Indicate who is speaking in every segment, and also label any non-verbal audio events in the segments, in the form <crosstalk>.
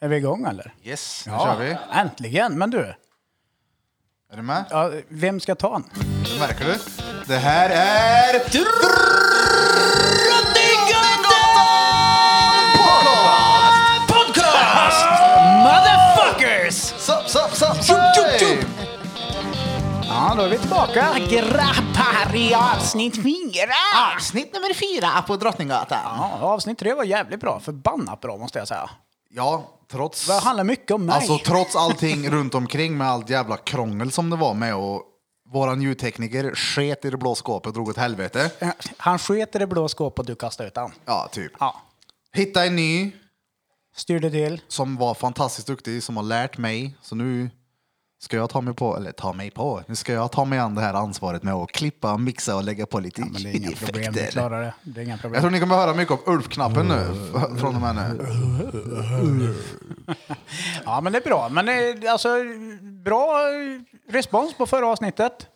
Speaker 1: Är vi igång eller?
Speaker 2: Yes, nu kör vi.
Speaker 1: Äntligen! Men du,
Speaker 2: Är du med?
Speaker 1: ja, vem ska ta den?
Speaker 2: Det Märker du? Det här är...
Speaker 3: Podcast! Motherfuckers!
Speaker 2: Sup, sup, sup,
Speaker 3: Tjup, tjup, tjup.
Speaker 1: Ja, då är vi tillbaka. Ah,
Speaker 3: Grappar i avsnitt fyra!
Speaker 2: Avsnitt nummer fyra på Drottninggatan.
Speaker 1: Ja, avsnitt tre var jävligt bra. Förbannat bra måste jag säga.
Speaker 2: Ja, trots...
Speaker 1: Det handlar mycket om mig.
Speaker 2: Alltså trots allting runt omkring med allt jävla krångel som det var med och våran ljudtekniker sket i det blå skåpet och drog åt helvete.
Speaker 1: Han sket i det blå skåpet och du kastade ut han.
Speaker 2: Ja, typ.
Speaker 1: Ja.
Speaker 2: Hitta en ny
Speaker 1: Styrde till.
Speaker 2: som var fantastiskt duktig, som har lärt mig. Så nu ska jag ta mig på, eller ta mig på, nu ska jag ta mig an det här ansvaret med att klippa, mixa och lägga på lite
Speaker 1: Men det är inga problem, du
Speaker 2: ljudeffekter.
Speaker 1: klarar det. Det är inga
Speaker 2: Jag
Speaker 1: problem.
Speaker 2: tror ni kommer höra mycket om Ulf-knappen nu, <laughs> f- från och med nu.
Speaker 1: Ja, men det är bra. Men eh, alltså, bra eh, respons på förra avsnittet.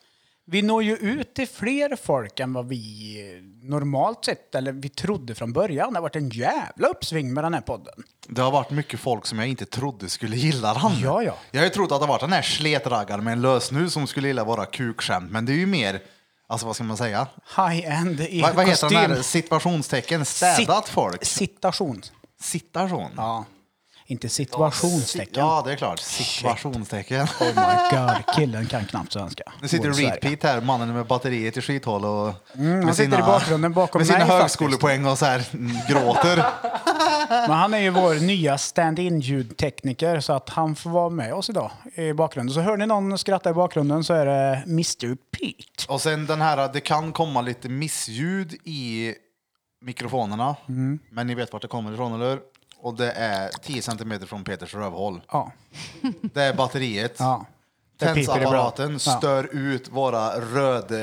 Speaker 1: Vi når ju ut till fler folk än vad vi eh, normalt sett, eller vi trodde från början. Det har varit en jävla uppsving med den här podden.
Speaker 2: Det har varit mycket folk som jag inte trodde skulle gilla den.
Speaker 1: Ja, ja.
Speaker 2: Jag har ju trott att det varit den här sletraggaren med en lösnus som skulle gilla våra kukskämt, men det är ju mer, alltså vad ska man säga?
Speaker 1: High-end i
Speaker 2: Vad, vad heter
Speaker 1: kostym.
Speaker 2: den här situationstecken? Städat
Speaker 1: Sit-
Speaker 2: folk?
Speaker 1: Citation.
Speaker 2: Situation?
Speaker 1: Ja. Inte situationstecken.
Speaker 2: Ja, det är klart. Situationstecken.
Speaker 1: Oh my god, killen kan knappt svenska.
Speaker 2: Nu sitter
Speaker 1: Bor i
Speaker 2: Reed
Speaker 1: Sverige. Mm,
Speaker 2: Pete här, mannen med batteriet i skithål och
Speaker 1: han
Speaker 2: med
Speaker 1: sitter i bakgrunden bakom
Speaker 2: med sina
Speaker 1: mig
Speaker 2: högskolepoäng och så här <laughs> mm, gråter.
Speaker 1: Men han är ju vår nya stand-in ljudtekniker så att han får vara med oss idag i bakgrunden. Så hör ni någon skratta i bakgrunden så är det Mr Pete.
Speaker 2: och sen den här, det kan komma lite missljud i mikrofonerna,
Speaker 1: Mm.
Speaker 2: men ni vet vart det kommer ifrån, eller hur? Och det är 10 centimeter från Peters rövhål.
Speaker 1: Ja.
Speaker 2: Det är batteriet.
Speaker 1: ja. Det piper i bra.
Speaker 2: Tensapparaten
Speaker 1: Ja.
Speaker 2: stör ut våra röda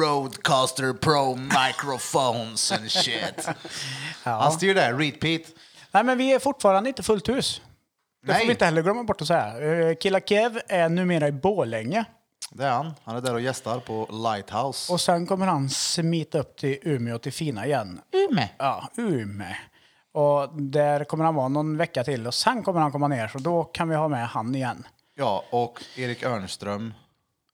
Speaker 2: Roadcaster Pro microphones
Speaker 1: <laughs>
Speaker 2: and shit. Han styr det, här, Reed Pete.
Speaker 1: Nej, men vi är fortfarande inte fullt hus. Det
Speaker 2: Nej.
Speaker 1: får vi inte heller glömma bort att säga. Eh, Killa Kev är numera i Borlänge.
Speaker 2: Det är han. Han är där och gästar på Lighthouse.
Speaker 1: Och sen kommer han smita upp till Umeå till Fina igen.
Speaker 2: Umeå.
Speaker 1: Ja, Umeå. Och där kommer han vara någon vecka till och sen kommer han komma ner så då kan vi ha med han igen.
Speaker 2: Ja, och Erik Örnström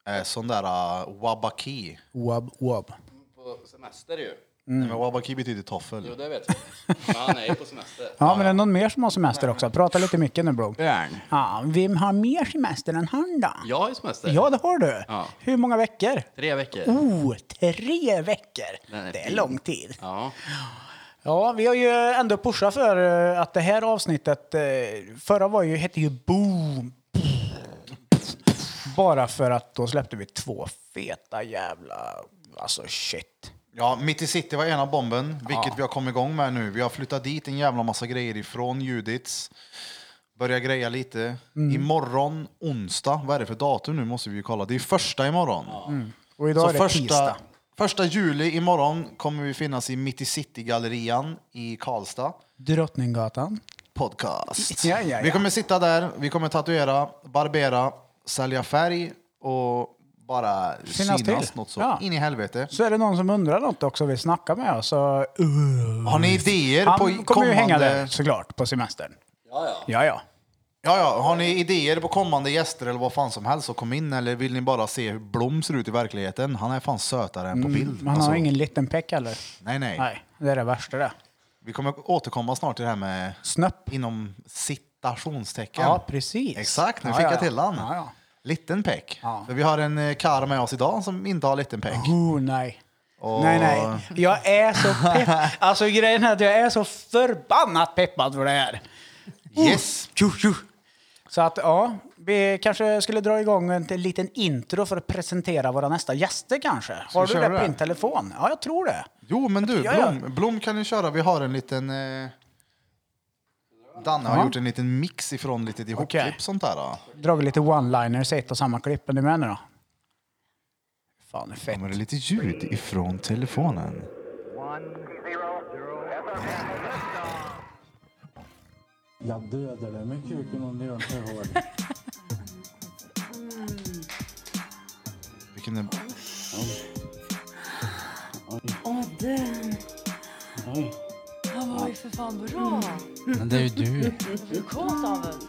Speaker 2: är sån där uh, wabaki.
Speaker 1: Wob, wob.
Speaker 4: på semester ju.
Speaker 1: Mm.
Speaker 2: Men wabaki betyder
Speaker 4: Jo,
Speaker 2: toffel.
Speaker 4: det vet
Speaker 5: <laughs>
Speaker 4: jag. Men han är ju på semester.
Speaker 1: Ja, men det är någon mer som har semester också. Prata lite mycket nu bro.
Speaker 4: Björn.
Speaker 1: Ja, vem har mer semester än han då?
Speaker 4: Jag har ju semester.
Speaker 1: Ja, det har du.
Speaker 4: Ja.
Speaker 1: Hur många veckor?
Speaker 4: Tre veckor.
Speaker 1: Oh, tre veckor!
Speaker 4: Den är
Speaker 1: det är
Speaker 4: fin.
Speaker 1: lång tid.
Speaker 4: Ja.
Speaker 1: Ja, vi har ju ändå pushat för eh, att det här avsnittet, eh, förra var ju, hette ju Boom. Bara för att då släppte vi två feta jävla, alltså shit.
Speaker 2: Ja, Mitt i City var ena bomben, vilket vi har kommit igång med nu. Vi har flyttat dit en jävla massa grejer ifrån Judits. Börjar greja lite.
Speaker 1: Mm.
Speaker 2: Imorgon, onsdag, vad är det för datum nu måste vi ju kolla. Det är första imorgon.
Speaker 1: Och idag
Speaker 2: Så
Speaker 1: är det
Speaker 2: första,
Speaker 1: tisdag.
Speaker 2: första juli imorgon kommer vi finnas i Mitt i City-gallerian i Karlstad.
Speaker 1: Drottninggatan.
Speaker 2: podcast.
Speaker 1: Ja, ja, ja.
Speaker 2: Vi kommer sitta där, vi kommer tatuera, barbera, sälja färg och bara
Speaker 1: Finnas
Speaker 2: synas,
Speaker 1: till.
Speaker 2: något så
Speaker 1: Ja.
Speaker 2: in i helvete.
Speaker 1: Så är det någon som undrar något också och vill snacka med oss så... Uh,
Speaker 2: Har ni idéer
Speaker 1: han
Speaker 2: på
Speaker 1: kommer
Speaker 2: kommande...
Speaker 1: ju hänga där såklart på semestern.
Speaker 4: Ja, ja.
Speaker 1: Ja, ja.
Speaker 2: Ja, ja. Har ni idéer på kommande gäster eller vad fan som helst så kom in eller vill ni bara se hur Blom ser ut i verkligheten? Han är fan sötare än på bild.
Speaker 1: Man
Speaker 2: Alltså,
Speaker 1: Mm, har ingen liten peck heller.
Speaker 2: nej, nej,
Speaker 1: Nej, det är det värsta det.
Speaker 2: Vi kommer återkomma snart till det här med
Speaker 1: Snöpp.
Speaker 2: inom citationstecken.
Speaker 1: Ja, precis.
Speaker 2: Exakt, nu
Speaker 1: Ja,
Speaker 2: fick
Speaker 1: ja,
Speaker 2: jag
Speaker 1: ja.
Speaker 2: till han.
Speaker 1: Ja, ja.
Speaker 2: Liten peck.
Speaker 1: Ja.
Speaker 2: För vi har en eh, karl med oss idag som inte har liten peck.
Speaker 1: Oh, nej.
Speaker 2: Och-
Speaker 1: Nej, nej. Jag är så pepp.
Speaker 2: <laughs>
Speaker 1: Alltså grejen är att jag är så förbannat peppad för det här. Oh!
Speaker 2: Oh. Yes!
Speaker 1: Tju, tju. Så att ja, vi kanske skulle dra igång en till liten intro för att presentera våra nästa gäster kanske. Har
Speaker 2: vi
Speaker 1: du det
Speaker 2: köra
Speaker 1: på
Speaker 2: det?
Speaker 1: din telefon? Ja, jag tror det.
Speaker 2: Jo, men du,
Speaker 1: Ja, ja.
Speaker 2: Blom, Blom kan ju köra. Vi har en liten... Eh... Danne har
Speaker 1: Ja.
Speaker 2: gjort en liten mix ifrån lite ihopklipp
Speaker 1: Okej.
Speaker 2: sånt där. Då.
Speaker 1: Dragit lite one-liners i ett och samma klipp. Är ni med nu då? Fan, det är fett.
Speaker 2: Kommer det lite ljud ifrån telefonen?
Speaker 6: Jag dödar dig med kuken om du gör inte hårt.
Speaker 2: Vilken är...
Speaker 5: Åh, den.
Speaker 6: Oj.
Speaker 5: Han var ju för Fan vad bra!
Speaker 7: Men det är ju du.
Speaker 5: Du är kåt av en.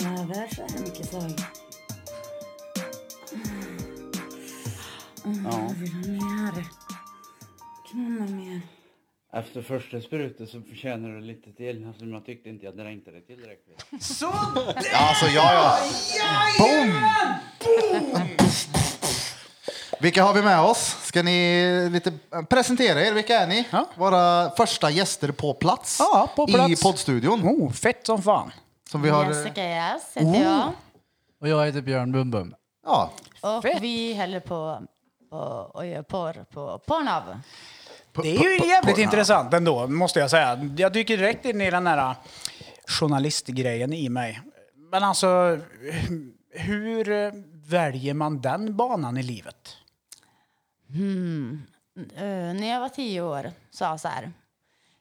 Speaker 8: Nej, värst är mycket sorg. Ja. Jag Mm. vill ha mer. Knulla mer.
Speaker 9: Efter första sprutet så förtjänar du lite till. Alltså, jag tyckte inte jag dränkte dig tillräckligt.
Speaker 2: Ja, alltså, ja, ja. Boom! Vilka har vi med oss? Ska ni lite presentera er? Vilka är ni?
Speaker 1: Ja.
Speaker 2: Våra första gäster på plats,
Speaker 1: Ja, på
Speaker 2: i
Speaker 1: plats.
Speaker 2: poddstudion.
Speaker 1: Oh, fett som fan.
Speaker 2: Som vi har,
Speaker 5: Jessica Jazz heter jag.
Speaker 7: Och jag heter Björn Bumbum.
Speaker 2: ja,
Speaker 5: Och
Speaker 1: Fett.
Speaker 5: vi håller på på och gör porr på Pornhub.
Speaker 1: Det är ju jävligt intressant ändå, måste jag säga. Jag dyker direkt in i den här äh, journalistgrejen i mig. Men alltså, hur eh, väljer man den banan i livet?
Speaker 5: Eh, när jag var tio år sa jag så här.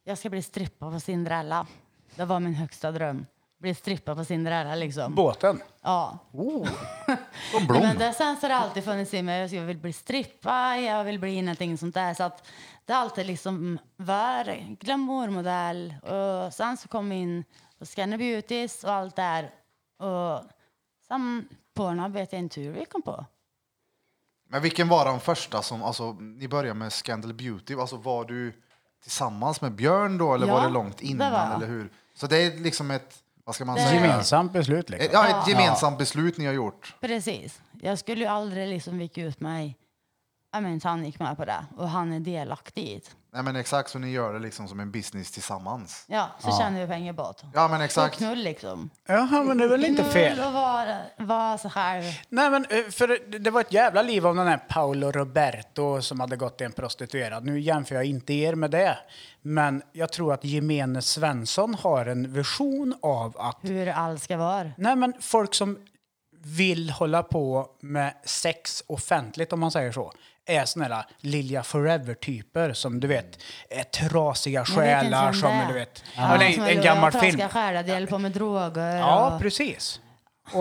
Speaker 5: Jag ska bli strippa på Cinderella. Det var min högsta dröm. Bli strippa på Cinderella liksom.
Speaker 1: Båten?
Speaker 5: Ja.
Speaker 2: som
Speaker 5: Men
Speaker 2: Blom.
Speaker 5: det, sen så har det alltid funnits i mig. Jag vill bli strippa, jag vill bli någonting sånt där. Så att det har alltid liksom var glamourmodell. Och sen så kom in på Scanner Beauties och allt där. Och sen Pornhub vet jag inte hur vi kom på.
Speaker 2: Men vilken var den första som, alltså, ni började med Scandal Beauty, alltså var du tillsammans med Björn då eller
Speaker 5: Ja,
Speaker 2: var det långt
Speaker 5: det
Speaker 2: innan?
Speaker 5: var jag.
Speaker 2: eller hur? Så det är liksom ett, vad ska man
Speaker 5: Det-
Speaker 2: säga?
Speaker 1: Gemensamt beslut liksom.
Speaker 2: Ett, ja, ett gemensamt beslut ni har gjort.
Speaker 5: Precis. Jag skulle ju aldrig liksom vika ut mig. Jag menar, han gick med på det och han är delaktig i det.
Speaker 2: Nej men exakt, så ni gör det liksom som en business tillsammans.
Speaker 5: Ja, så tjänar vi pengar båt.
Speaker 2: Ja men
Speaker 5: Och
Speaker 2: exakt.
Speaker 5: knull liksom.
Speaker 1: Jaha, men det är väl inte fel?
Speaker 5: Knull och vara, vara så här.
Speaker 1: Nej, men eh, för det- det var ett jävla liv om den här Paolo Roberto som hade gått till en prostituerad. Nu jämför jag inte er med det, men jag tror att gemene Svensson har en vision av att
Speaker 5: Hur allt ska vara.
Speaker 1: Nej, men folk som vill hålla på med sex offentligt, om man säger så, är såna där Lilja Forever-typer som du vet, är trasiga
Speaker 5: Jag vet inte
Speaker 1: själar
Speaker 5: vem
Speaker 1: som,
Speaker 5: det är.
Speaker 1: du vet,
Speaker 5: Ja,
Speaker 1: men
Speaker 5: som
Speaker 1: en,
Speaker 5: har
Speaker 1: en
Speaker 5: lovat
Speaker 1: gammal
Speaker 5: att
Speaker 1: film.
Speaker 5: Jag ska skära, det håller på med droger.
Speaker 1: Ja,
Speaker 5: och-
Speaker 1: precis. Och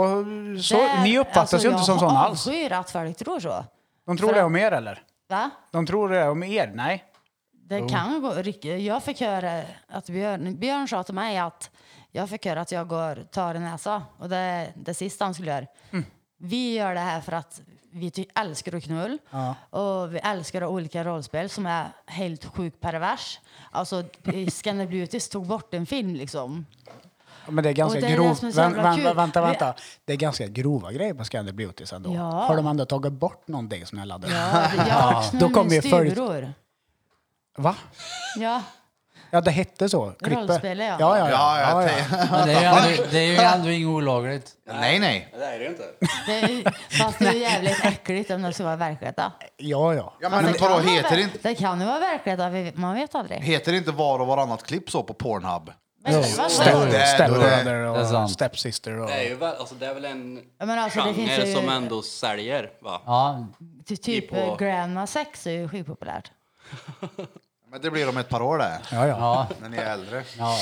Speaker 1: så,
Speaker 5: Där-
Speaker 1: ni uppfattas
Speaker 5: alltså,
Speaker 1: ju inte som såna alls.
Speaker 5: Jag avskyr att folk tror så.
Speaker 1: De tror det om er, eller?
Speaker 5: Va?
Speaker 1: De tror det om er? Nej.
Speaker 5: Det kan gå ryck- Jag fick höra att Björn, Björn sa till mig att jag fick höra att jag går tar en näsa och det är det sista han skulle göra.
Speaker 1: Mm.
Speaker 5: Vi gör det här för att vi ty- älskar att knull och vi älskar att ha olika rollspel som är helt sjukt pervers. Alltså Scanner Beauties tog bort en film liksom.
Speaker 1: Men det är ganska
Speaker 5: Och det är det
Speaker 1: grovt.
Speaker 5: som är så jävla
Speaker 1: Vän, vänta,
Speaker 5: kul.
Speaker 1: vänta,
Speaker 5: Vi-
Speaker 1: vänta. Det är ganska grova grejer på Scandic Beauties ändå.
Speaker 5: Ja.
Speaker 1: Har de ändå tagit bort någonting som jag <laughs> laddade?
Speaker 5: Ja, alltså, jag
Speaker 1: Då
Speaker 5: knullade
Speaker 1: kommer
Speaker 5: min
Speaker 1: ju följ-
Speaker 5: styvbror.
Speaker 1: Va?
Speaker 5: Ja.
Speaker 1: Ja, det hette så. Klippet.
Speaker 5: Rollspelet, ja.
Speaker 1: Ja, ja,
Speaker 2: Ja,
Speaker 1: ja.
Speaker 2: jag
Speaker 1: ja, ja.
Speaker 2: tänk- <laughs>
Speaker 7: Men det är ju ändå, det är ju ändå inget olagligt.
Speaker 2: Nej, nej.
Speaker 4: Det är det ju inte.
Speaker 5: Det är, ju-
Speaker 1: <laughs>
Speaker 5: fast det är ju jävligt äckligt om det ska vara verklighet. då.
Speaker 1: ja, ja.
Speaker 2: Ja, men, men
Speaker 5: kan
Speaker 2: vadå,
Speaker 5: vara
Speaker 2: heter,
Speaker 5: ver-
Speaker 2: det inte,
Speaker 5: det kan ju vara verklighet, då, vi- man vet aldrig.
Speaker 2: heter det inte var och varannat klipp så på Pornhub?
Speaker 5: Men, vad-
Speaker 1: Step,
Speaker 2: det-
Speaker 1: stepbrother
Speaker 7: det är
Speaker 1: och
Speaker 7: sant.
Speaker 1: stepsister. Och,
Speaker 4: Det är ju väl, alltså, det är väl en
Speaker 5: Ja, men alltså, det finns
Speaker 4: genre
Speaker 5: ju-
Speaker 4: som ändå säljer va?
Speaker 7: Ja,
Speaker 5: ty-
Speaker 4: Typ
Speaker 5: typ
Speaker 4: på-
Speaker 5: grandma sex är ju skitpopulärt.
Speaker 2: Men det blir om ett par år det,
Speaker 1: ja, ja.
Speaker 7: ja,
Speaker 2: när ni är äldre.
Speaker 7: ja.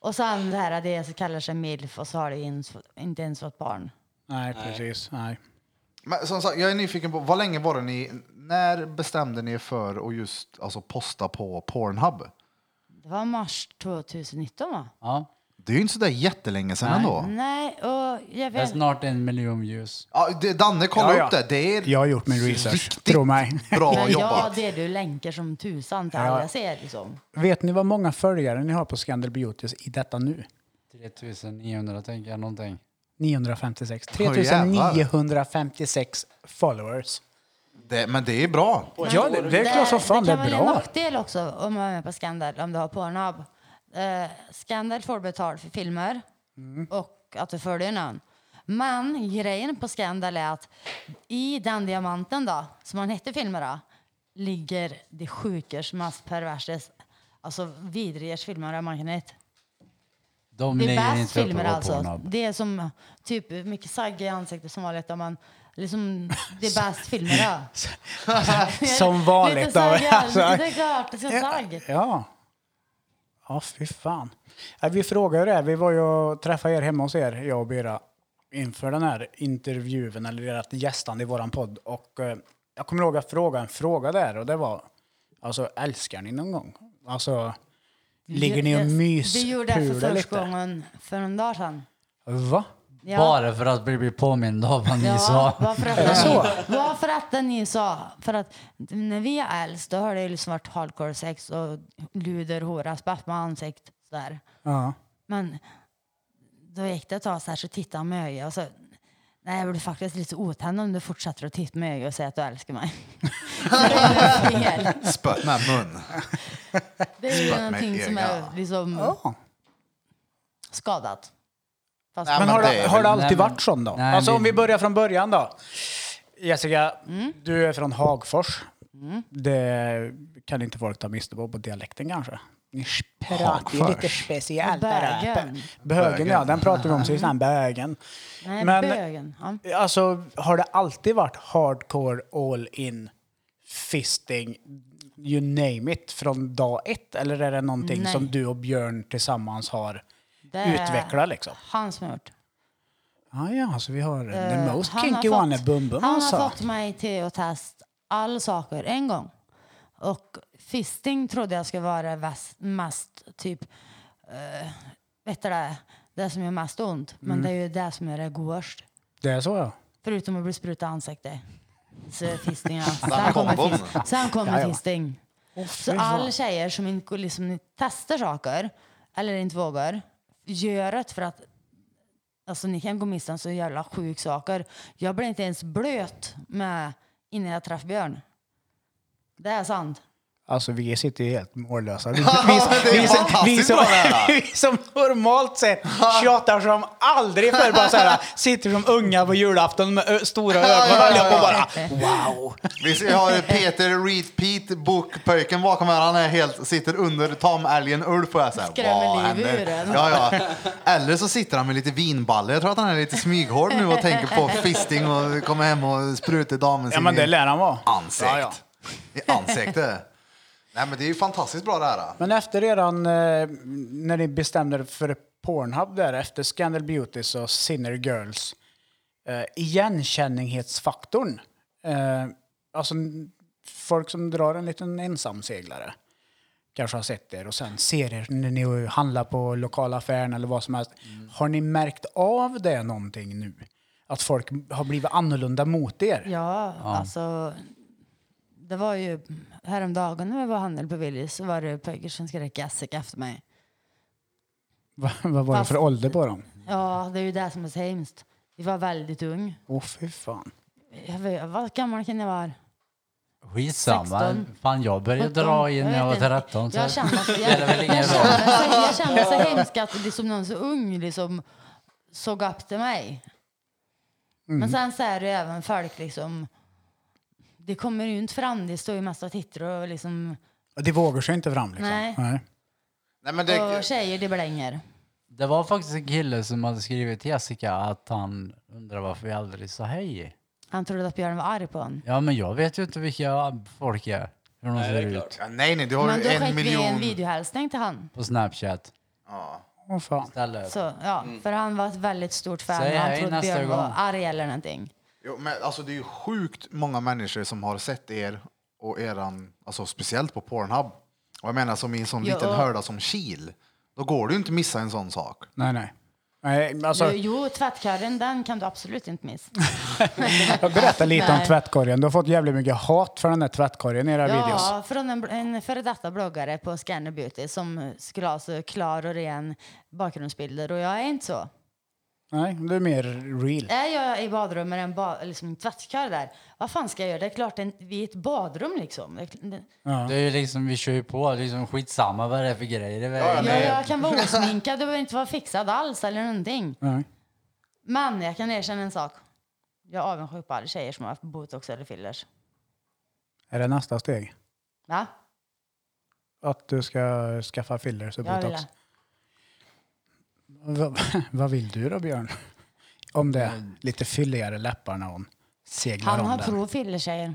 Speaker 5: Och sen det här det som kallar sig milf och så har det ju ens, inte ens fått barn.
Speaker 1: Nej, precis. Nej.
Speaker 2: Men som sagt, jag är nyfiken på, vad länge var det ni, när bestämde ni er för att just alltså, posta på Pornhub?
Speaker 5: Det var mars 2019 va?
Speaker 7: ja.
Speaker 2: Det är ju inte sådär jättelänge sedan ändå.
Speaker 5: Nej, och jag
Speaker 7: Det är
Speaker 5: vet...
Speaker 7: snart en miljon views.
Speaker 2: Ja, det, Danne, kolla
Speaker 1: Ja, ja.
Speaker 2: upp det. Det är
Speaker 1: Jag har gjort min research,
Speaker 2: Riktigt.
Speaker 1: tro mig.
Speaker 2: bra
Speaker 5: Men ja,
Speaker 2: jobbat.
Speaker 5: det är du länkar som tusan till alla jag ser liksom.
Speaker 1: <laughs> Vet ni vad många följare ni har på Scandal Beauties i detta nu?
Speaker 7: 3900 tänker jag någonting.
Speaker 1: 956.
Speaker 2: Åh, jävlar.
Speaker 1: 3956 followers.
Speaker 2: Det, men det är bra.
Speaker 1: Ja, det, det är klart som fan det
Speaker 5: kan
Speaker 1: är
Speaker 5: väl en
Speaker 1: bra.
Speaker 5: nackdel också om man är med på Scandal, om du har Pornhub. Eh, Scandal får betalt för filmer
Speaker 1: Mm.
Speaker 5: och att du följer någon. Men grejen på Scandal är att i den diamanten då, som man hette filmerna, ligger det sjukers, mest perverses, alltså vidrigers filmer man kan hitta.
Speaker 7: De
Speaker 5: Det
Speaker 7: ligger
Speaker 5: är bäst
Speaker 7: inte uppe
Speaker 5: filmer
Speaker 7: på
Speaker 5: alltså.
Speaker 7: Pornhub.
Speaker 5: Det är som typ mycket sagg i ansiktet som vanligt. Om man,
Speaker 1: <laughs>
Speaker 5: liksom, det är bäst filmer då.
Speaker 1: <laughs> Som vanligt.
Speaker 5: Lite
Speaker 1: Då.
Speaker 5: sagg, ja.
Speaker 1: Alltså,
Speaker 5: <laughs> Det är klart, det ska sagg.
Speaker 1: Ja. Ja, fy fan. Ja, vi frågade ju det. Vi var ju och träffade er hemma hos er, jag och Bera, inför den här intervjun eller ert gästande i våran podd. Och eh, jag kommer ihåg att fråga en fråga där och det var Alltså, älskar ni någon gång? Alltså, ligger ni och
Speaker 5: Vi gjorde det för
Speaker 1: myspular
Speaker 5: första
Speaker 1: lite?
Speaker 5: gången för en dag sedan.
Speaker 1: Va?
Speaker 5: Ja.
Speaker 7: Bara för att bli bli påmind om vad ni sa.
Speaker 5: bara för att
Speaker 1: det så?
Speaker 5: ni, bara för att det ni sa. För att när vi är äldst då har det ju liksom varit hardcore sex och luder, hora, spaff med ansikt. Sådär.
Speaker 1: Ja.
Speaker 5: Men då gick det ett tag så här så tittade han med ögat och så Nej, jag blir faktiskt lite otänd om du fortsätter att titta med ögat och säga att du
Speaker 1: <laughs>
Speaker 5: älskar mig. <laughs> det är ju fel.
Speaker 2: Spött med mun.
Speaker 5: Det är ju
Speaker 2: Spött med
Speaker 5: någonting som
Speaker 2: ögat.
Speaker 5: är liksom
Speaker 1: Ja.
Speaker 5: skadat. Fast
Speaker 2: Nej,
Speaker 1: Men
Speaker 2: men
Speaker 1: har
Speaker 2: det är
Speaker 1: det, har
Speaker 2: väl-
Speaker 1: det alltid
Speaker 7: Nej, men-
Speaker 1: varit sån då?
Speaker 7: Nej,
Speaker 1: alltså
Speaker 7: det-
Speaker 1: om vi börjar från början då. Jessica, du är från Hagfors. Det kan inte folk ta miste på, på dialekten kanske. Ni pratar ju
Speaker 2: Hagfors.
Speaker 1: lite speciellt.
Speaker 5: Bögen.
Speaker 1: där uppe. Bögen, ja. Den pratade vi om sist, den bögen.
Speaker 5: nej,
Speaker 1: men-
Speaker 5: bögen. Ja.
Speaker 1: Alltså, har det alltid varit hardcore, all in, fisting, you name it, från dag ett? Eller är det någonting
Speaker 5: Nej.
Speaker 1: som du och Björn tillsammans har
Speaker 5: Det är
Speaker 1: utvecklat liksom?
Speaker 5: Han som har gjort.
Speaker 1: Ah, ja, så vi har the
Speaker 5: Eh,
Speaker 1: most
Speaker 5: han
Speaker 1: kinky
Speaker 5: har fått-
Speaker 1: one är Bum-Bum
Speaker 5: Han
Speaker 1: alltså.
Speaker 5: har fått mig till att testa alla saker en gång. Och fisting trodde jag skulle vara väs- mest typ, eh, vet du det, det som gör mest ont. Men
Speaker 1: Mm.
Speaker 5: det är ju det som är det godaste.
Speaker 1: Det är så ja.
Speaker 5: Förutom att bli sprutad i ansiktet. Så är fisting ja. Sen
Speaker 2: Där kom
Speaker 5: kommer,
Speaker 2: bomben.
Speaker 5: fis- sen kommer
Speaker 1: Ja, ja.
Speaker 5: fisting. Så alla tjejer som inte liksom, testar saker eller inte vågar gör det för att alltså, ni kan gå miste om så jävla sjuka saker. Jag blev inte ens blöt med, innan jag träffade Björn. Det är sant.
Speaker 1: Alltså vi sitter ju helt mållösa. Vi,
Speaker 2: <laughs>
Speaker 1: vi,
Speaker 2: det är
Speaker 1: vi, som- vi,
Speaker 2: fantastiskt
Speaker 1: som,
Speaker 2: bra det
Speaker 1: <laughs>
Speaker 2: här.
Speaker 1: vi som normalt sett tjatar som aldrig förr. Bara så
Speaker 2: <laughs>
Speaker 1: här, sitter som unga på julafton med ö, stora ögon allihopa och bara wow.
Speaker 2: Vi ser- har Peter Reed Pete bokpöjken bakom här. Han är helt, sitter under tamälgen Ulf och är så här,
Speaker 5: Skrämmer
Speaker 2: "Vad
Speaker 5: liv
Speaker 2: händer?"
Speaker 5: ur den.
Speaker 2: Ja, ja. Eller så sitter han med lite vinballe. Jag tror att han är lite smyghård nu och tänker på fisting och kommer hem och sprutar damen sin
Speaker 1: Ja men det
Speaker 2: i
Speaker 1: lär han vara.
Speaker 2: ansikt.
Speaker 1: Ja, ja.
Speaker 2: I ansikte. Nej men det är ju fantastiskt bra det här.
Speaker 1: Men efter eran, eh, när ni bestämde er för Pornhub där, efter Scandal Beauties och Sinner Girls, eh, igenkänninghetsfaktorn. Eh, alltså n- folk som drar en liten ensamseglare kanske har sett er och sen ser er när ni handlar på lokala affären eller vad som helst. Har ni märkt av det någonting nu? Att folk har blivit annorlunda mot er?
Speaker 5: Ja, alltså. Det var ju häromdagen när vi var och handlade på Willys så var det pojkar som skrek Jessica efter mig.
Speaker 1: Va, vad var det för
Speaker 5: Fast-
Speaker 1: ålder på dem?
Speaker 5: Ja, det är ju det som är så hemskt. Vi var väldigt ung.
Speaker 1: Åh oh, fy fan.
Speaker 5: Jag vet, vad gammal kan jag vara?
Speaker 7: Skitsamma.
Speaker 5: 16.
Speaker 7: Fan, jag började
Speaker 5: 17.
Speaker 7: dra in när jag var
Speaker 5: vet inte.
Speaker 7: 13. Så
Speaker 5: Jag kände så, jag,
Speaker 7: det är väl
Speaker 5: jag,
Speaker 7: ingen
Speaker 5: kände,
Speaker 7: roll.
Speaker 5: så, jag kände så hemskt att liksom någon så ung liksom såg upp till mig.
Speaker 2: Mm.
Speaker 5: Men sen så är det ju även folk liksom, det kommer ju inte fram, det står ju mest och tittar och liksom,
Speaker 1: Det vågar sig inte fram liksom?
Speaker 5: Nej.
Speaker 2: Nej, men
Speaker 5: och
Speaker 2: det,
Speaker 5: tjejer det blänger.
Speaker 7: Det var faktiskt en kille som hade skrivit till Jessica att han undrar varför vi aldrig sa hej.
Speaker 5: Han trodde att Björn var arg på honom.
Speaker 7: Ja, men jag vet ju inte vilka folk är. Hur de
Speaker 4: Nej, det
Speaker 7: ser
Speaker 4: är
Speaker 7: ut.
Speaker 4: klart.
Speaker 2: ja, nej nej, du har
Speaker 5: Men då
Speaker 2: ju en
Speaker 5: skickade vi en
Speaker 2: miljon.
Speaker 5: videohälsning till han.
Speaker 7: På Snapchat.
Speaker 2: Ja.
Speaker 1: Åh fan.
Speaker 7: Ställe.
Speaker 5: Så, ja,
Speaker 7: Mm.
Speaker 5: För han var ett väldigt stort fan
Speaker 7: Säg
Speaker 5: och han
Speaker 7: hej
Speaker 5: trodde
Speaker 7: nästa
Speaker 5: Björn var
Speaker 7: gång.
Speaker 5: arg eller någonting.
Speaker 2: Jo, men alltså det är ju sjukt många människor som har sett er och eran, alltså speciellt på Pornhub. Och jag menar som i en sån
Speaker 5: Ja,
Speaker 2: liten
Speaker 5: och-
Speaker 2: hörda som Kil. Då går det ju inte missa en sån sak.
Speaker 1: Nej, nej. nej alltså,
Speaker 5: Jo, jo, tvättkorgen den kan du absolut inte missa.
Speaker 1: jag berättar lite om
Speaker 5: Nej.
Speaker 1: tvättkorgen. Du har fått jävligt mycket hat för den där tvättkorgen i era videos.
Speaker 5: Ja, från en, en före detta bloggare på Scanner Beauty som skulle ha så klar och ren bakgrundsbilder och jag är inte så.
Speaker 1: Nej, du är mer real.
Speaker 5: Är jag i badrummet en, ba, liksom en tvättkar där, vad fan ska jag göra? Det är klart en, vi är ett badrum liksom. Det är kl- det-
Speaker 7: Det är ju liksom, vi kör ju på. Liksom, skitsamma vad det är för grejer. Det är väl-
Speaker 5: Ja, jag kan vara osminkad, du behöver inte vara fixad alls eller någonting.
Speaker 1: Nej.
Speaker 5: Men jag kan erkänna en sak. Jag är avundsjuk på alla tjejer som har haft botox eller fillers.
Speaker 1: Är det nästa steg?
Speaker 5: Va?
Speaker 1: Att du ska skaffa fillers och
Speaker 5: Jag vill
Speaker 1: botox? Va, vad <laughs> vill du då, Björn? Om det
Speaker 4: Mm.
Speaker 1: lite fylligare läppar när hon seglar
Speaker 5: Han
Speaker 1: om
Speaker 5: har
Speaker 1: den.
Speaker 5: provat fillers tjejer.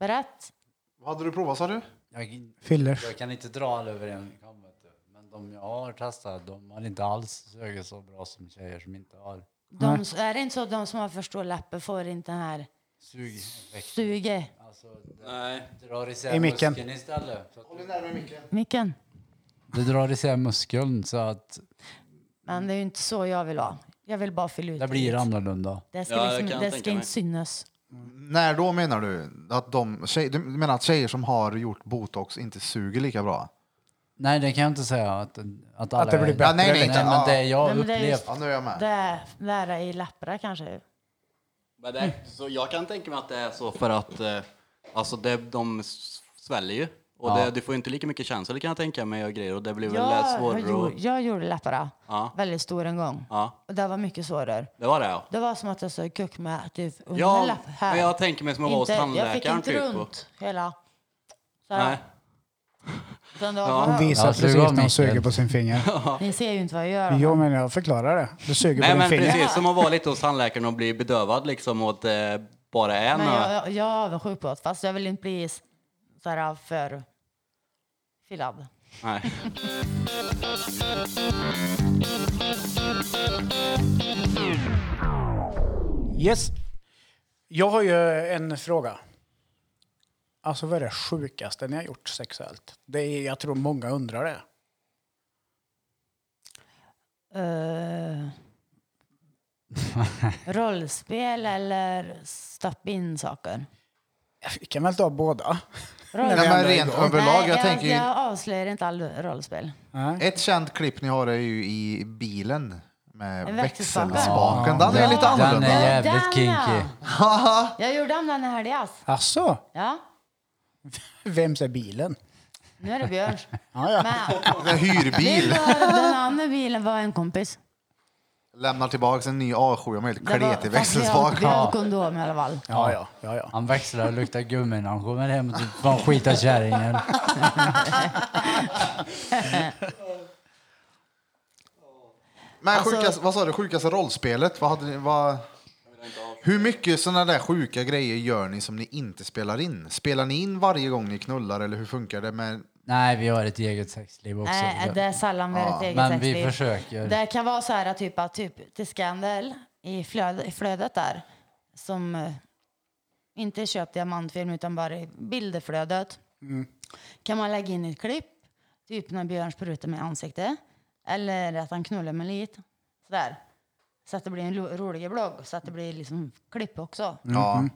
Speaker 5: Berätt.
Speaker 2: Vad hade du provat sa du?
Speaker 7: Jag,
Speaker 1: Fillers?
Speaker 7: jag kan inte dra alla över en kam. vet du. Men de jag har testat, de har inte alls sökt så bra som tjejer som inte har.
Speaker 5: De, s- är det inte så att de som har för stora läppar får inte den här
Speaker 7: Sug. Väck.
Speaker 5: Suge.
Speaker 7: Alltså,
Speaker 4: Nej.
Speaker 7: det drar isär
Speaker 1: I micken.
Speaker 7: muskeln istället. Så att-
Speaker 5: Micken.
Speaker 7: Det drar isär muskeln så att
Speaker 5: Men det är ju inte så jag vill ha. Jag vill bara fylla ut.
Speaker 7: det blir annorlunda.
Speaker 5: Det ska,
Speaker 4: Ja, det
Speaker 5: liksom,
Speaker 4: kan
Speaker 5: det
Speaker 4: jag
Speaker 5: ska
Speaker 4: tänka mig.
Speaker 5: inte synas.
Speaker 2: När då menar du? Att de, tjej, du menar att tjejer som har gjort botox inte suger lika bra?
Speaker 7: Nej, det kan jag inte säga att, att alla...
Speaker 1: Att det blir
Speaker 7: är-
Speaker 1: bättre.
Speaker 2: Ja, nej,
Speaker 7: Nej,
Speaker 2: nej, inte.
Speaker 7: men det
Speaker 2: ja.
Speaker 7: jag
Speaker 5: Nej, men det är
Speaker 7: upplevt...
Speaker 2: ja, nu är jag med.
Speaker 5: Det är lära i läppar kanske.
Speaker 4: Men det, är- så jag kan tänka mig att det är så för att eh, alltså det, de s- sväller ju. Och
Speaker 7: Ja.
Speaker 4: det, du får ju inte lika mycket känslor kan jag tänka mig och grejer och det blir väl
Speaker 5: Jag,
Speaker 4: eh,
Speaker 5: har
Speaker 4: svårare
Speaker 5: gjort,
Speaker 4: att...
Speaker 5: jag gjorde läpparna
Speaker 4: Ja.
Speaker 5: väldigt stor en gång.
Speaker 4: Ja,
Speaker 5: Och det var mycket svårare.
Speaker 4: det var det ja.
Speaker 5: Det var som att jag såg kuck med typ under
Speaker 4: Ja,
Speaker 5: läpp här.
Speaker 4: men jag tänker mig som att vara hos
Speaker 5: Inte- jag fick
Speaker 4: tandläkaren
Speaker 5: inte
Speaker 4: typ. och-
Speaker 5: runt hela. Så här.
Speaker 4: Nej.
Speaker 5: Utan det var
Speaker 4: Ja.
Speaker 5: bara-
Speaker 1: Hon visar
Speaker 7: Ja, det
Speaker 1: precis
Speaker 7: var
Speaker 1: när hon
Speaker 7: Mikael.
Speaker 1: suger på sin finger.
Speaker 7: <laughs>
Speaker 5: Ni ser ju inte vad jag gör.
Speaker 1: Jo, men jag förklarar det. Du suger
Speaker 4: Nej
Speaker 1: på
Speaker 4: men
Speaker 1: din finger.
Speaker 4: precis, som att vara lite hos tandläkaren och bli bedövad liksom och att det bara är
Speaker 5: Men jag,
Speaker 4: några...
Speaker 5: jag, jag är avundsjuk på det, fast jag vill inte bli s- så här äh, för fillad. <laughs>
Speaker 4: Nej.
Speaker 1: Yes. Jag har ju en fråga. Alltså vad är det sjukaste ni har gjort sexuellt? Det är, jag tror många undrar det.
Speaker 5: Eh, <laughs> rollspel eller stoppa in saker?
Speaker 1: Vi kan väl ta båda?
Speaker 5: Roll...
Speaker 2: Nej, men
Speaker 1: enda
Speaker 2: rent
Speaker 1: igång.
Speaker 2: överlag, jag,
Speaker 5: jag,
Speaker 2: tänker ju,
Speaker 5: jag avslöjar inte all rollspel.
Speaker 2: Ett känt klipp ni har är ju i bilen med
Speaker 5: En växelspak.
Speaker 2: växelspaken. Den är lite
Speaker 5: Ja.
Speaker 7: Den
Speaker 2: annorlunda.
Speaker 7: är
Speaker 5: Den, ja.
Speaker 2: <laughs>
Speaker 7: jävligt kinky.
Speaker 5: Jag gjorde om den i helgas.
Speaker 1: Alltså,
Speaker 5: Ja,
Speaker 1: vems är bilen?
Speaker 5: nu är det
Speaker 2: <laughs>
Speaker 5: Björns.
Speaker 1: Ja, ja.
Speaker 5: Men
Speaker 2: Det är hyrbil.
Speaker 5: den andra bilen var en kompis.
Speaker 2: Lämnar tillbaka en ny A7 med helt
Speaker 5: Det var-
Speaker 2: kletig
Speaker 5: fast vi har-
Speaker 2: växelspak.
Speaker 5: Vi har kondom i alla fall.
Speaker 1: Ja, ja, ja, ja.
Speaker 7: Han växlar och luktar gummi när han kommer hem. Typ från skita
Speaker 5: <laughs>
Speaker 7: kärringen.
Speaker 2: Men sjukast, vad sa du, sjukaste rollspelet? Vad hade ni, vad... Hur mycket sådana där sjuka grejer gör ni som ni inte spelar in? Spelar ni in varje gång ni knullar eller hur funkar det? Med...
Speaker 7: Nej, vi har ett eget sexliv också.
Speaker 5: Nej, det är sällan vi har ett eget
Speaker 7: Men vi
Speaker 5: sexliv.
Speaker 7: försöker.
Speaker 5: Det kan vara så här typ att typ till Scandal i flödet, i flödet där som eh, inte är köpt diamantfilm utan bara i bilderflödet
Speaker 7: Mm.
Speaker 5: kan man lägga in ett klipp, typ när Björn sprutar mig i ansiktet eller att han knullar mig lite. Sådär. Så att det blir en lo- rolig blogg, så att det blir liksom klipp också.
Speaker 7: Mm. Mhm.
Speaker 2: Ja.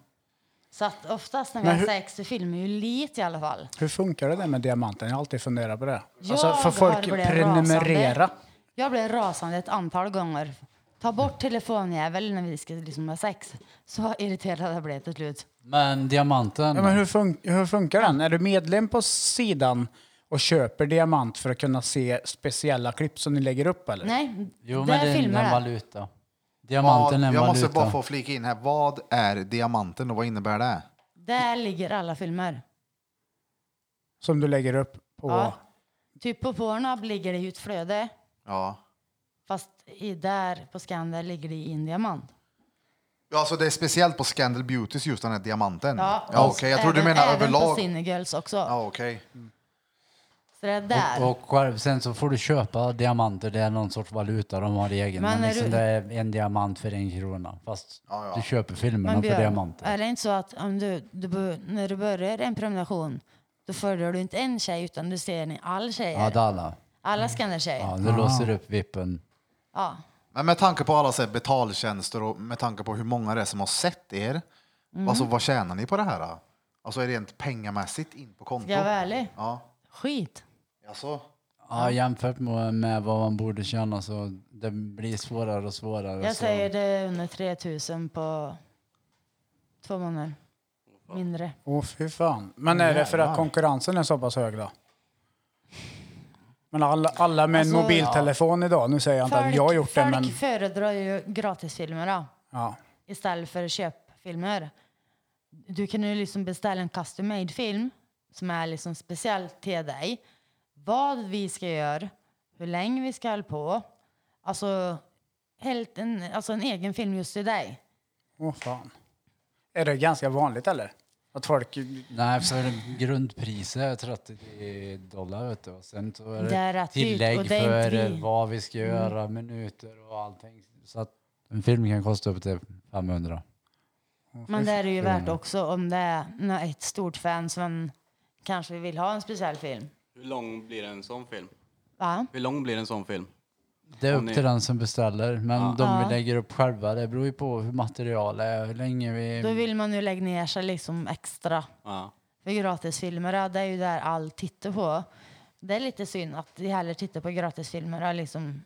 Speaker 5: Så att oftast när vi
Speaker 1: Men
Speaker 5: har
Speaker 1: hur-
Speaker 5: sex så filmar vi ju lite i alla fall.
Speaker 1: Hur funkar det där med diamanten? Jag har alltid funderat på det.
Speaker 5: Jag
Speaker 1: Alltså, får folk
Speaker 5: har blivit
Speaker 1: prenumerera?
Speaker 5: rasande. Jag blev rasande ett antal gånger. Ta bort telefonjäveln när vi ska liksom ha sex. Så irriterad jag blev till slut.
Speaker 7: Men diamanten.
Speaker 1: Ja, men hur, fun- hur funkar den? Är du medlem på sidan och köper diamant för att kunna se speciella klipp som ni lägger upp? Eller?
Speaker 5: Nej,
Speaker 7: jo,
Speaker 5: det
Speaker 7: men det är en
Speaker 5: filmar jag.
Speaker 7: valuta.
Speaker 2: Vad,
Speaker 7: Diamanten är en
Speaker 2: jag måste
Speaker 7: valuta.
Speaker 2: bara få flika in här. Vad är diamanten och vad innebär det?
Speaker 5: Där ligger alla filmer.
Speaker 1: Som du lägger upp på...
Speaker 5: Ja. Typ på Pornhub ligger det i ett flöde.
Speaker 2: Ja.
Speaker 5: Fast i där på Scandal ligger det i en diamant.
Speaker 2: Mm. Ja, Alltså det är speciellt på Scandal Beauties just den här diamanten? Ja, okej. Jag tror
Speaker 5: även,
Speaker 2: du menar
Speaker 5: även på
Speaker 2: överlag.
Speaker 5: Cine Girls också.
Speaker 2: Ja, okej.
Speaker 5: Så det är där.
Speaker 7: Och själv, sen så får du köpa diamanter, det är någon sorts valuta de har egen.
Speaker 5: Men
Speaker 7: Men,
Speaker 5: är
Speaker 7: liksom,
Speaker 5: du-
Speaker 7: det är en diamant för en krona. Fast
Speaker 2: Ja, ja.
Speaker 7: du köper filmerna
Speaker 5: Men
Speaker 7: för
Speaker 5: Björn,
Speaker 7: diamanter.
Speaker 5: är det inte så att om du, du, bör- när du börjar en prenumeration då följer du inte en tjej utan du ser en all tjejer.
Speaker 7: Ja, det är alla.
Speaker 5: Alla skanner-tjejer.
Speaker 7: Ja, du låser upp vippen.
Speaker 5: Ja.
Speaker 2: Men med tanke på alla så här betaltjänster och med tanke på hur många det är som har sett er.
Speaker 5: Mm.
Speaker 2: Alltså vad tjänar ni på det här? Då? Alltså är det rent pengamässigt in på kontot?
Speaker 5: Ska jag vara ärlig?
Speaker 2: Ja.
Speaker 5: Skit.
Speaker 2: Alltså,
Speaker 7: Ja, jämfört med med vad man borde tjäna så det blir svårare och svårare.
Speaker 5: Jag
Speaker 7: så.
Speaker 5: säger det är under 3000 på två månader. Mindre.
Speaker 1: Åh, fy fan. Men är det för att konkurrensen är så pass hög då? Men alla, alla med en
Speaker 5: Alltså,
Speaker 1: mobiltelefon idag, nu säger jag inte att jag har gjort det,
Speaker 5: folk
Speaker 1: men...
Speaker 5: föredrar ju gratisfilmer då,
Speaker 1: Ja.
Speaker 5: istället för köpfilmer. Du kan ju liksom beställa en custom made film som är liksom speciell till dig. Vad vi ska göra, hur länge vi ska hålla på. Alltså, helt en, alltså en egen film just till dig.
Speaker 1: Åh, fan. Är det ganska vanligt eller? Att folk...
Speaker 7: Nej, för grundpriset är 30 dollar vet du. Och sen så är det,
Speaker 5: Det är rätt dyrt,
Speaker 7: tillägg
Speaker 5: och det är inte Mm.
Speaker 7: för eh,
Speaker 5: vi.
Speaker 7: vad vi ska göra, minuter och allting. Så att en film kan kosta upp till 500.
Speaker 5: Men det är det ju värt också om det är nå- ett stort fan som kanske vill ha en speciell film.
Speaker 4: Hur lång blir en sån film?
Speaker 5: Va?
Speaker 4: Hur lång blir en sån film?
Speaker 7: Det är
Speaker 4: ni-
Speaker 7: upp till den som beställer. Men de
Speaker 5: Ja.
Speaker 7: vi lägger upp själva, det beror ju på hur material är, hur länge vi...
Speaker 5: Då vill man ju lägga ner sig liksom extra.
Speaker 4: Ja.
Speaker 5: För gratisfilmer, ja, det är ju där allt tittar på. Det är lite synd att de hellre tittar på gratisfilmer ja, liksom,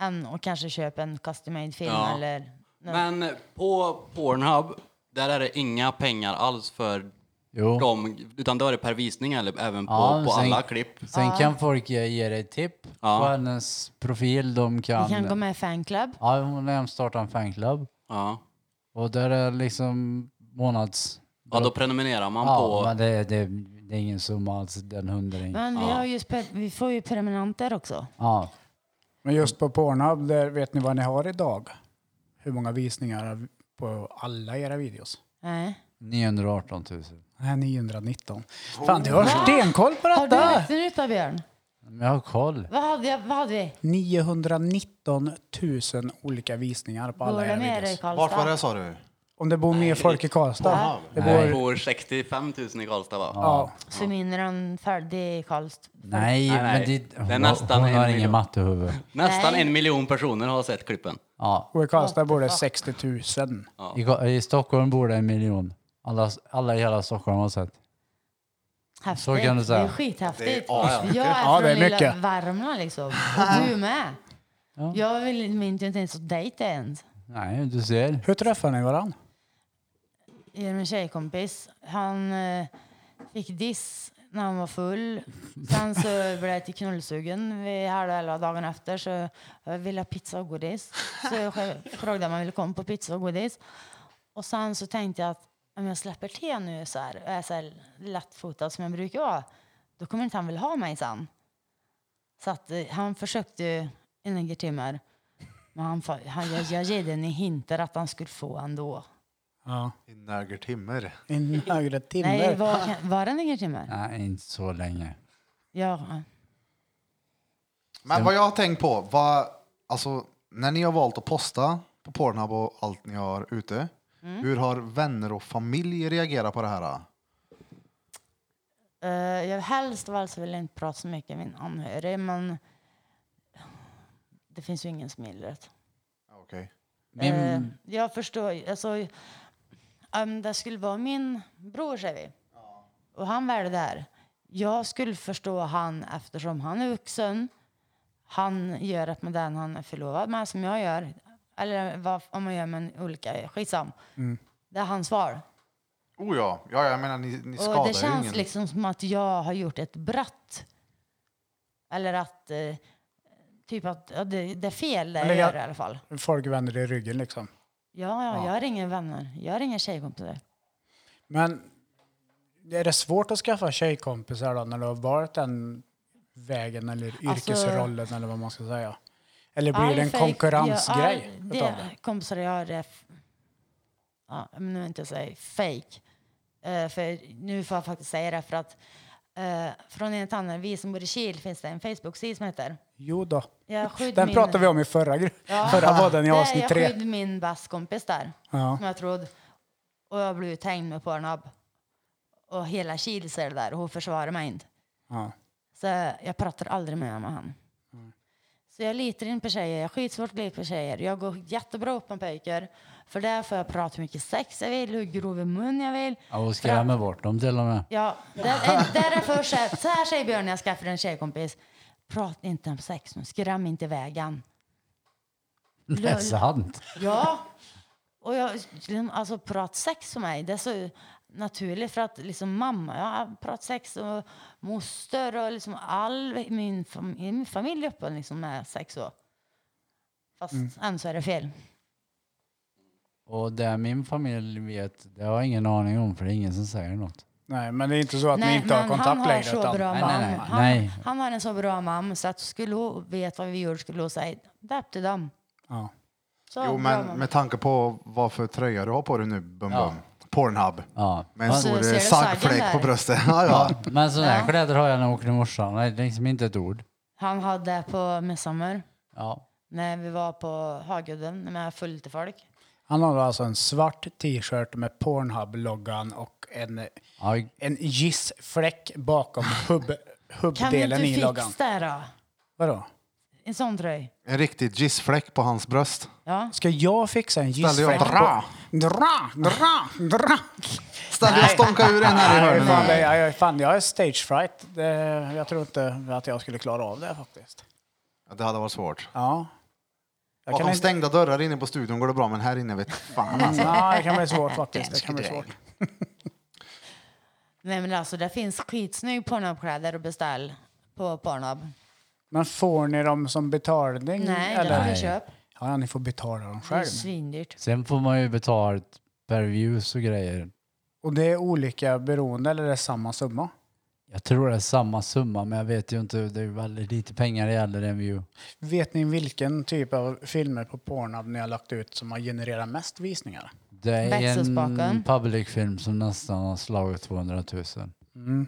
Speaker 5: än att kanske köpa en custom made film
Speaker 4: Ja.
Speaker 5: eller...
Speaker 4: Men på Pornhub, där är det inga pengar alls för
Speaker 7: Jo.
Speaker 4: dem, utan då är det per visning eller även på,
Speaker 7: Ja,
Speaker 4: på
Speaker 7: sen-
Speaker 4: alla klipp.
Speaker 7: Sen kan folk ge, ge dig tipp
Speaker 4: Ja.
Speaker 7: på hennes profil. De kan...
Speaker 5: Vi kan gå med i fanclub.
Speaker 7: Ja, hon har startat en fanclub.
Speaker 4: Ja.
Speaker 7: Och där är liksom månads...
Speaker 4: ja, då prenumererar man
Speaker 7: Ja,
Speaker 4: på...
Speaker 7: men det, det, det är ingen summa alls, den hundring.
Speaker 5: Men vi, har ju spe- vi får ju prenumeranter också.
Speaker 7: Ja.
Speaker 1: Men just på Pornhub, där vet ni vad ni har idag? Hur många visningar på alla era videos?
Speaker 5: Nej.
Speaker 7: 918 000.
Speaker 1: Nej, 919. Fan, du har stenkoll på
Speaker 5: Har du
Speaker 1: detta!
Speaker 5: räknat ut det, Björn?
Speaker 7: Men jag har koll.
Speaker 5: Vad hade, jag, vad hade vi?
Speaker 1: 919 000 olika visningar på
Speaker 5: Går
Speaker 1: alla
Speaker 5: det
Speaker 1: era
Speaker 5: med dig i
Speaker 1: videos.
Speaker 5: Karlstad?
Speaker 2: Vart var det sa du?
Speaker 1: Om det bor mer folk i Karlstad.
Speaker 2: Pornhub?
Speaker 1: Det
Speaker 4: Det
Speaker 1: bor,
Speaker 4: bor 65 000 i Karlstad va?
Speaker 1: ja.
Speaker 5: Så mindre än färdig i Karlstad.
Speaker 7: Nej,
Speaker 4: Nej, nej.
Speaker 7: men
Speaker 4: Det
Speaker 7: det,
Speaker 4: är
Speaker 7: hon,
Speaker 4: nästan
Speaker 7: hon
Speaker 4: en
Speaker 7: har
Speaker 4: miljon.
Speaker 7: ingen mattehuvud.
Speaker 4: Nästan
Speaker 5: Nej.
Speaker 4: en miljon personer har sett klippen.
Speaker 7: Ja.
Speaker 1: Och i Karlstad bor det 60 000.
Speaker 7: I, Ga- I Stockholm bor det en miljon. Alla, alla i hela Stockholm har sett.
Speaker 5: Häftigt.
Speaker 7: Så kan du säga.
Speaker 5: Det är skithäftigt.
Speaker 2: Det är asmycket.
Speaker 5: jag är
Speaker 1: Ja,
Speaker 5: från
Speaker 1: det är
Speaker 5: lilla
Speaker 1: mycket.
Speaker 5: Värmland liksom. Och du med. Jag vill minns ju inte ens att dejta ens.
Speaker 7: Nej, du ser.
Speaker 1: Hur träffar ni varann?
Speaker 5: Genom en tjejkompis. Han eh, fick diss när han var full. Sen så blev jag till knullsugen vid halv elva dagen efter. Så jag ville ha pizza och godis. Så jag själv frågade om han ville komma på pizza och godis. Och sen så tänkte jag att om jag släpper till nu så här, och är så här lättfotad som jag brukar vara, då kommer inte han vilja ha mig sen. Så att, eh, han försökte ju i några timmar. Men han, fa- han, jag, jag gav den i hinter att han skulle få ändå.
Speaker 1: Ja.
Speaker 2: I några timmar.
Speaker 1: En högre
Speaker 5: Nej,
Speaker 1: timme.
Speaker 5: var, var det några timmar?
Speaker 7: Nej, inte så länge.
Speaker 5: Ja.
Speaker 2: Men vad jag har tänkt på, vad, alltså, när ni har valt att posta på Pornhub och allt ni har ute,
Speaker 5: Mm.
Speaker 2: hur har vänner och familj reagerat på det här?
Speaker 5: Eh, jag helst av allt så vill jag inte prata så mycket med min anhörig, men det finns ju ingen som gillar det.
Speaker 2: Okej.
Speaker 5: Eh, jag förstår. Alltså, om det skulle vara min bror, säger vi, och han väljer det här. Jag skulle förstå han eftersom han är vuxen. Han gör det med den han är förlovad med, som jag gör. Eller vad om man gör med en olika. Skitsam. Det är hans svar.
Speaker 2: Oh ja, ja jag menar ni, ni skadar
Speaker 5: Och det
Speaker 2: ju
Speaker 5: känns
Speaker 2: ingen.
Speaker 5: liksom som att jag har gjort ett brott. Eller att... Eh, typ att ja, det, det är fel det
Speaker 1: Men
Speaker 5: jag
Speaker 1: det-
Speaker 5: gör i alla fall.
Speaker 1: Folk vänder i ryggen liksom.
Speaker 5: Ja, ja, jag har inga vänner. Jag har inga tjejkompisar.
Speaker 1: Men är det svårt att skaffa tjejkompisar då när du har valt den vägen eller
Speaker 5: Alltså-
Speaker 1: yrkesrollen eller vad man ska säga? Eller blir det en
Speaker 5: fake-
Speaker 1: konkurrensgrej
Speaker 5: Ja, all-
Speaker 1: utav det?
Speaker 5: det? Kompisar jag har är... f- Ja, men nu vill jag inte säga fake. Eh, för nu får jag faktiskt säga det för att eh, från en till annan, vi som bor i Kil finns det en Facebook-sida som heter...
Speaker 1: Jo då.
Speaker 5: Jag skydd
Speaker 1: Den
Speaker 5: min-
Speaker 1: pratade vi om i förra, gru-
Speaker 5: Ja.
Speaker 1: förra podden i
Speaker 5: Det är
Speaker 1: avsnitt
Speaker 5: Jag
Speaker 1: tre.
Speaker 5: skydde min bästkompis där,
Speaker 1: Ja.
Speaker 5: som jag trodde. Och jag blev uthängd med Pornhub. Och hela Kil ser det där och hon försvarar mig inte.
Speaker 1: Ja.
Speaker 5: Så jag pratar aldrig mer med honom. Så jag litar inte på tjejer, jag har skitsvårt att lita på tjejer. Jag går jättebra upp med pojkar. För där får jag prata hur mycket sex jag vill, hur grov i mun jag vill.
Speaker 7: Ja, och skrämmer bort dem till och med.
Speaker 5: Ja,
Speaker 7: <laughs>
Speaker 5: där är, där är först så här, så här säger Björn när jag skaffar en tjejkompis. Prata inte om sex nu, skräm inte vägen.
Speaker 7: Det är sant.
Speaker 5: Ja. Och jag, liksom, alltså prat sex för mig, det är så naturligt för att liksom mamma, ja, prat sex och moster och liksom all min, fam- min familj är öppen liksom med sex och. Fast
Speaker 1: Mm.
Speaker 5: än så är det fel.
Speaker 7: Och det min familj vet, det har jag ingen aning om för det är ingen som säger något.
Speaker 1: Nej, men det är inte så att ni inte har
Speaker 5: men han
Speaker 1: kontakt
Speaker 5: har
Speaker 1: längre.
Speaker 5: så
Speaker 1: Utan,
Speaker 5: bra
Speaker 7: Nej,
Speaker 5: mamma.
Speaker 7: nej, nej.
Speaker 5: Han,
Speaker 7: Nej.
Speaker 5: han har en så bra mamma så att skulle hon veta vad vi gjorde skulle hon säga, det är upp till dem.
Speaker 1: ja.
Speaker 5: Så
Speaker 2: Jo
Speaker 5: bra
Speaker 2: men
Speaker 5: mamma.
Speaker 2: med tanke på vad för tröja du har på dig nu, Bum
Speaker 7: Ja.
Speaker 2: Bum. Pornhub.
Speaker 7: Ja.
Speaker 2: Med en
Speaker 5: Så ser
Speaker 2: stor
Speaker 5: du saggen
Speaker 2: saggfläck på
Speaker 5: där?
Speaker 2: bröstet. ja, ja.
Speaker 7: Men sådana här kläder har jag när jag åker till morsan. Det är liksom inte ett ord.
Speaker 5: Han hade på midsommar
Speaker 7: Ja.
Speaker 5: när vi var på Hagudden med fullt folk.
Speaker 1: Han har alltså en svart t-shirt med Pornhub-loggan och en,
Speaker 7: Ja,
Speaker 1: en gissfläck
Speaker 5: <laughs>
Speaker 1: bakom hub,
Speaker 5: Kan vi inte
Speaker 1: hubbdelen i loggan.
Speaker 5: fixa det då?
Speaker 1: Vadå?
Speaker 5: En sån tröj.
Speaker 2: En riktig gissfläck på hans bröst.
Speaker 5: Ja.
Speaker 1: Ska jag fixa en
Speaker 2: jag
Speaker 1: gissfläck?
Speaker 2: upp
Speaker 1: Dra, dra, dra, dra.
Speaker 2: Ställ dig och stånka ur en här i
Speaker 1: Nej, fan, det,
Speaker 2: hörnet.
Speaker 1: jag, jag- fan, jag är stage fright. Det, jag tror inte att jag skulle klara av det faktiskt.
Speaker 2: Ja, Det hade varit svårt.
Speaker 1: Ja. Jag
Speaker 2: Bakom
Speaker 1: kan, inte,
Speaker 2: stängda dörrar inne på studion går det bra, men här inne vet fan alltså.
Speaker 1: nej, det kan bli
Speaker 2: <laughs>
Speaker 1: svårt faktiskt. Det kan bli svårt.
Speaker 5: Nej men alltså det finns skitsnygg Pornhub-kläder att beställa på Pornhub.
Speaker 1: Mm. Men får ni dem som betalning?
Speaker 5: Nej,
Speaker 1: eller?
Speaker 5: det får vi
Speaker 7: Nej.
Speaker 5: köpa.
Speaker 1: Ja, ni får betala dem
Speaker 5: Det är
Speaker 1: själv.
Speaker 5: svindyrt.
Speaker 7: Sen får man ju betalt per views och grejer.
Speaker 1: Och det är olika beroende eller är det samma summa?
Speaker 7: Jag tror det är samma summa, men jag vet ju inte. Det är ju väldigt lite pengar det gäller en view.
Speaker 1: Vet ni vilken typ av filmer på Pornhub ni har lagt ut som har genererat mest visningar?
Speaker 7: Det är en
Speaker 5: Växelspaken.
Speaker 7: public film som nästan har slagit 200 000.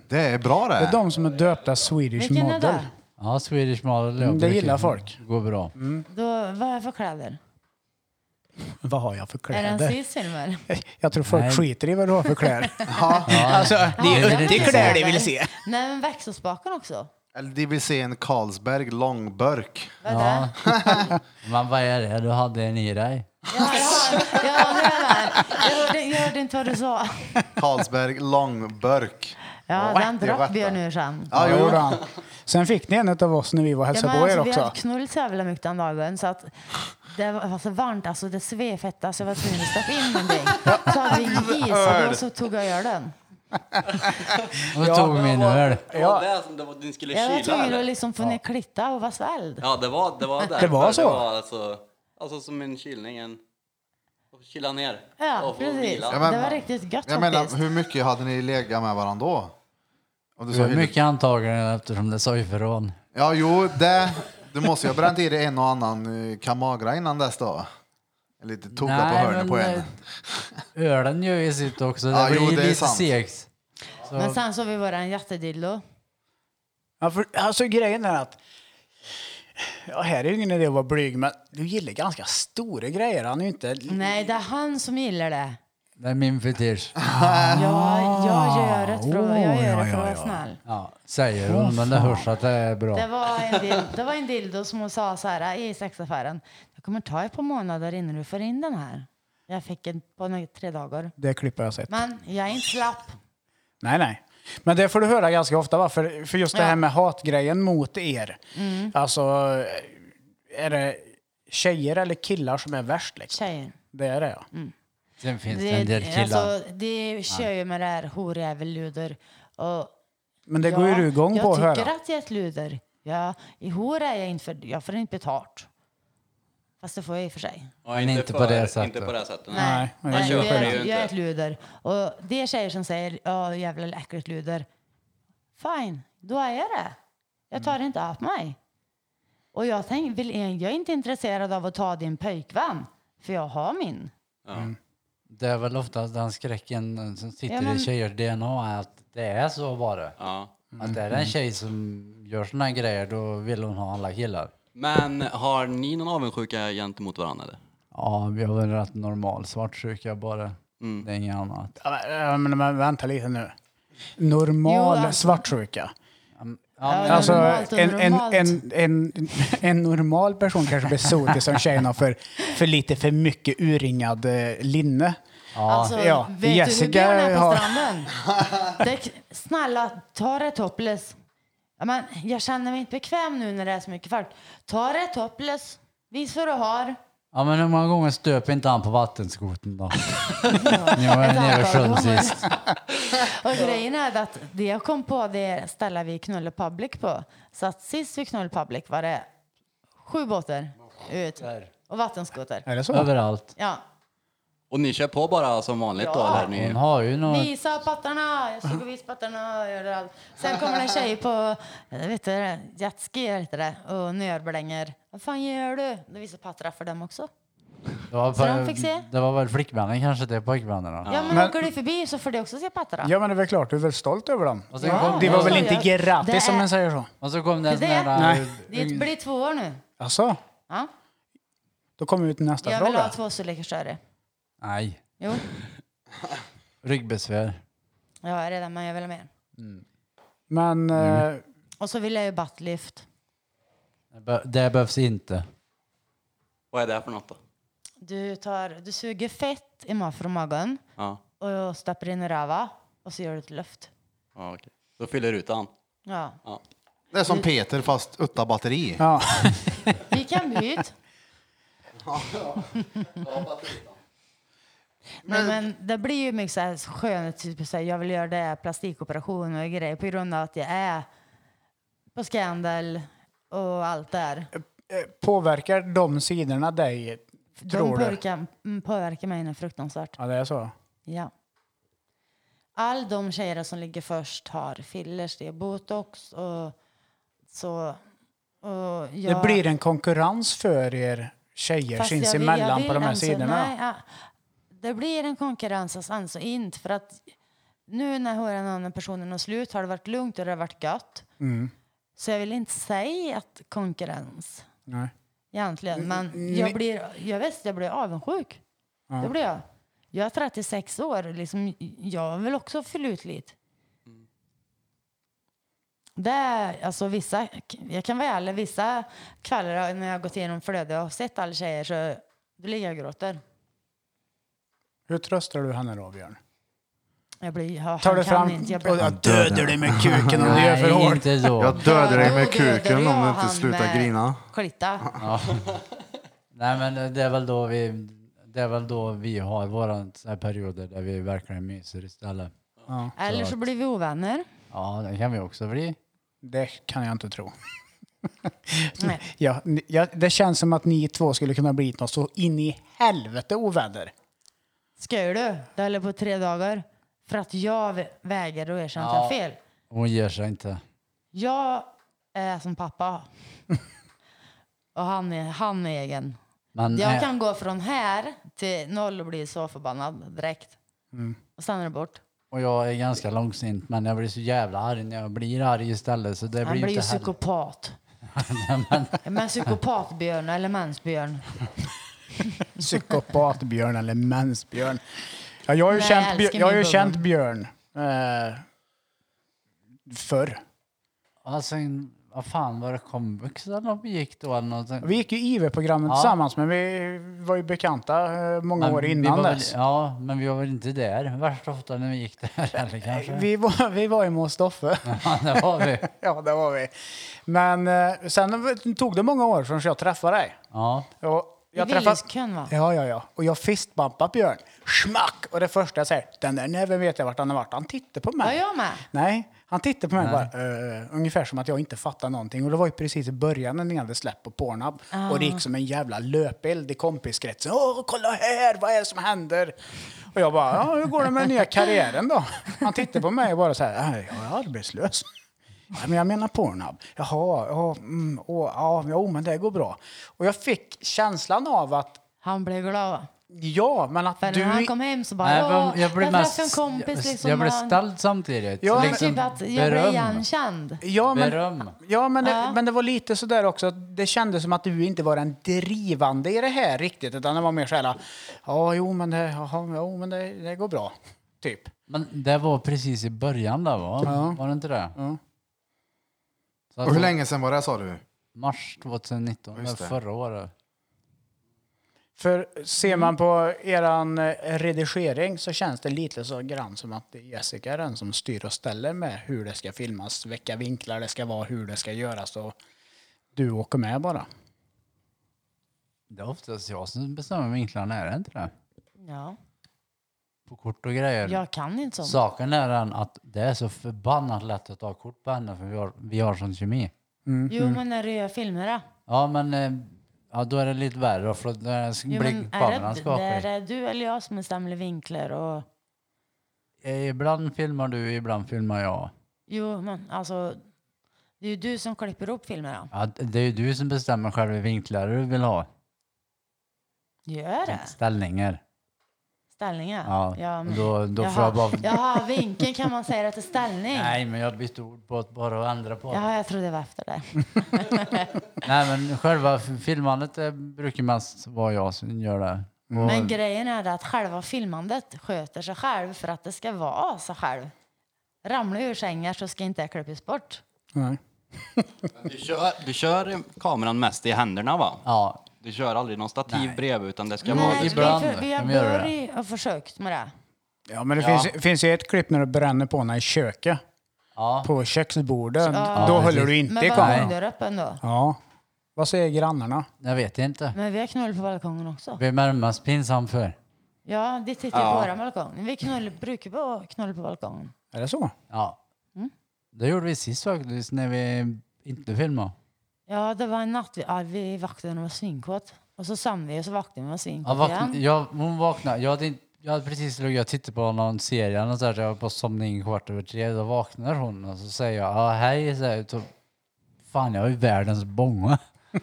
Speaker 2: Det är bra
Speaker 1: Det är
Speaker 2: det.
Speaker 1: de som är döpta Swedish
Speaker 5: Vilken är
Speaker 1: Model.
Speaker 5: det?
Speaker 7: Ja, Swedish Model.
Speaker 1: Mm, det
Speaker 7: brukar-
Speaker 1: gillar folk.
Speaker 7: Går bra.
Speaker 5: Då, vad är det för kläder?
Speaker 1: Vad har jag för
Speaker 5: Är det en
Speaker 1: kläder?
Speaker 5: cis-filmer?
Speaker 1: <laughs> Jag tror folk
Speaker 7: Nej.
Speaker 1: skiter i vad du har för kläder. alltså,
Speaker 5: det är
Speaker 1: det
Speaker 5: riktigt
Speaker 1: kläder de
Speaker 5: så.
Speaker 1: vill se.
Speaker 5: Nej men växelspaken också.
Speaker 2: Eller de vill se en Carlsberg långburk.
Speaker 5: Vad är det?
Speaker 7: Men vad är det du hade en i dig?
Speaker 5: Ja, ja, ja, nu är jag med. Jag hörde, jag hörde inte vad du sa.
Speaker 1: <laughs>
Speaker 2: Carlsberg långburk.
Speaker 5: Ja,
Speaker 2: Rätt
Speaker 5: den
Speaker 2: i
Speaker 5: drack
Speaker 2: rätta.
Speaker 5: Björn ur sen.
Speaker 2: Ja,
Speaker 1: Ja,
Speaker 2: jo.
Speaker 1: gjorde han. Sen fick ni en av oss när vi var och
Speaker 5: Ja,
Speaker 1: hälsade
Speaker 5: men
Speaker 1: på er
Speaker 5: alltså, vi
Speaker 1: också.
Speaker 5: hade knullat så jävla mycket den dagen så att det var var så varmt, alltså det sved fett, alltså jag var tvungen att stoppa in någonting. Så hade vi en is och då så tog jag ölen.
Speaker 7: Och då tog min öl.
Speaker 4: Det var det som det var, ni skulle
Speaker 5: Jag var
Speaker 4: kyla
Speaker 5: tvungen
Speaker 4: eller?
Speaker 5: att liksom få ner klitta och vara svälld.
Speaker 4: Ja, det var det. Var därför.
Speaker 1: var så?
Speaker 4: Det var alltså, alltså som en kylning. En, och kyla ner.
Speaker 5: Ja,
Speaker 4: och få
Speaker 5: precis.
Speaker 4: vila.
Speaker 2: Ja, men-
Speaker 5: Det var riktigt gött
Speaker 2: Jag menar,
Speaker 5: faktiskt.
Speaker 2: hur mycket hade ni legat med varandra då? Om du sa
Speaker 7: Det var
Speaker 2: Filip.
Speaker 7: mycket antagligen eftersom det sa ifrån.
Speaker 2: Ja, jo, det. Du måste ju ha bränt i dig en och annan eh, Kamagra innan dess då. En lite tugga på
Speaker 7: Nej,
Speaker 2: hörnet
Speaker 7: men
Speaker 2: på en.
Speaker 1: eh,
Speaker 7: det- Ölen gör ju sitt också. Det
Speaker 2: Ja,
Speaker 7: blir
Speaker 2: jo, det är
Speaker 7: lite
Speaker 2: sant.
Speaker 7: segt. Så,
Speaker 5: Men sen så vi våran jättedillo.
Speaker 1: Ja, för, alltså grejen är att... Ja, här är ju ingen idé att vara blyg, men du gillar ganska stora grejer. Han är ju inte...
Speaker 5: Nej, det är han som gillar det.
Speaker 7: det är min fetisch.
Speaker 5: Ja, jag gör det för att, jag
Speaker 1: Oh,
Speaker 5: gör
Speaker 1: ja,
Speaker 5: det för att
Speaker 1: ja,
Speaker 5: vara
Speaker 1: ja.
Speaker 5: snäll.
Speaker 7: Ja, säger hon, men det hörs att det är
Speaker 5: Det
Speaker 7: bra.
Speaker 5: var, en dildo, det var en dildo som hon sa så här i sexaffären. Det kommer ta ett par månader innan du får in den här. Jag fick en på några, tre dagar.
Speaker 1: Det klipper jag sett.
Speaker 5: Men jag är inte slapp.
Speaker 1: Nej, nej. Men det får du höra ganska ofta, va? För, för just det
Speaker 5: Ja. Mm.
Speaker 1: här med hatgrejen mot er. Alltså, är det tjejer eller killar som är värst? Liksom?
Speaker 5: Tjejer.
Speaker 1: Det är det, ja.
Speaker 5: Mm.
Speaker 7: Sen finns det en del killar.
Speaker 5: alltså, det kör ju med det här horjävelluder. Och
Speaker 1: Men det går ju
Speaker 5: ja,
Speaker 1: du igång på att
Speaker 5: Jag tycker
Speaker 1: höra.
Speaker 5: att jag är ett luder. Ja, I hor är jag inte för, jag får inte betalt. Fast det får jag i och för sig.
Speaker 4: Ja,
Speaker 7: Men inte på det sättet.
Speaker 4: Inte på det sättet. Nej.
Speaker 1: Nej, men
Speaker 5: Nej,
Speaker 1: jag
Speaker 5: jag,
Speaker 1: köper
Speaker 5: är,
Speaker 1: det
Speaker 4: ju
Speaker 5: jag är ett
Speaker 4: inte.
Speaker 5: luder. Och det är tjejer som säger ja jävla äckligt luder. Fine, då är jag det. Jag tar
Speaker 1: Mm.
Speaker 5: inte av mig. Och jag tänk, vill, jag är inte intresserad av att ta din pojkvän. För jag har min.
Speaker 7: Det är väl ofta den skräcken som sitter
Speaker 5: Ja, men-
Speaker 7: i tjejers DNA är att det är så bara.
Speaker 4: Ja.
Speaker 7: Att är det en tjej som gör såna grejer då vill hon ha alla killar.
Speaker 4: Men har ni någon avundsjuka gentemot varandra? Eller?
Speaker 7: Ja, vi har väl rätt normal svartsjuka bara. Det är inget annat.
Speaker 1: Ja, men- ja, Men, men vänta lite nu. Normal
Speaker 5: Jo, alltså-
Speaker 1: svartsjuka.
Speaker 7: Ja, men,
Speaker 1: Alltså,
Speaker 5: normalt och
Speaker 1: en, en,
Speaker 5: normalt.
Speaker 1: en, en, en normal person kanske blir sotig som tjejen har för, för lite för mycket urringad eh, linne.
Speaker 5: Alltså,
Speaker 1: Ja,
Speaker 5: vet
Speaker 1: Jessica
Speaker 5: du hur Björn är på
Speaker 1: har- <laughs>
Speaker 5: stranden? Det, är k- snälla, ta det topless. Ja, men, jag känner mig inte bekväm nu när det är så mycket folk. Ta det topless. Visa vad du har.
Speaker 7: ja, men hur många gånger stöp inte han på vattenskoten då? Ni var ju nere vid sjön sist.
Speaker 5: Och grejen är att det jag kom på det är ställa vi knullade public på. Så att sist vi knullade public var det sju båtar ut och vattenskoter.
Speaker 1: Är det så?
Speaker 7: Överallt.
Speaker 5: Ja.
Speaker 4: Och ni kör på bara som vanligt då?
Speaker 5: Ja.
Speaker 4: Eller? Ni,
Speaker 7: Hon har ju något...
Speaker 5: Visa pattarna, jag stod och visade pattarna. och gjorde allt. Sen kommer det en tjej på eh, vet du, jetski heter det, och nörblänger. Vad fan gör du? Då visar pattarna för dem också.
Speaker 7: Det var,
Speaker 5: Så de fick se?
Speaker 7: det var väl flickvännen kanske till pojkvännen då?
Speaker 5: Ja, men,
Speaker 1: Men-
Speaker 5: åker du förbi så får du också se pattarna.
Speaker 1: Ja, men det är väl klart. Du är väl stolt över dem?
Speaker 7: Och sen kom,
Speaker 1: Det var väl
Speaker 5: Ja,
Speaker 1: inte
Speaker 5: jag-
Speaker 1: gratis
Speaker 5: det är-
Speaker 1: som man säger så?
Speaker 7: och så kom det en sån
Speaker 5: Det-
Speaker 7: här...
Speaker 1: Nej.
Speaker 5: Det blir två år nu.
Speaker 1: Alltså,
Speaker 5: Ja.
Speaker 1: då kommer vi till nästa
Speaker 5: Jag vill
Speaker 1: fråga.
Speaker 5: ha två storlekar större.
Speaker 7: Nej.
Speaker 5: Jo,
Speaker 7: Ryggbesvär.
Speaker 5: jag är redan men jag vill ha mer.
Speaker 1: Men eh,
Speaker 5: Och så vill jag ju buttlift.
Speaker 7: Det be- Det behövs inte.
Speaker 4: Vad är det för något då?
Speaker 5: Du, tar, du suger fett i ma- från magen
Speaker 4: Ja,
Speaker 5: och stoppar in i röva och så gör du ett lyft.
Speaker 4: ja okej. Då fyller rutan.
Speaker 5: Ja.
Speaker 2: Det är som Peter fast utan batteri.
Speaker 1: ja.
Speaker 5: Vi kan byta. Nej, men det blir ju mycket så här skönhet, typ så här, jag vill göra det, plastikoperationer och grejer på grund av att jag är på Scandal och allt där.
Speaker 1: Påverkar de sidorna dig?
Speaker 5: De
Speaker 1: Tror du?
Speaker 5: påverkar, mm, påverkar mig något fruktansvärt.
Speaker 1: Ja, det är så.
Speaker 5: Ja. All de tjejer som ligger först har fillers, det är botox och så. Och jag,
Speaker 1: Det blir en konkurrens för er tjejer
Speaker 5: Fast jag vill- jag
Speaker 1: sinsemellan
Speaker 5: vill
Speaker 1: på de här
Speaker 5: alltså-
Speaker 1: sidorna.
Speaker 5: Nej, ja. det blir en konkurrens alltså, alltså inte för att nu när jag hör en annan personen och slut har det varit lugnt och det har varit gött.
Speaker 1: Mm.
Speaker 5: Så jag vill inte säga att konkurrens
Speaker 1: Nej. Mm,
Speaker 5: egentligen, men jag blir, jag visst, jag blir avundsjuk. Det blir jag. Jag är 36 år, liksom, jag vill också fylla ut lite.
Speaker 1: Mm.
Speaker 5: Det är, alltså vissa, jag kan vara ärlig, vissa kvällar när jag har gått igenom flödet och sett alla tjejer så då ligger jag och gråter.
Speaker 1: Hur tröstar du henne då, Björn?
Speaker 5: Jag blir, ja,
Speaker 1: Tar
Speaker 5: han
Speaker 1: du
Speaker 5: kan
Speaker 1: fram...
Speaker 5: inte, jag
Speaker 1: och
Speaker 5: blir,
Speaker 1: jag dödar dig med kuken om du gör för
Speaker 7: Nej,
Speaker 1: hårt. <laughs>
Speaker 7: inte så.
Speaker 2: Jag dödar dig
Speaker 5: Ja,
Speaker 2: med
Speaker 5: då dödar
Speaker 2: kuken om
Speaker 5: jag
Speaker 2: du inte
Speaker 5: han
Speaker 2: slutar
Speaker 5: med
Speaker 2: grina.
Speaker 5: Klitta.
Speaker 7: Nej, men det är väl då vi, det är väl då vi har våra så här perioder där vi verkligen myser istället.
Speaker 5: Eller så blir vi ovänner.
Speaker 7: Ja, det kan vi också bli.
Speaker 1: Det kan jag inte tro.
Speaker 5: Nej.
Speaker 1: Ja, ni- ja, det känns som att ni två skulle kunna bli något så in i helvete oväder.
Speaker 5: Skojar du? Det höll på tre dagar. För att jag vä- vägrar och erkänna att jag har fel.
Speaker 7: Hon ger sig inte.
Speaker 5: Jag är
Speaker 7: <laughs>
Speaker 5: som pappa. och han är, han är egen.
Speaker 7: Men
Speaker 5: Jag
Speaker 7: eh,
Speaker 5: kan gå från här till noll och bli så förbannad direkt.
Speaker 7: Mm.
Speaker 5: Och sen är det bort.
Speaker 7: Och jag är ganska långsint, men jag blir så jävla arg när jag blir arg istället. Så det
Speaker 5: Han
Speaker 7: blir
Speaker 5: blir
Speaker 7: ju
Speaker 5: ju
Speaker 7: inte heller...
Speaker 5: psykopat.
Speaker 7: <laughs>
Speaker 5: Men psykopatbjörn eller mensbjörn.
Speaker 1: Psykopatbjörn eller mensbjörn. Ja, jag har ju
Speaker 5: Nej,
Speaker 1: känt,
Speaker 5: jag
Speaker 1: Björ-
Speaker 5: älskar
Speaker 1: jag har ju
Speaker 5: min
Speaker 1: känt
Speaker 5: bubbel.
Speaker 1: Björn eh, förr.
Speaker 7: Alltså, vad fan var det komvux eller något vi gick då? Eller något?
Speaker 1: Vi gick ju IV-programmet
Speaker 7: Ja.
Speaker 1: tillsammans, men vi var ju bekanta eh, många
Speaker 7: Men
Speaker 1: år
Speaker 7: vi
Speaker 1: innan
Speaker 7: var väl,
Speaker 1: dess.
Speaker 7: Ja, men vi var väl inte där värst ofta när vi gick där <laughs> eller kanske?
Speaker 1: Vi var, vi var ju med Stoffe.
Speaker 7: Ja, det var vi.
Speaker 1: <laughs> ja, det var vi. Men eh, sen tog det många år förrän jag träffade dig.
Speaker 7: Ja.
Speaker 1: Och
Speaker 5: I
Speaker 1: jag träffade...
Speaker 5: Willeskön va?
Speaker 1: Ja, ja, ja. Och jag fistbumpade Björn. Schmack! Och det första jag säger, den där näven vet jag vart han har varit. Han tittar på
Speaker 5: Ja,
Speaker 1: mig.
Speaker 5: jag med.
Speaker 1: Nej, han tittar på mig bara, eh, ungefär som att jag inte fattar någonting. Och det var ju precis i början när ni hade släppt på Pornhub.
Speaker 5: Ah.
Speaker 1: Och det gick som en jävla löpeld i kompiskretsen. Åh, kolla här, vad är det som händer? Och jag bara, ja, hur går det med den nya karriären då? Han tittar på mig och bara så här, "Nej, jag är arbetslös. Ja, men jag menar Pornhub. Jaha, ja, mm, åh, ja, jo, men det går bra. Och jag fick känslan av att,
Speaker 5: Han blev glad va?
Speaker 1: ja, men att
Speaker 5: För
Speaker 1: du...
Speaker 5: när han kom hem så bara
Speaker 7: Nej,
Speaker 5: ja,
Speaker 7: men jag blev
Speaker 5: träffade en
Speaker 7: mest...
Speaker 5: kompis liksom.
Speaker 7: jag blev
Speaker 5: han-
Speaker 7: ställd samtidigt.
Speaker 1: Ja, men-
Speaker 7: liksom,
Speaker 5: Typ att jag blev
Speaker 7: beröm.
Speaker 5: igenkänd.
Speaker 1: Ja, men,
Speaker 7: Beröm.
Speaker 1: Ja, men det,
Speaker 5: Ja.
Speaker 1: men det var lite sådär också. att Det kändes som att du inte var den drivande i det här riktigt. Utan det var mer såhär, ja, jo, men det, jaha, jo, men det, det går bra. Typ.
Speaker 7: Men det var precis i början där va?
Speaker 1: Ja.
Speaker 7: Var det inte det?
Speaker 1: Ja.
Speaker 7: Så att
Speaker 2: Och hur länge sedan var det sa du?
Speaker 7: Mars 2019,
Speaker 2: Just
Speaker 7: det
Speaker 2: det.
Speaker 7: förra året.
Speaker 1: För ser man på eran eh, redigering så känns det lite så grann som att det är Jessica är den som styr och ställer med hur det ska filmas, vilka vinklar det ska vara, hur det ska göras och du åker med bara.
Speaker 7: Det är oftast jag som bestämmer vinklarna, är det inte det?
Speaker 5: Ja,
Speaker 7: På kort och grejer.
Speaker 5: jag kan inte sånt.
Speaker 7: Saken är den att det är så förbannat lätt att ta kort på henne för vi har, vi har sån kemi. Mm.
Speaker 5: Jo men när du gör filmer då?
Speaker 7: Ja men eh, ja, då är det lite värre för då är det-
Speaker 5: Jo,
Speaker 7: blir
Speaker 5: men är
Speaker 7: kameran
Speaker 5: det, det är
Speaker 7: skakig.
Speaker 5: det du eller jag som bestämmer vinklar och...
Speaker 7: Eh, Ibland filmar du, ibland filmar jag.
Speaker 5: Jo men alltså, det är ju du som klipper upp filmerna.
Speaker 7: Ja, det är ju du som bestämmer själv vilka vinklar du vill ha.
Speaker 5: Gör det?
Speaker 7: Ställningar.
Speaker 5: Ställningar?
Speaker 7: Ja,
Speaker 5: men-
Speaker 7: då- då får
Speaker 5: Jaha.
Speaker 7: jag bara-
Speaker 5: Jaha, vinkeln kan man säga att det är ställning?
Speaker 7: Nej men jag bytte ord på att bara ändra på.
Speaker 5: Jaha, jag trodde det var efter det.
Speaker 7: Nej men själva f- filmandet det brukar mest vara jag som gör det.
Speaker 5: Men grejen är det att själva filmandet sköter sig själv för att det ska vara så själv. Ramlar jag ur sängen så ska inte jag klippas bort.
Speaker 1: Nej.
Speaker 4: Du kör, du kör kameran mest i händerna va?
Speaker 7: Ja,
Speaker 4: Du kör aldrig någon stativ bredvid utan det ska
Speaker 7: Nej.
Speaker 4: vara...
Speaker 5: vi,
Speaker 7: ibland
Speaker 5: för- vi har
Speaker 7: kan vi göra det.
Speaker 5: börjat och försökt med det.
Speaker 1: Ja, men det finns, finns ju ett klipp när du bränner på henne i köket.
Speaker 7: Ja.
Speaker 1: På köksbordet. Då
Speaker 7: Ja,
Speaker 1: håller
Speaker 7: precis.
Speaker 1: du inte i
Speaker 5: Men balkongen
Speaker 1: kameran.
Speaker 5: är öppen då.
Speaker 1: Ja. Vad säger grannarna?
Speaker 7: jag vet inte.
Speaker 5: Men vi har knull på balkongen också.
Speaker 7: Vem är mest pinsam för?
Speaker 5: Ja, det tittar ja. på våran balkong. Vi knull, brukar vara knull på balkongen.
Speaker 1: Är det så?
Speaker 7: Ja.
Speaker 5: Mm.
Speaker 7: Det gjorde vi sist faktiskt när vi inte filmade.
Speaker 5: Ja, det var en natt vi, ja, vi vaknade när vi var svinkåt. Och så somnade vi och så vaknade vi och var
Speaker 7: Jag
Speaker 5: svinkåt
Speaker 7: vakna,
Speaker 5: igen.
Speaker 7: jag, hon vaknade. Jag hade, inte- jag hade precis legat och tittat på någon serie eller något sånt. Jag var på somnade in kvart över tre. Då vaknar hon och så säger jag ja, hej. Så här, så, fan, jag är ju världens bånga.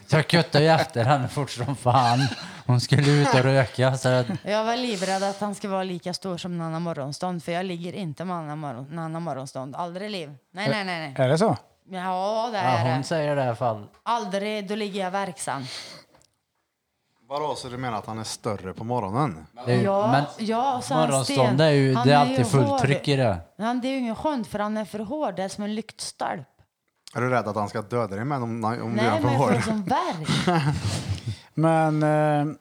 Speaker 7: Så jag kuttade ju efter henne fort som fan. Hon skulle ut och röka. Så jag,
Speaker 5: Jag var livrädd att han ska vara lika stor som Nanna Morgonstånd. För jag ligger inte med Nanna, morgon, Nanna Morgonstånd. Aldrig i liv. Nej, nej, nej. nej.
Speaker 1: Är det så?
Speaker 5: Ja, det
Speaker 7: ja,
Speaker 5: är
Speaker 7: hon
Speaker 5: det.
Speaker 7: säger det i alla fall.
Speaker 5: Aldrig, då ligger jag verksam.
Speaker 2: Vadå, så du menar att han är större på morgonen?
Speaker 7: Det är, ju-
Speaker 5: Ja,
Speaker 7: men
Speaker 5: ja, så han
Speaker 7: morgonstånd
Speaker 5: sten-
Speaker 7: det är ju
Speaker 5: han
Speaker 7: det är
Speaker 5: ju
Speaker 7: alltid fullt
Speaker 5: hård.
Speaker 7: tryck i det.
Speaker 5: Han, det är ju ingen skönt för han är för hård. Det är som en lyktstolp.
Speaker 2: Är du rädd att han ska döda dig med om, om du är för
Speaker 5: Nej, men jag får
Speaker 2: hård? <laughs>
Speaker 5: som värk.
Speaker 1: Men eh,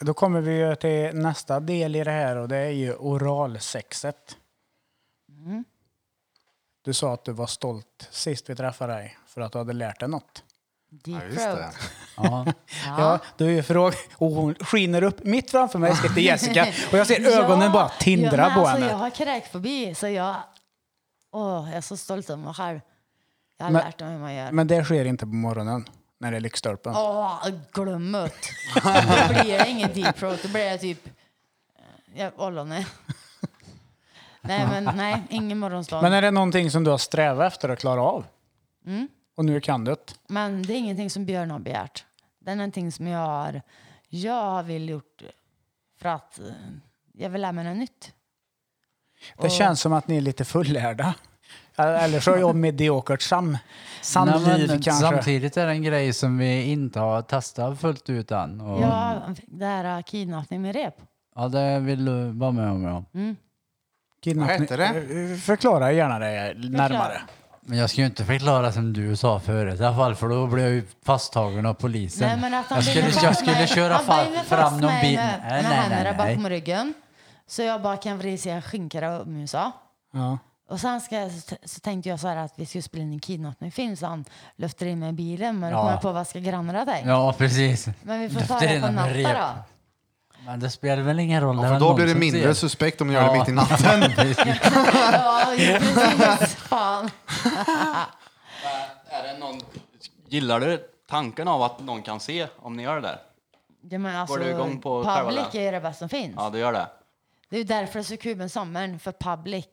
Speaker 1: då kommer vi ju till nästa del i det här och det är ju oralsexet.
Speaker 5: Mm.
Speaker 1: Du sa att du var stolt sist vi träffade dig för att du hade lärt dig något.
Speaker 2: Ja,
Speaker 5: Deep
Speaker 2: just det.
Speaker 5: throat.
Speaker 7: Ja.
Speaker 1: Ja. du är ju frågad. Och hon skiner upp mitt framför mig,
Speaker 5: <laughs>
Speaker 1: skriver till Jessica. Och jag ser ögonen bara tindra
Speaker 5: ja, men
Speaker 1: på
Speaker 5: alltså,
Speaker 1: henne.
Speaker 5: Jag har kräkfobi, så jag... Åh, jag är så stolt över mig själv. Jag har
Speaker 1: Men-
Speaker 5: lärt mig hur man gör.
Speaker 1: Men det sker inte på morgonen när det är lyktstolpen.
Speaker 5: Åh,
Speaker 1: <laughs>
Speaker 5: glöm det. Då blir jag ingen deep throat. Då blir jag typ... Jag ollonet. Nej, men nej, ingen morgonstånd.
Speaker 1: Men
Speaker 5: Men,
Speaker 1: är det någonting som du har strävat efter att klara av? Och nu kan du det?
Speaker 5: det är ingenting som Björn har begärt. Det är någonting som jag har... Jag har vill gjort för att eh, jag vill lära mig något nytt.
Speaker 1: Det känns som att ni är lite fullärda. Eller så är jag mediokert sam,
Speaker 7: Nej,
Speaker 1: samliv
Speaker 7: men
Speaker 1: kanske.
Speaker 7: Samtidigt är det en grej som vi inte har testat fullt ut än. Och, ja.
Speaker 5: Ja, det här eh, kidnappning med rep.
Speaker 7: det vill du vara med om. Ja.
Speaker 1: Kidnappning-
Speaker 2: Vad heter
Speaker 1: Eh, Förklara gärna det närmare.
Speaker 7: Men jag ska ju inte förklara som du sa förut i alla fall, för då blev jag ju fasttagen av polisen.
Speaker 5: Nej, men att han
Speaker 7: jag skulle,
Speaker 5: binder
Speaker 7: jag
Speaker 5: fast
Speaker 7: skulle
Speaker 5: mig-
Speaker 7: köra
Speaker 5: han
Speaker 7: fa-
Speaker 5: binder
Speaker 7: fram
Speaker 5: fast
Speaker 7: någon
Speaker 5: mig
Speaker 7: bil.
Speaker 5: Med,
Speaker 7: Nej,
Speaker 5: med händerna
Speaker 7: nej, nej.
Speaker 5: bakom ryggen. Så jag bara kan vrida sig en skinka och musa.
Speaker 1: Ja.
Speaker 5: Och sen ska, jag- så, så tänkte jag så här att vi skulle spela in en kidnappningsfilm så han lyfter in mig i bilen. Men då
Speaker 7: Ja.
Speaker 5: kom jag på vad ska grannarna dig?
Speaker 7: Ja, precis.
Speaker 5: Men vi får
Speaker 7: Lyfter
Speaker 5: ta det
Speaker 7: in
Speaker 5: på
Speaker 7: den med
Speaker 5: natten
Speaker 7: rep.
Speaker 5: då.
Speaker 7: Men det spelar väl ingen roll.
Speaker 2: Ja,
Speaker 7: är
Speaker 2: för
Speaker 7: väl
Speaker 2: då
Speaker 7: någon
Speaker 2: blir det
Speaker 7: som
Speaker 2: mindre
Speaker 7: ser.
Speaker 2: suspekt om du gör det
Speaker 7: Ja.
Speaker 2: mitt i
Speaker 5: <laughs>
Speaker 2: natten.
Speaker 7: <laughs>
Speaker 5: Ja, ju precis. Fan.
Speaker 4: Är det någon, gillar du tanken av att någon kan se om ni gör det där?
Speaker 5: Ja, men alltså,
Speaker 4: du igång på själva
Speaker 5: public
Speaker 4: den?
Speaker 5: är ju det bästa som finns.
Speaker 4: Ja, du gör det.
Speaker 5: Det är ju därför det är så kul med sommaren, för public.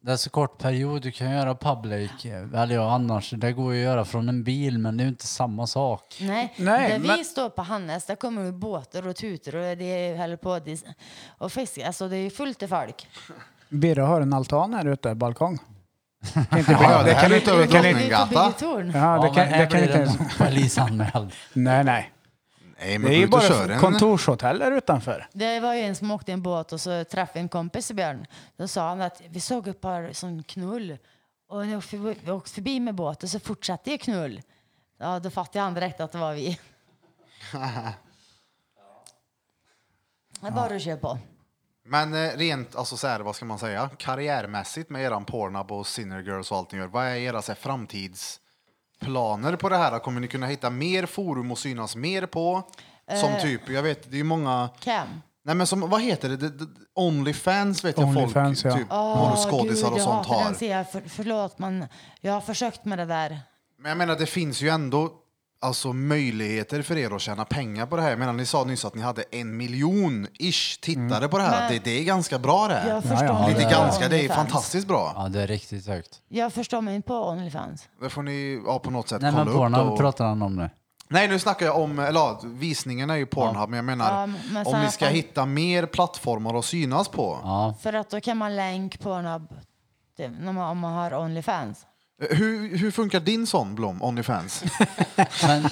Speaker 7: Det är så kort period du kan göra public. Eller ja, annars. Det går ju att göra från en bil, men det är ju inte samma sak.
Speaker 5: Nej,
Speaker 1: Nej,
Speaker 5: där vi
Speaker 1: men-
Speaker 5: står på Hannes, där kommer det båtar och tutor och det håller på dis- och fiskar. Alltså det är ju fullt av folk.
Speaker 1: Birre har en altan här ute, balkong. Kan inte
Speaker 2: Ja, ja,
Speaker 1: det
Speaker 2: det här
Speaker 1: kan
Speaker 2: är
Speaker 1: inte-
Speaker 2: utöver
Speaker 1: det kan inte-
Speaker 2: Drottninggatan.
Speaker 5: Byggetorn.
Speaker 1: Ja, det
Speaker 7: men
Speaker 1: kan,
Speaker 7: här
Speaker 1: det kan
Speaker 7: blir det
Speaker 1: inte...
Speaker 7: någon <laughs> polisanmäld.
Speaker 1: Nej, nej.
Speaker 2: Nej, men
Speaker 1: Det är ju
Speaker 2: gå ut och
Speaker 1: bara
Speaker 2: kör
Speaker 1: f-
Speaker 2: en.
Speaker 1: kontorshotell här utanför.
Speaker 5: Det var ju en som åkte i en båt och så träffade en kompis i Björn. Då sa han att vi såg ett par som knull och när vi åkte- vi åkte förbi med båten så fortsatte ju knull. Ja, då fattade han direkt att det var
Speaker 1: <laughs>
Speaker 5: vi. Det är bara att köra på.
Speaker 2: Men eh, rent, alltså så här, vad ska man säga, karriärmässigt med eran Pornhub och Sinner Girls och allt ni gör, vad är era så här, framtidsplaner på det här? Kommer ni kunna hitta mer forum och synas mer på? Som
Speaker 5: Eh.
Speaker 2: typ, jag vet, det är ju många,
Speaker 5: Cam.
Speaker 2: nej men som, vad heter det, det, det Onlyfans vet jag folk,
Speaker 1: Onlyfans, ja.
Speaker 2: typ,
Speaker 5: Åh,
Speaker 2: oh, skådisar
Speaker 5: Ah, gud,
Speaker 2: och
Speaker 5: jag
Speaker 2: sånt
Speaker 5: hatar
Speaker 2: har.
Speaker 5: den serien. För, förlåt, men jag har försökt med det där.
Speaker 2: Men jag menar, det finns ju ändå alltså, möjligheter för er att tjäna pengar på det här. Jag menar, ni sa nyss att ni hade en miljon-ish tittare på det här, att det, det är ganska bra det här.
Speaker 5: Jag förstår
Speaker 1: ja,
Speaker 5: mig
Speaker 2: Inte
Speaker 5: på
Speaker 2: ganska, det är
Speaker 5: OnlyFans.
Speaker 2: fantastiskt bra.
Speaker 7: Ja, det är riktigt högt.
Speaker 5: Jag förstår mig inte på Onlyfans.
Speaker 2: Det får ni ja, på något sätt
Speaker 7: Nej,
Speaker 2: kolla
Speaker 7: men
Speaker 2: upp. då.
Speaker 7: Pornhub pratar han om nu.
Speaker 2: Nej, nu snackar jag om, eller ja, visningen är ju Pornhub, men jag menar
Speaker 5: Ja, men så
Speaker 2: om
Speaker 5: här
Speaker 2: ni ska
Speaker 5: fan-
Speaker 2: hitta mer plattformar att synas på.
Speaker 7: Ja.
Speaker 5: För att då kan man länk på en när man, om man har Onlyfans.
Speaker 2: Hur, hur funkar din sån Blom, Onlyfans?
Speaker 7: Men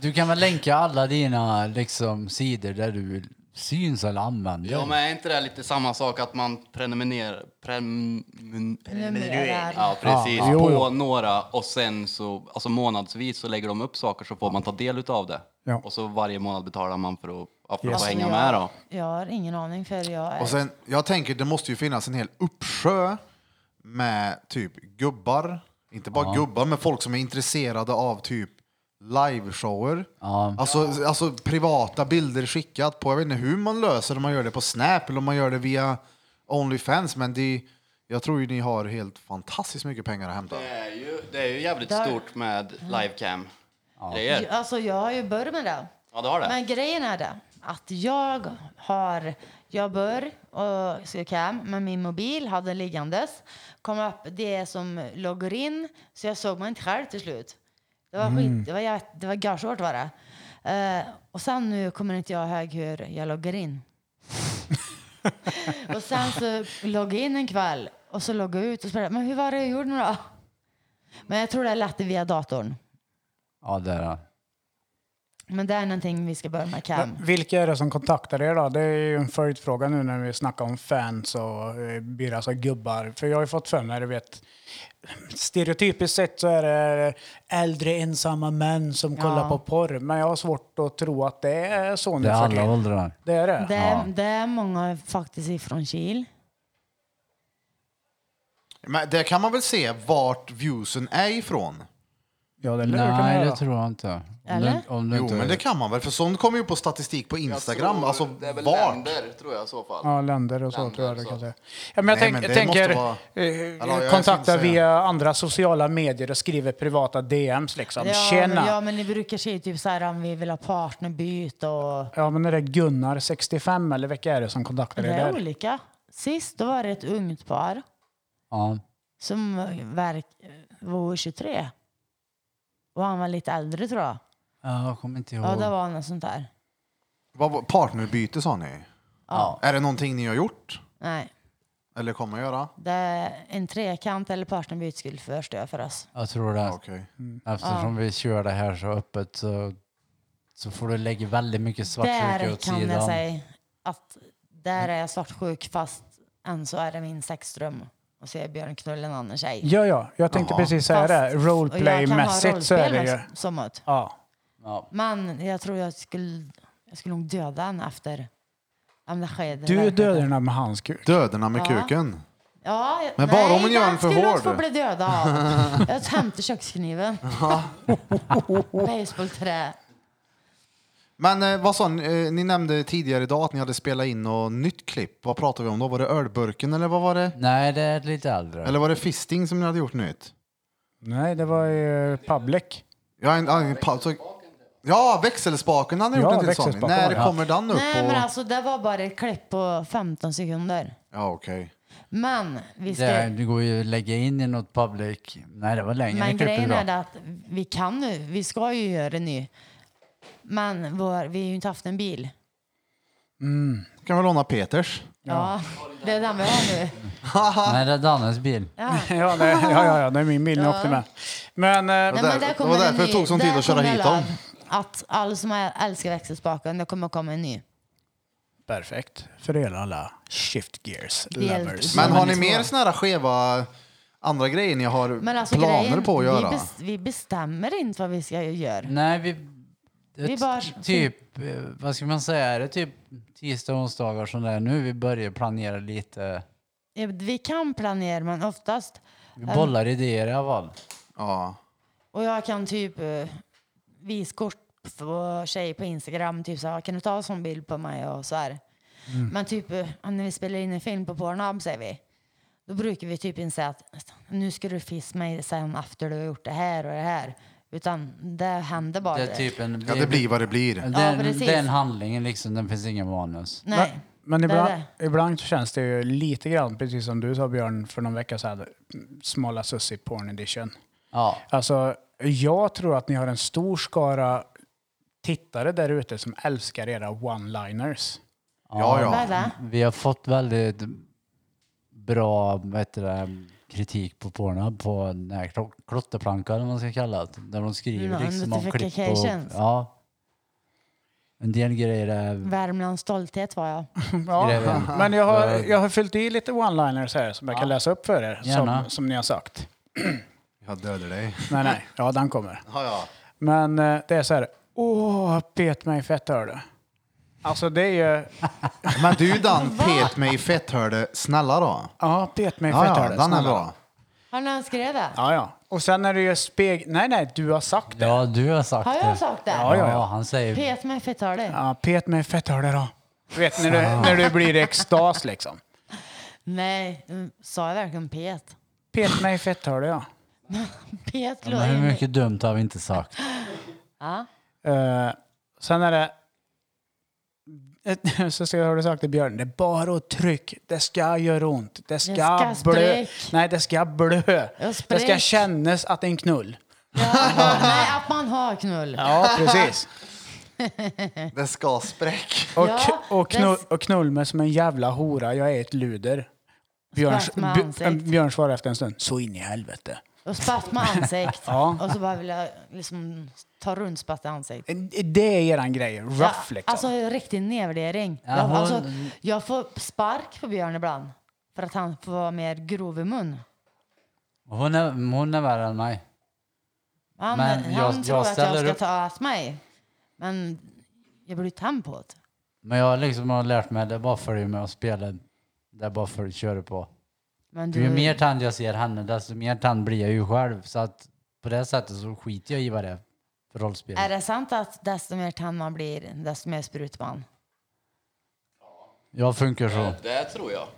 Speaker 7: du kan väl länka alla dina liksom, sidor där du syns eller använder.
Speaker 4: Ja, men är inte det lite samma sak att man prenumererar, prenumen-
Speaker 5: Prenumererar.
Speaker 4: Ja, precis,
Speaker 1: Ja, jo,
Speaker 4: på
Speaker 1: jo.
Speaker 4: några och sen så, alltså månadsvis så lägger de upp saker så får man ta del utav det.
Speaker 1: Ja.
Speaker 4: Och så varje månad betalar man för att, ja, för att
Speaker 1: Yes.
Speaker 4: få hänga
Speaker 5: jag,
Speaker 4: med då.
Speaker 5: Jag har ingen aning för jag är...
Speaker 2: Och sen, jag tänker det måste ju finnas en hel uppsjö med typ gubbar. Inte bara gubbar, men folk som är intresserade av typ liveshower. Alltså, alltså privata bilder skickat på, jag vet inte hur man löser det, om man gör det på Snap eller om man gör det via Onlyfans, men det, jag tror ju ni har helt fantastiskt mycket pengar att hämta.
Speaker 4: Det är ju, det är ju jävligt
Speaker 5: Där- Mm.
Speaker 4: stort med livecam
Speaker 5: Ju-
Speaker 4: grejer.
Speaker 5: Alltså jag har ju börjat med det.
Speaker 4: Ja, det har det.
Speaker 5: Men grejen är det att jag har, jag bör och ska cam med min mobil, hade den liggandes. Kom upp det som loggar in, så jag såg mig inte själv till slut. Det var skit, det var, jä- det var garsvårt var det. Eh, och sen nu kommer inte jag ihåg hur jag loggar in. och sen så loggade jag in en kväll och så loggade jag ut och så frågade jag, men hur var det jag gjorde nu då? Men jag tror det är lätt via datorn.
Speaker 7: Ja, det är det.
Speaker 5: Men det är någonting vi ska börja med cam.
Speaker 1: Vilka är det som kontaktar er då? Det är ju en följdfråga nu när vi snackar om fans och eh, Birras och gubbar. För jag har ju fått för mig, du vet, stereotypiskt sett så är det äldre ensamma män som kollar på porr. Men jag har svårt att tro att det är så nu
Speaker 7: Det är
Speaker 1: för
Speaker 7: alla
Speaker 1: tiden.
Speaker 7: åldrar.
Speaker 1: Det är det?
Speaker 5: Det, är- det är många faktiskt ifrån Kil.
Speaker 2: Men där kan man väl se vart viewsen är ifrån?
Speaker 1: Ja, det lär du kunna
Speaker 7: Nej,
Speaker 1: göra.
Speaker 7: det tror jag inte. Om
Speaker 5: Eller?
Speaker 7: du, om du
Speaker 2: Jo,
Speaker 7: inte
Speaker 2: men det kan man väl, för sånt kommer ju på statistik på Instagram. Alltså vart?
Speaker 4: tror jag i så fall.
Speaker 1: Ja, länder och så tror jag det
Speaker 4: så.
Speaker 1: kanske är. ja, men Jag
Speaker 2: Nej,
Speaker 1: tänk,
Speaker 2: men
Speaker 1: jag
Speaker 2: det måste
Speaker 1: tänker
Speaker 2: vara-
Speaker 1: eh,
Speaker 2: ja, jag
Speaker 1: kontakta
Speaker 2: syns, ja.
Speaker 1: via andra sociala medier och skriva privata DMs liksom. Tjena!
Speaker 5: ja, men ni brukar se typ så här om vi vill ha partnerbyte och...
Speaker 1: Ja, men är det Gunnar, 65, eller vilka är det som kontaktar
Speaker 5: Det
Speaker 1: dig
Speaker 5: är
Speaker 1: där?
Speaker 5: olika. Sist då var det ett ungt par
Speaker 7: Ja.
Speaker 5: som verk, var 23. Och han var lite äldre tror jag.
Speaker 7: Ja, Jag kommer inte ihåg.
Speaker 5: Ja, det var något sånt där.
Speaker 2: Vad var- Partnerbyte sa ni?
Speaker 5: Ja.
Speaker 2: Är det någonting ni har gjort?
Speaker 5: Nej,
Speaker 2: Eller kommer göra?
Speaker 5: det är en trekant eller partnerbyte skulle förstå för oss.
Speaker 7: Jag tror det.
Speaker 2: Okej.
Speaker 7: Eftersom vi kör det här så öppet så, så får du lägga väldigt mycket svartsjuka
Speaker 5: Där
Speaker 7: åt
Speaker 5: kan jag
Speaker 7: sidan.
Speaker 5: säga att där är jag svartsjuk fast än så är det min sexdröm. Och så är Björn knulla en annan tjej.
Speaker 1: Ja, ja, jag tänkte precis säga
Speaker 5: Fast-
Speaker 1: det.
Speaker 5: och jag kan ha
Speaker 1: Roleplay-mässigt så är det
Speaker 5: rollspel
Speaker 1: ju...
Speaker 5: med- Som att.
Speaker 1: Ja.
Speaker 5: Men jag tror jag skulle, jag skulle nog döda henne efter. Om det sker.
Speaker 1: Du dödar den här med hans kuk.
Speaker 2: Döderna med
Speaker 5: Ja.
Speaker 2: kuken.
Speaker 5: Ja, jag,
Speaker 2: Men bara
Speaker 5: nej,
Speaker 2: om hon gör
Speaker 5: den
Speaker 2: den för
Speaker 5: skulle
Speaker 2: hård.
Speaker 5: få
Speaker 2: <laughs>
Speaker 5: bli dödad av. Jag hämtar kökskniven. <laughs> Basebollträ.
Speaker 2: Men eh, vad sa ni? Eh, ni nämnde tidigare idag att ni hade spelat in något nytt klipp. Vad pratade vi om då? Var det ölburken eller vad var det?
Speaker 7: Nej, det är lite äldre.
Speaker 2: Eller var det fisting som ni hade gjort nytt?
Speaker 1: Nej, det var ju
Speaker 5: <laughs>
Speaker 1: public.
Speaker 2: Ja, en, en, en, pa- så, ja växelspaken hade ni
Speaker 1: Ja,
Speaker 2: gjort en till sån.
Speaker 1: växelspaken var
Speaker 2: När
Speaker 1: det.
Speaker 2: kommer den upp?
Speaker 5: Nej,
Speaker 2: på-
Speaker 5: men alltså det var bara ett klipp på 15 sekunder.
Speaker 2: Ja, okej.
Speaker 5: Men vi ska...
Speaker 7: Det, det går ju att lägga in i något public. Nej, det var längre.
Speaker 5: Men
Speaker 7: Jag klippte
Speaker 5: grejen
Speaker 7: bra.
Speaker 5: är det att vi kan nu, vi ska ju göra det nu. Men vår, vi har ju inte haft en bil.
Speaker 2: Kan vi låna Peters?
Speaker 5: Ja, det är den vi har nu.
Speaker 7: Nej, det är Dannes bil.
Speaker 5: Ja.
Speaker 1: Ja, det, ja, ja, ja, det är min bil ni åkte med. Men... Eh,
Speaker 2: där-
Speaker 5: Nej, men
Speaker 2: det
Speaker 5: kommer
Speaker 2: var
Speaker 5: en
Speaker 2: därför det
Speaker 5: ny-
Speaker 2: tog sån tid
Speaker 5: där
Speaker 2: att köra
Speaker 5: kommer
Speaker 2: hit
Speaker 5: alla-
Speaker 2: dem.
Speaker 5: Att alla som älskar växelspaken, det kommer komma en ny.
Speaker 1: perfekt. För er alla shift gears
Speaker 5: Helt
Speaker 1: lovers.
Speaker 2: Men har ni
Speaker 5: men det
Speaker 2: mer
Speaker 5: var-
Speaker 2: såna här skeva andra grejer ni har
Speaker 5: Men alltså,
Speaker 2: planer
Speaker 5: grejen,
Speaker 2: på att göra?
Speaker 5: Vi, bes, vi bestämmer inte vad vi ska göra.
Speaker 7: Nej, vi...
Speaker 5: Vi
Speaker 7: ett-
Speaker 5: bara-
Speaker 7: Typ, eh, vad ska man säga, är det typ tisdag och onsdagar som det är nu? Vi börjar planera lite.
Speaker 5: Ja, Vi kan planera, men oftast...
Speaker 7: Vi bollar idéer i alla fall.
Speaker 2: Ja.
Speaker 5: Och jag kan typ eh, visa kort på tjejer på Instagram. Typ så här, kan du ta en sån bild på mig? Och så här.
Speaker 7: Mm.
Speaker 5: Men typ eh, när vi spelar in en film på Pornhub säger vi. Då brukar vi typ inte säga att nu ska du fissa mig sen efter du har gjort det här och det här. Utan det händer bara.
Speaker 7: Det är
Speaker 5: direkt.
Speaker 7: typ en...
Speaker 2: ja, det blir vad det blir.
Speaker 5: Ja,
Speaker 7: Den,
Speaker 5: precis.
Speaker 7: den handlingen liksom, den finns ingen manus.
Speaker 5: Nej.
Speaker 1: Men
Speaker 5: Det är
Speaker 1: ibland, ibland så känns det ju lite grann, precis som du sa Björn för någon vecka sedan, smala sussi porn edition.
Speaker 7: Ja.
Speaker 1: Alltså, jag tror att ni har en stor skara tittare där ute som älskar era one-liners.
Speaker 2: Ja,
Speaker 5: Vad är
Speaker 2: ja.
Speaker 5: det?
Speaker 7: Vi har fått väldigt bra vad heter det, kritik på Pornhub på den här klo- klotterplankan eller vad man ska kalla det. Där de skriver
Speaker 5: Mm,
Speaker 7: liksom om klipp och...
Speaker 5: notifications.
Speaker 7: Ja. En del grejer är...
Speaker 5: Värmlands stolthet var jag.
Speaker 1: Ja,
Speaker 7: Greven.
Speaker 1: <laughs> men jag har, jag har fyllt i lite one-liners här som jag kan läsa upp för er,
Speaker 7: Gärna.
Speaker 1: som, som ni har sagt.
Speaker 2: Jag dödar dig.
Speaker 1: Nej, nej. Ja, den kommer.
Speaker 2: Ja, ja.
Speaker 1: Men eh, det är så här. Åh, bet mig fett hör du. Alltså det är ju...
Speaker 2: Men du Dan, pet mig i fetthörde, snälla då.
Speaker 1: Ja, bet mig
Speaker 2: Ja,
Speaker 1: fett hör
Speaker 2: ja,
Speaker 1: du.
Speaker 2: den är
Speaker 1: snälla.
Speaker 2: bra.
Speaker 5: Har någon skrivit det?
Speaker 1: Ja, ja. Och sen är det ju speg... Nej, nej, du har sagt det.
Speaker 7: Ja, du har sagt
Speaker 5: Har
Speaker 7: det.
Speaker 5: jag sagt det?
Speaker 7: Ja, ja, ja. Han säger...
Speaker 5: Pet mig fett har det.
Speaker 1: Ja, pet mig fett hör du då. Du vet, när du, när du blir i extas liksom.
Speaker 5: Nej, mm, sa jag verkligen pet?
Speaker 1: Pet mig fett hör du, ja.
Speaker 5: Pet
Speaker 7: Men hur
Speaker 5: låter
Speaker 7: mycket dumt har vi inte sagt?
Speaker 1: Eh, sen är det... <laughs> Så ska jag, har du sagt till Björn, det är bara att tryck. Det ska göra ont. Det ska,
Speaker 5: ska
Speaker 1: blö.
Speaker 5: spräck.
Speaker 1: Nej, det ska blö. Det ska
Speaker 5: spräck.
Speaker 1: kännas att det är en knull.
Speaker 5: ja, Nej, att man har knull.
Speaker 1: <laughs> Ja, precis.
Speaker 2: Det ska spräck.
Speaker 1: Och,
Speaker 5: Ja,
Speaker 1: och, knull,
Speaker 5: det-
Speaker 1: och knull mig som en jävla hora. Jag är ett luder. Björn,
Speaker 5: Spark med
Speaker 1: Bj-
Speaker 5: ansikt.
Speaker 1: Björn svarar efter en stund. Så in i helvete.
Speaker 5: Och spatt med ansikt.
Speaker 1: Ja.
Speaker 5: Och så bara vill jag liksom ta runt spatt i ansikt.
Speaker 1: Eh, Det är eran grej. Rough liksom.
Speaker 5: Alltså riktig nedvärdering.
Speaker 7: Ja,
Speaker 5: jag,
Speaker 7: hon-
Speaker 5: alltså, jag får spark på Björn ibland. För att han får vara mer grov i mun.
Speaker 7: Hon är, hon är värre än mig.
Speaker 5: Han,
Speaker 7: Men
Speaker 5: han
Speaker 7: jag-
Speaker 5: tror
Speaker 7: jag
Speaker 5: att jag
Speaker 7: ställer
Speaker 5: ska
Speaker 7: upp-
Speaker 5: ta åt mig. Men jag blir tam på det.
Speaker 7: Men jag liksom har lärt mig, det är bara följer med och spelar. Det är bara för att köra på.
Speaker 5: Men
Speaker 1: Mm.
Speaker 7: Ju mer tand jag ser henne, desto mer tand blir jag ju själv. Så att på det sättet så skiter jag i vad det är för rollspel.
Speaker 5: Är det sant att desto mer tand man blir, desto mer sprut man?
Speaker 7: Jag funkar så.
Speaker 5: Mm.
Speaker 4: Det, det tror jag.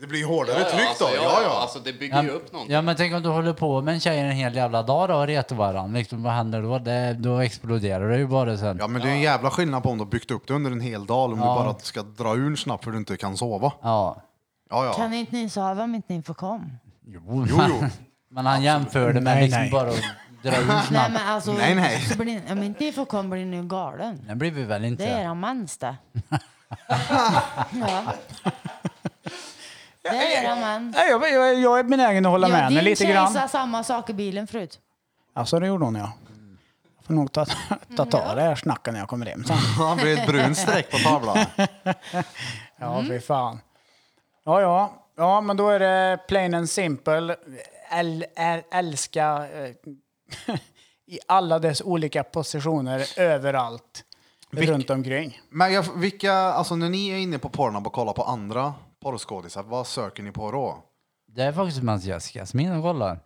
Speaker 2: Det blir hårdare tryck då.
Speaker 4: alltså,
Speaker 2: Ja, ja.
Speaker 4: Alltså, det bygger
Speaker 7: Ja,
Speaker 4: ju upp någonting.
Speaker 7: ja men tänk om du håller på med en tjej en hel jävla dag då och retar varandra. Liksom, vad händer då? Det, då exploderar det ju bara sen.
Speaker 2: Ja, men det är en jävla skillnad på om du har byggt upp det under en hel dag eller om du bara ska dra ur den snabbt för du inte kan sova.
Speaker 7: Ja.
Speaker 2: Ja, ja.
Speaker 5: Kan inte ni sova om inte ni får kom?
Speaker 7: Jo,
Speaker 2: Jo,
Speaker 7: men-
Speaker 2: jo.
Speaker 7: Men han jämförde med
Speaker 1: Nej,
Speaker 7: liksom
Speaker 1: nej.
Speaker 7: bara att dra ur
Speaker 5: <laughs> Nej
Speaker 7: snabbt.
Speaker 5: men alltså,
Speaker 2: Nej, nej.
Speaker 5: Så blir, ni- om inte ni får kom blir ni ju galen.
Speaker 7: Den blir vi väl inte?
Speaker 5: Det är eran
Speaker 2: <laughs>
Speaker 5: mens det. ja. Det är eran mens.
Speaker 1: Nej, Eh, jag, jag, jag är benägen att hålla med henne
Speaker 5: din
Speaker 1: lite
Speaker 5: tjej
Speaker 1: grann.
Speaker 5: sa samma sak i bilen förut.
Speaker 1: Alltså det gjorde hon ja. Jag får nog ta,
Speaker 5: Mm.
Speaker 1: ta tag i det här snacket när jag kommer hem sen.
Speaker 2: Han blir ett brunt streck på tavlan.
Speaker 1: Ja, fy fan. Ja, ja. Ja, men då är det plain and simple. Äl, äl, älska eh, <laughs> i alla dess olika positioner överallt. runt omkring.
Speaker 2: Men jag, vilka, alltså när ni är inne på Pornhub och kollar på andra porrskådisar, vad söker ni på då?
Speaker 7: Det är faktiskt medan Jessica Jasmin och kollar.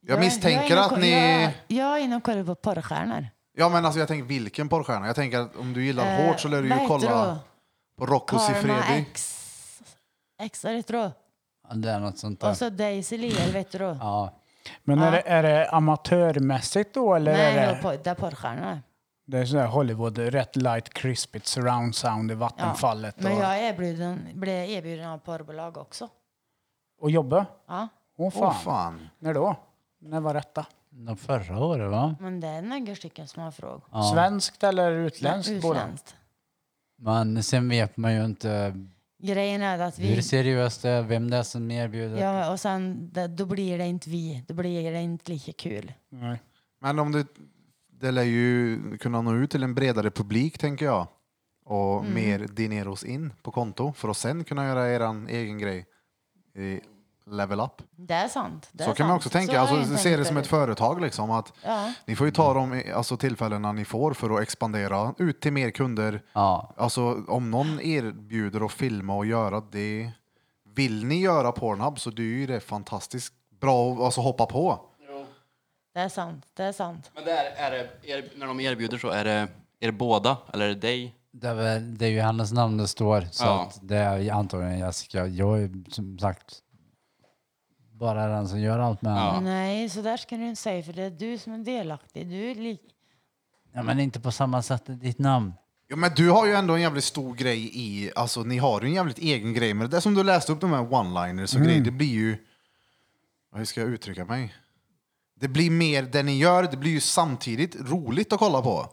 Speaker 2: Jag
Speaker 5: är-
Speaker 2: misstänker
Speaker 5: är inne och
Speaker 2: att
Speaker 5: ko-
Speaker 2: ni-
Speaker 5: Jag, jag är inne och kollar på porrstjärnor.
Speaker 2: Ja men alltså jag tänker vilken porrstjärna? Jag tänker att om du gillar
Speaker 5: Eh,
Speaker 2: hårt så lär du
Speaker 5: vad
Speaker 2: ju
Speaker 5: heter
Speaker 2: kolla
Speaker 5: du?
Speaker 2: på Rocco
Speaker 5: Karma
Speaker 2: Siffredi.
Speaker 5: X. X är det tror jag.
Speaker 7: Ja, Det är något sånt där.
Speaker 5: Och så Daisy Lee, vet du då?
Speaker 7: Ja.
Speaker 1: Men är,
Speaker 5: Ja.
Speaker 1: det, är det amatörmässigt då eller
Speaker 5: Nej,
Speaker 1: är
Speaker 5: det är
Speaker 1: det,
Speaker 5: por- det är porrstjärnor.
Speaker 1: det är sådär Hollywood, rätt light, crisp, it surround sound i
Speaker 5: Ja.
Speaker 1: vattenfallet
Speaker 5: Men
Speaker 1: och,
Speaker 5: jag är erbjuden, blev erbjuden av porrbolag också.
Speaker 1: och jobba?
Speaker 5: Ja,
Speaker 1: Åh
Speaker 2: Åh
Speaker 1: fan.
Speaker 2: oh, fan.
Speaker 1: När då? När var detta?
Speaker 7: Nå, Förra året va?
Speaker 5: men det är några stycken som har frågor.
Speaker 7: Ja.
Speaker 1: Svenskt eller utländskt
Speaker 2: Mm.
Speaker 1: bolag?
Speaker 5: Utländskt.
Speaker 7: Men sen vet man ju inte
Speaker 5: Grejen är att
Speaker 7: hur
Speaker 5: vi...
Speaker 7: seriöst det är, vem det är som erbjuder.
Speaker 5: Ja, och sen, det, då blir det inte vi. Då blir det inte lika kul.
Speaker 1: Nej.
Speaker 2: Men om du, det lär ju kunna nå ut till en bredare publik tänker jag. Och
Speaker 5: Mm.
Speaker 2: mer dineros in på konto för att sen kunna göra er egen grej i level up.
Speaker 5: Det är sant. Det är
Speaker 2: så kan
Speaker 5: sant.
Speaker 2: man också
Speaker 5: Så
Speaker 2: tänka,
Speaker 5: har jag
Speaker 2: alltså,
Speaker 5: inte
Speaker 2: se det
Speaker 5: tänkt
Speaker 2: som ett
Speaker 5: förut.
Speaker 2: företag liksom. Att
Speaker 5: Ja.
Speaker 2: Ni får ju ta de eh, alltså, tillfällena ni får för att expandera ut till mer kunder.
Speaker 7: Ja.
Speaker 2: Alltså om någon erbjuder att filma och göra det. Vill ni göra Pornhub så det är ju det fantastiskt bra att alltså, hoppa på.
Speaker 5: Det är sant. Det är sant.
Speaker 4: Men där är det, er, när de erbjuder så är det er båda, eller är det dig?
Speaker 7: Det är, väl, det är ju hennes namn det står. Så
Speaker 4: Ja.
Speaker 7: att det är antagligen Jessica. Jag är ju som sagt bara den som gör allt med henne.
Speaker 4: Ja.
Speaker 5: Nej, så där ska du inte säga för det är du som är delaktig. Du är lik...
Speaker 7: Ja, men inte på samma sätt i ditt namn.
Speaker 2: Ja, men du har ju ändå en jävligt stor grej i, alltså ni har ju en jävligt egen grej. Men det där som du läste upp, de här one-liners och grejer, det blir ju, ja, hur ska jag uttrycka mig? Det blir mer det ni gör, det blir ju samtidigt roligt att kolla på.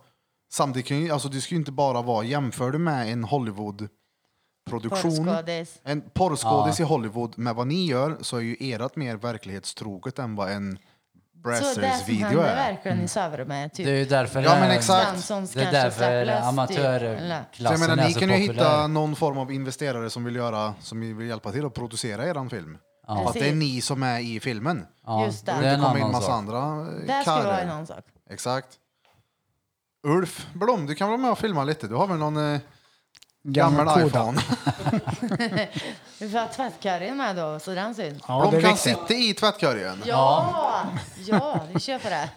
Speaker 2: Samtidigt kan ju, alltså du ska ju inte bara vara, jämför du med en Hollywood-produktion,
Speaker 5: Porrskådis.
Speaker 2: en porrskådis i Hollywood med vad ni gör så är ju erat mer verklighetstroget än vad en
Speaker 5: Så det som
Speaker 2: Brassers-video
Speaker 5: händer
Speaker 2: är.
Speaker 5: verkligen i Södermalm, typ.
Speaker 7: Det är ju därför
Speaker 2: Ja, men
Speaker 7: eh,
Speaker 2: exakt.
Speaker 5: Svenssons
Speaker 7: Det är
Speaker 5: kanske
Speaker 7: därför
Speaker 5: släpplöst, typ.
Speaker 2: Så jag
Speaker 7: amatörklassen
Speaker 2: menar,
Speaker 7: är
Speaker 2: ni
Speaker 7: så
Speaker 2: kan ju
Speaker 7: populär.
Speaker 2: hitta någon form av investerare som vill, göra, som vill hjälpa till att producera er film. Att det är ni som är i filmen.
Speaker 7: ja,
Speaker 5: Just
Speaker 7: det.
Speaker 5: det.
Speaker 2: Det
Speaker 5: Det
Speaker 2: kommer
Speaker 7: är en
Speaker 2: inte komma in
Speaker 7: annan
Speaker 2: massa
Speaker 7: sak.
Speaker 2: andra eh,
Speaker 5: Det här skulle vara en
Speaker 2: karrer.
Speaker 5: annan sak.
Speaker 2: Exakt. Ulf Blom, du kan vara med och filma lite. Du har väl någon eh,
Speaker 1: Gammal
Speaker 2: gammal
Speaker 1: koda.
Speaker 2: iPhone?
Speaker 5: Vi får ha tvättkorgen med då, så den syns.
Speaker 1: Ja, det
Speaker 2: Blom
Speaker 1: är
Speaker 2: kan
Speaker 1: viktigt.
Speaker 2: sitta i tvättkorgen.
Speaker 5: Ja! Ja, vi kör på det.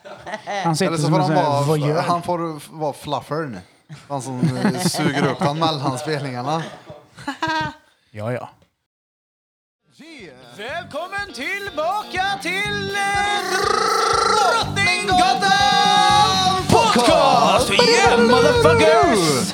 Speaker 1: Han sitter
Speaker 2: Eller så
Speaker 1: som
Speaker 2: får
Speaker 1: en
Speaker 2: han
Speaker 1: sån här
Speaker 2: vara,
Speaker 1: voyeur.
Speaker 2: han får f- vara fluffern. Han som eh, suger upp han mellan spelningarna.
Speaker 1: Ja, ja. Välkommen tillbaka till eh, Drottninggatan Podcast! Yeah motherfuckers!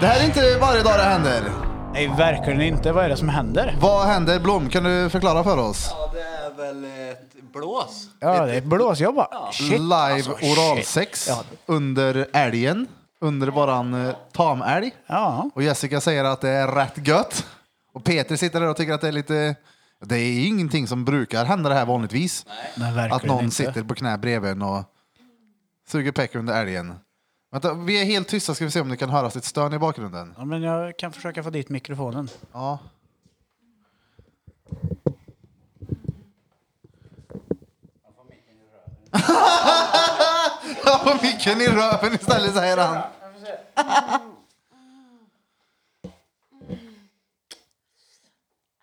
Speaker 2: Det här är inte varje dag det händer.
Speaker 1: Nej, verkligen inte. Vad är det som händer?
Speaker 2: Vad händer Blom? Kan du förklara för oss?
Speaker 4: Ja, det är väl ett blås.
Speaker 1: Ja, det är ett blåsjobb va? Shit,
Speaker 2: Live
Speaker 1: alltså, shit.
Speaker 2: oralsex
Speaker 1: Ja.
Speaker 2: under älgen. Under våran eh, tamälg.
Speaker 1: Ja.
Speaker 2: Och Jessica säger att det är rätt gött. Och Peter sitter där och tycker att det är lite... Det är ingenting som brukar hända det här vanligtvis.
Speaker 1: Men verkligen
Speaker 2: Att någon
Speaker 1: inte.
Speaker 2: sitter på knä bredvid en och suger peck under älgen. Vänta, vi är helt tysta ska vi se om det kan höras ett stön i bakgrunden.
Speaker 1: Ja, men jag kan försöka få dit mikrofonen.
Speaker 2: <laughs> Ja. Jag får micken i röven istället säger han.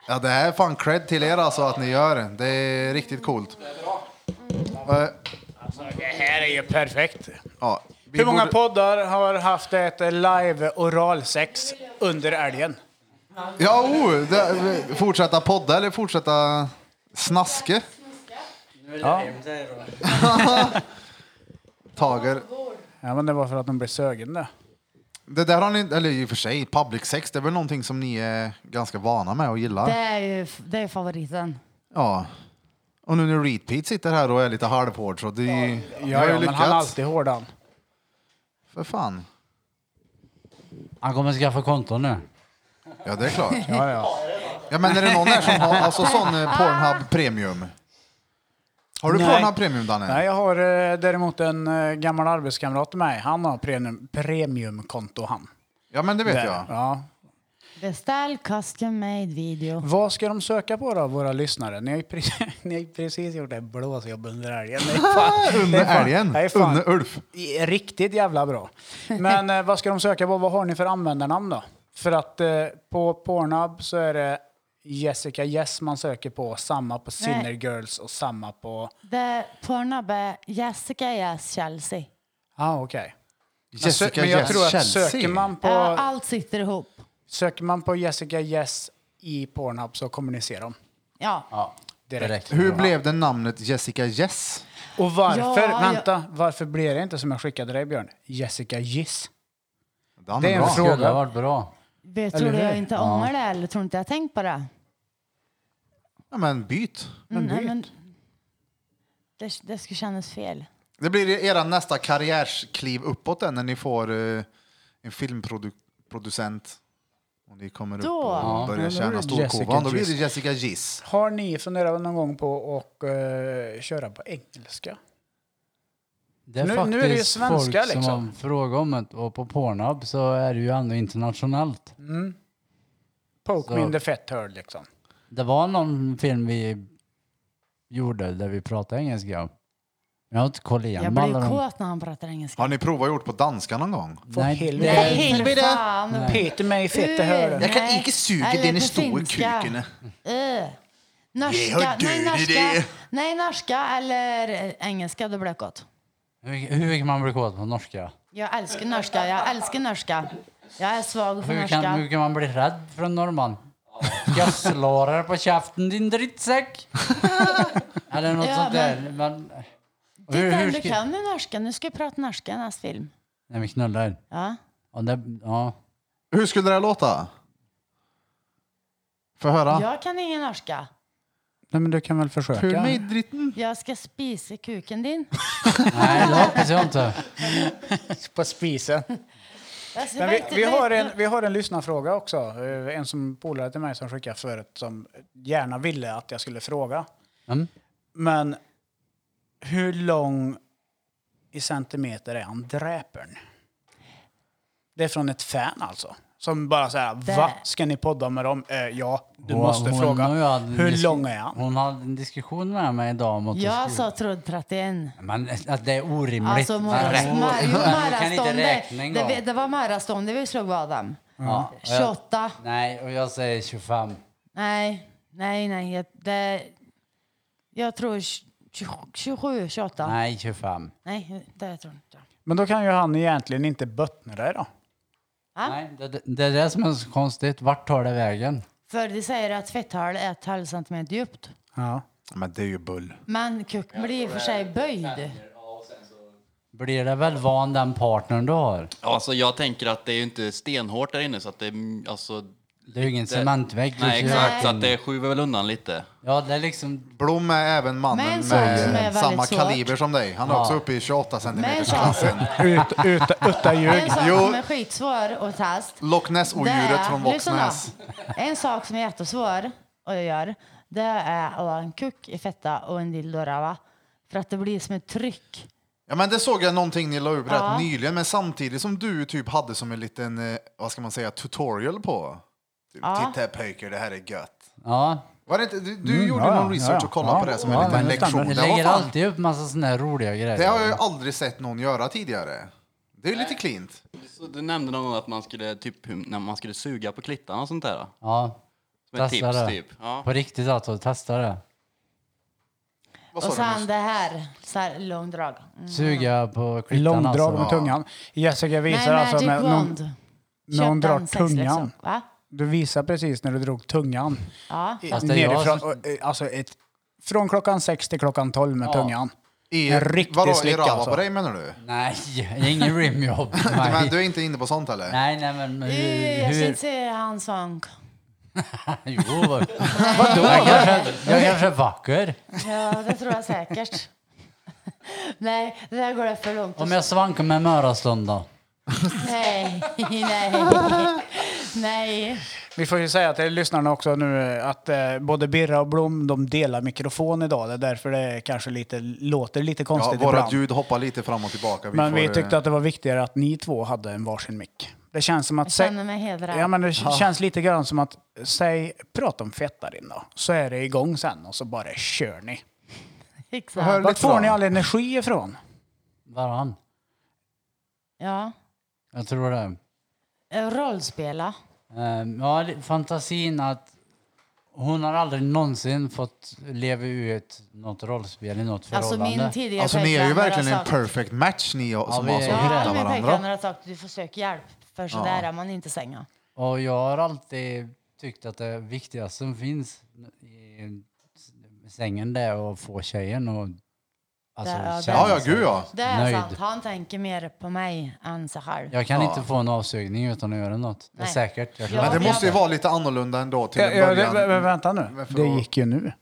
Speaker 2: Ja, det här är fan cred till er alltså att ni gör det. Det är riktigt coolt. Eh,
Speaker 1: Det här är ju perfekt.
Speaker 2: Ja, vi
Speaker 1: Hur många
Speaker 2: borde-
Speaker 1: poddar har haft ett live oralsex under älgen?
Speaker 2: Ja, oh, det, fortsätta podda eller fortsätta snaske? <laughs> Tager.
Speaker 1: Ja, men det var för att de blev sögen det.
Speaker 2: Det där har ni, eller i och för sig, public sex, det är väl någonting som ni är ganska vana med och
Speaker 5: Det
Speaker 2: gillar?
Speaker 5: är ju det är favoriten.
Speaker 2: Ja. Och nu när Reed Pete sitter här och är lite halvhård så det ni har
Speaker 1: Ja,
Speaker 2: ju
Speaker 1: ja men
Speaker 2: lyckats.
Speaker 1: han är alltid hård han.
Speaker 2: För fan.
Speaker 7: Han kommer skaffa konton nu.
Speaker 2: Ja, det är klart.
Speaker 1: Ja, ja.
Speaker 2: Ja, men är det någon här som har alltså sån eh, Pornhub Premium? Har du
Speaker 1: Nej.
Speaker 2: Pornhub Premium, Danne?
Speaker 1: Nej, jag har eh, däremot en eh, gammal arbetskamrat till mig. Han har premium, premiumkonto han.
Speaker 2: Ja, men det vet
Speaker 1: Där.
Speaker 2: jag.
Speaker 1: Ja.
Speaker 5: Beställ custom made video.
Speaker 1: Vad ska de söka på då, våra lyssnare? Ni har ju precis, <laughs> ni har ju precis gjort det blåsjobb under älgen. Det är fan- det är
Speaker 2: Under
Speaker 1: fan-
Speaker 2: älgen.
Speaker 1: det är fan
Speaker 2: Under Ulf.
Speaker 1: Riktigt jävla bra. Men eh, vad ska de söka på? Vad har ni för användarnamn då? För att eh, på Pornhub så är det Jessica Yes man söker på, samma på Sinner Girls och samma på...
Speaker 5: Det Pornhub är Jessica Yes Chelsea.
Speaker 1: Ah, okej. Men sö-
Speaker 2: Jessica
Speaker 1: Men jag
Speaker 2: Jess
Speaker 1: tror att
Speaker 2: Chelsea.
Speaker 1: söker man,
Speaker 5: Ja,
Speaker 1: på,
Speaker 5: Allt sitter ihop.
Speaker 1: söker man på Jessica Yes i Pornhub så kommer ni se dem
Speaker 5: Ja.
Speaker 1: direkt.
Speaker 2: Hur blev det namnet Jessica Jess?
Speaker 1: Och varför,
Speaker 5: Ja, jag-
Speaker 1: vänta, varför blir det inte som jag skickade dig Björn? Jessica Giss.
Speaker 2: Dan
Speaker 1: Det är en
Speaker 2: bra.
Speaker 1: fråga.
Speaker 7: Skulle ha varit bra.
Speaker 5: Vet,
Speaker 1: Eller
Speaker 5: tror du
Speaker 1: hur?
Speaker 5: jag inte ångrar det eller tror du inte jag har tänkt på det?
Speaker 2: Ja, men byt.
Speaker 5: Mm, Nej, men det, det skulle kännas fel.
Speaker 2: Det blir era nästa karriärskliv uppåt där, när ni får eh, en filmproducent. Och ni kommer upp
Speaker 5: Då.
Speaker 2: och
Speaker 1: Ja,
Speaker 2: börjar
Speaker 1: då blir
Speaker 2: tjäna
Speaker 1: det
Speaker 2: storkovan.
Speaker 1: Jessica
Speaker 2: Då blir det
Speaker 1: Giss.
Speaker 2: Jessica Giss.
Speaker 1: Har ni funderat någon gång på att eh, köra på engelska?
Speaker 7: Det är
Speaker 1: Nu- nu är
Speaker 7: faktiskt
Speaker 1: det ju svenska,
Speaker 7: folk som
Speaker 1: liksom.
Speaker 7: har frågat om det. Och på Pornhub så är det ju ändå internationellt.
Speaker 1: Poke
Speaker 7: Så-
Speaker 1: me in the fat hole liksom.
Speaker 7: Det var någon film vi gjorde där vi pratade engelska. Jag har inte kollat
Speaker 5: Jag
Speaker 7: igenom
Speaker 5: blir
Speaker 7: alla de...
Speaker 5: kåt när han pratar engelska.
Speaker 2: Har ni provat gjort på danska någon gång?
Speaker 1: För
Speaker 7: Nej,
Speaker 1: helvete.
Speaker 5: Nej,
Speaker 1: Nej.
Speaker 5: helt fan.
Speaker 1: Peter mig i fette
Speaker 5: Ur.
Speaker 1: hörde.
Speaker 5: Jag kan Nej. inte suga Eller dina på stora finska. kuken. Eh. Norska, nej, norska, nej, norska eller engelska, det blir gott.
Speaker 7: Hur, hur kan man bli kåt på norska?
Speaker 5: Jag älskar norska, jag älskar norska. Jag är svag för
Speaker 7: Hur kan,
Speaker 5: norska.
Speaker 7: hur kan man bli rädd för en norrman? Jag slår dig på käften din drittsäck!
Speaker 5: <laughs>
Speaker 7: Eller något
Speaker 5: Ja,
Speaker 7: sånt där. Men,
Speaker 5: Det är
Speaker 7: hur, hur
Speaker 5: du
Speaker 7: ska,
Speaker 5: kan ju norska, nu ska jag prata norska i nästa film.
Speaker 7: Nej, vi knullar.
Speaker 5: Ja.
Speaker 7: Och det, ja.
Speaker 2: Hur skulle det här låta? Få höra.
Speaker 5: Jag kan ingen norska.
Speaker 1: Nej men du kan väl försöka?
Speaker 2: Hur mig dritten?
Speaker 5: Jag ska spisa kuken din.
Speaker 7: Nej, det hoppas jag inte.
Speaker 1: På spisen.
Speaker 5: Jag ska
Speaker 1: Men vi,
Speaker 5: veta-
Speaker 1: vi, har en,
Speaker 5: veta-
Speaker 1: vi har en lyssnarfråga också. Eh, En som polare till mig som skickade Mm. förut som gärna ville att jag skulle fråga.
Speaker 7: Mm.
Speaker 1: Men Hur lång i centimeter är han, dräpern? Det är från ett fan alltså. Som bara såhär,
Speaker 5: Det-
Speaker 1: va? Ska ni podda med dem? Eh, ja, du
Speaker 7: Hon-
Speaker 1: måste
Speaker 7: hon
Speaker 1: fråga.
Speaker 7: och jag hade en
Speaker 1: Hur
Speaker 7: disk-
Speaker 1: lång är han?
Speaker 7: Hon hade en diskussion med mig idag om att hon
Speaker 5: Jag
Speaker 7: skulle-
Speaker 5: sa trodde 31.
Speaker 7: Men att det är orimligt.
Speaker 5: Alltså,
Speaker 7: Man
Speaker 5: Mara-
Speaker 7: räknar-
Speaker 5: Mara- jo,
Speaker 7: man kan inte
Speaker 5: Marastånd,
Speaker 7: räkna en
Speaker 5: det,
Speaker 7: gång.
Speaker 5: det, det var maraståndet vi slog vad om.
Speaker 7: Ja, och jag-
Speaker 5: 28.
Speaker 7: Nej, och jag säger 25.
Speaker 5: Nej, nej, nej. Jag, det, jag tror 20, 27, 28. Nej,
Speaker 7: Nej, 25.
Speaker 5: det tror jag inte.
Speaker 1: Men då kan ju han egentligen inte böttna dig då.
Speaker 5: Ja.
Speaker 7: Nej, det, det- det är det som är så konstigt. Vart tar det vägen?
Speaker 5: För de säger att fetthål är ett halvt centimeter djupt.
Speaker 1: Ja.
Speaker 2: Men det är ju bull.
Speaker 5: Men kuk blir i och för sig böjd.
Speaker 7: Blir det väl van den partnern du har?
Speaker 4: Alltså jag tänker att det är ju inte stenhårt där inne så att det är, mm, alltså...
Speaker 7: Det är ju ingen cementvägg. du
Speaker 4: Nej
Speaker 7: ser.
Speaker 4: exakt, så att det skjuter väl undan lite.
Speaker 7: Ja, det är liksom...
Speaker 2: Blom är även mannen
Speaker 5: Men en sak som är
Speaker 2: med
Speaker 5: väldigt
Speaker 2: samma
Speaker 5: svårt.
Speaker 2: kaliber som dig. Han är också uppe i 28
Speaker 5: Men en
Speaker 2: centimeters
Speaker 5: sak,
Speaker 2: klassen.
Speaker 1: Ut, ut, utta
Speaker 5: en
Speaker 1: ljug.
Speaker 5: sak
Speaker 2: Jo.
Speaker 5: som är skitsvår att testa.
Speaker 2: Loch
Speaker 5: det
Speaker 2: Ness-odjuret
Speaker 5: är-
Speaker 2: från
Speaker 5: lyssna nu.
Speaker 2: Våxnäs.
Speaker 5: En sak som är jättesvår att göra. Det är att ha en kuk i fetta och en dildo va? För att det blir som ett tryck.
Speaker 2: Ja, men det såg jag någonting ni la upp
Speaker 5: Ja.
Speaker 2: rätt nyligen, men samtidigt som du typ hade som en liten, eh, vad ska man säga, tutorial på. Typ,
Speaker 5: Ja.
Speaker 2: Titta här pöjker, det här är gött.
Speaker 7: Ja.
Speaker 2: Var det inte, du du gjorde
Speaker 1: Mm, ja,
Speaker 2: någon
Speaker 1: ja,
Speaker 2: research
Speaker 1: ja.
Speaker 2: och kollade
Speaker 1: Ja,
Speaker 2: på det som
Speaker 1: ja,
Speaker 2: en liten
Speaker 1: men det
Speaker 2: lektion.
Speaker 1: stämmer.
Speaker 7: Det
Speaker 2: Det, var
Speaker 7: lägger
Speaker 2: fan,
Speaker 7: alltid upp massa såna här roliga grejer.
Speaker 2: det har jag ju aldrig sett någon göra tidigare. Det är ju lite klint.
Speaker 4: Så du nämnde någon gång att man skulle, typ, hur- när man skulle suga på klittan och sånt där.
Speaker 7: Ja.
Speaker 4: Som ett
Speaker 7: Testa
Speaker 4: tips
Speaker 7: det.
Speaker 4: typ. Ja.
Speaker 7: På riktigt alltså, testa det.
Speaker 2: Vad
Speaker 5: Och
Speaker 2: sa du?
Speaker 5: sen
Speaker 2: Mus-
Speaker 5: det här, så här långdrag. Mm.
Speaker 7: Suga på klittan
Speaker 1: Långdrag
Speaker 7: alltså.
Speaker 1: med tungan. Jessica
Speaker 5: Nej,
Speaker 1: visar
Speaker 5: magic
Speaker 1: alltså med, någon,
Speaker 5: wand.
Speaker 1: när hon
Speaker 5: Köp
Speaker 1: drar
Speaker 5: den sex,
Speaker 1: tungan.
Speaker 5: liksom. Va?
Speaker 1: Du visar precis när du drog tungan.
Speaker 5: Ja.
Speaker 1: I-
Speaker 7: Fast det är jag
Speaker 1: Nerifrån,
Speaker 7: som-
Speaker 1: och, eh, alltså ett, från klockan sex till klockan tolv med
Speaker 7: Ja.
Speaker 1: tungan.
Speaker 2: I,
Speaker 1: En riktig
Speaker 2: vadå, i
Speaker 1: slicka
Speaker 2: rava
Speaker 1: alltså.
Speaker 2: på dig menar du?
Speaker 7: Nej, ingen rimjobb.
Speaker 2: <laughs> Men
Speaker 7: Nej.
Speaker 2: du är inte inne på sånt heller?
Speaker 7: nej, nej men hur...
Speaker 5: Eh, Jag ska
Speaker 7: hur
Speaker 5: inte säga hans sång.
Speaker 7: <laughs> jo, vad- jag, kanske, jag kanske är vacker.
Speaker 5: Ja, det tror jag säkert. <laughs> Nej, det där går det för långt. att
Speaker 7: Om jag svankar med mörastånd då?
Speaker 5: Nej, <laughs> nej, nej.
Speaker 1: Vi får ju säga till lyssnarna också nu eh, att eh, både Birra och Blom de delar mikrofon idag. Det är därför det kanske lite, låter lite
Speaker 2: Ja,
Speaker 1: konstigt
Speaker 2: vårat
Speaker 1: ibland.
Speaker 2: ljud hoppar lite fram och tillbaka.
Speaker 1: Men vi
Speaker 2: får,
Speaker 1: tyckte
Speaker 2: eh,
Speaker 1: att det var viktigare att ni två hade en varsin mick. Det känns som att...
Speaker 5: Jag
Speaker 1: sä-
Speaker 5: känner mig hedrad.
Speaker 1: ja, men det k- känns lite grann som att, säg, prata om fettarin då. Så är det igång sen och så bara kör ni.
Speaker 5: Exakt.
Speaker 2: hör-
Speaker 1: Vart
Speaker 2: lite bra.
Speaker 1: får ni all energi ifrån?
Speaker 7: Varann.
Speaker 5: Ja.
Speaker 7: Jag tror det.
Speaker 5: Eh, Rollspela.
Speaker 7: Ehm, ja, det- fantasin att hon har aldrig någonsin fått leva ut något rollspel i något
Speaker 5: Alltså
Speaker 7: förhållande.
Speaker 5: min tidigare
Speaker 2: Alltså ni är ju
Speaker 5: pojkvän har
Speaker 2: verkligen en
Speaker 5: sagt-
Speaker 2: perfect match ni och- som
Speaker 7: vi
Speaker 2: har
Speaker 7: är
Speaker 2: så
Speaker 7: ju det.
Speaker 2: hittat
Speaker 5: Ja, min pojkvän
Speaker 2: varandra.
Speaker 5: har sagt du får söka hjälp. För så där är man inte sänga.
Speaker 7: Och jag har alltid tyckt att det viktigaste som finns i sängen det är att få tjejen och alltså,
Speaker 5: Det- ja, det-
Speaker 7: känna
Speaker 2: Ja, ja,
Speaker 7: sig
Speaker 2: gud ja.
Speaker 5: Det är
Speaker 7: nöjd.
Speaker 5: sant. Han tänker mer på mig än sig själv.
Speaker 7: Jag kan inte få en avsugning utan att göra något. Det är
Speaker 5: Nej.
Speaker 7: säkert. Jag
Speaker 5: Ja,
Speaker 7: klarar
Speaker 2: Men det
Speaker 5: vi
Speaker 7: inte
Speaker 2: måste ju
Speaker 5: hade-
Speaker 2: vara lite annorlunda ändå till
Speaker 1: Ja,
Speaker 2: en
Speaker 1: ja, det, vä- vä-
Speaker 2: början.
Speaker 1: vänta nu,
Speaker 2: Varför
Speaker 1: det
Speaker 2: då?
Speaker 1: gick ju nu.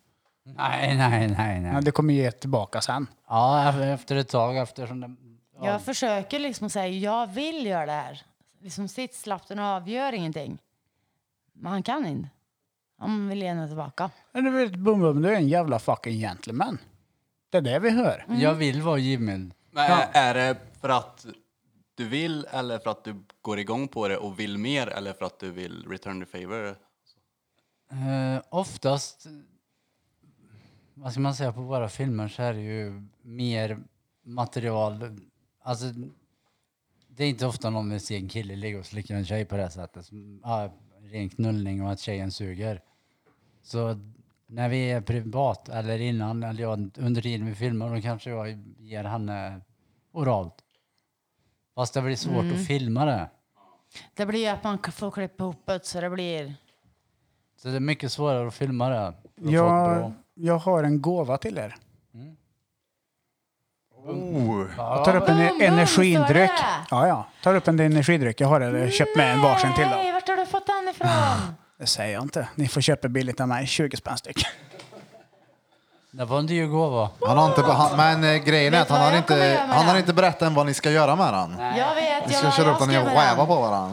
Speaker 7: Nej, nej, nej,
Speaker 1: Men
Speaker 7: nej.
Speaker 1: det kommer ge tillbaka sen.
Speaker 7: Ja, e- efter ett tag eftersom det... Ja,
Speaker 5: Jag försöker liksom säga jag vill göra det här. Liksom sitt slappt och avgör ingenting. Men han kan inte. Han vill gärna tillbaka.
Speaker 1: Men du vet, Bum Bum, du är en jävla fucking gentleman. Det är det vi hör.
Speaker 5: Mm.
Speaker 7: Jag vill vara Jimmy.
Speaker 4: Men är- är det för att du vill eller för att du går igång på det och vill mer eller för att du vill return the favor?
Speaker 7: Eh, oftast, vad ska man säga, på våra filmer så är det ju mer material. Alltså, det är inte ofta någon vill se en kille ligga och slicka en tjej på det här sättet. Som, ja, ren knullning och att tjejen suger. Så när vi är privat eller innan, eller ja, under tiden vi filmar, då kanske jag ger henne oralt. Fast det blir svårt att filma det.
Speaker 5: Det blir ju att man k- får klippa ihop det så det blir...
Speaker 7: Så det är mycket svårare att filma det. och få ett bra-
Speaker 1: Jag, jag har en gåva till er. Mm.
Speaker 2: Oh.
Speaker 1: Jag tar upp en
Speaker 5: Bum, bum,
Speaker 1: energidryck.
Speaker 5: står det?
Speaker 1: Ja, ja. Tar upp en energidryck. Jag har eh, köpt med en varsin till
Speaker 5: Nej,
Speaker 1: dem.
Speaker 5: vart har du fått den ifrån?
Speaker 1: Det säger jag inte. Ni får köpa billigt av mig. 20 spänn styck.
Speaker 7: Det var en dyr gåva.
Speaker 2: Han har inte, han, men eh, grejen är
Speaker 5: Vet
Speaker 2: att han
Speaker 5: vad
Speaker 2: har,
Speaker 5: jag kommer
Speaker 2: inte,
Speaker 5: göra med
Speaker 2: han har
Speaker 5: den?
Speaker 2: inte berättat än vad ni ska göra med den.
Speaker 5: Jag vet,
Speaker 2: Ni
Speaker 5: jag,
Speaker 2: ska köra upp den och
Speaker 5: jag ska
Speaker 2: räva
Speaker 5: med den.
Speaker 2: på
Speaker 5: <laughs>
Speaker 2: varandra.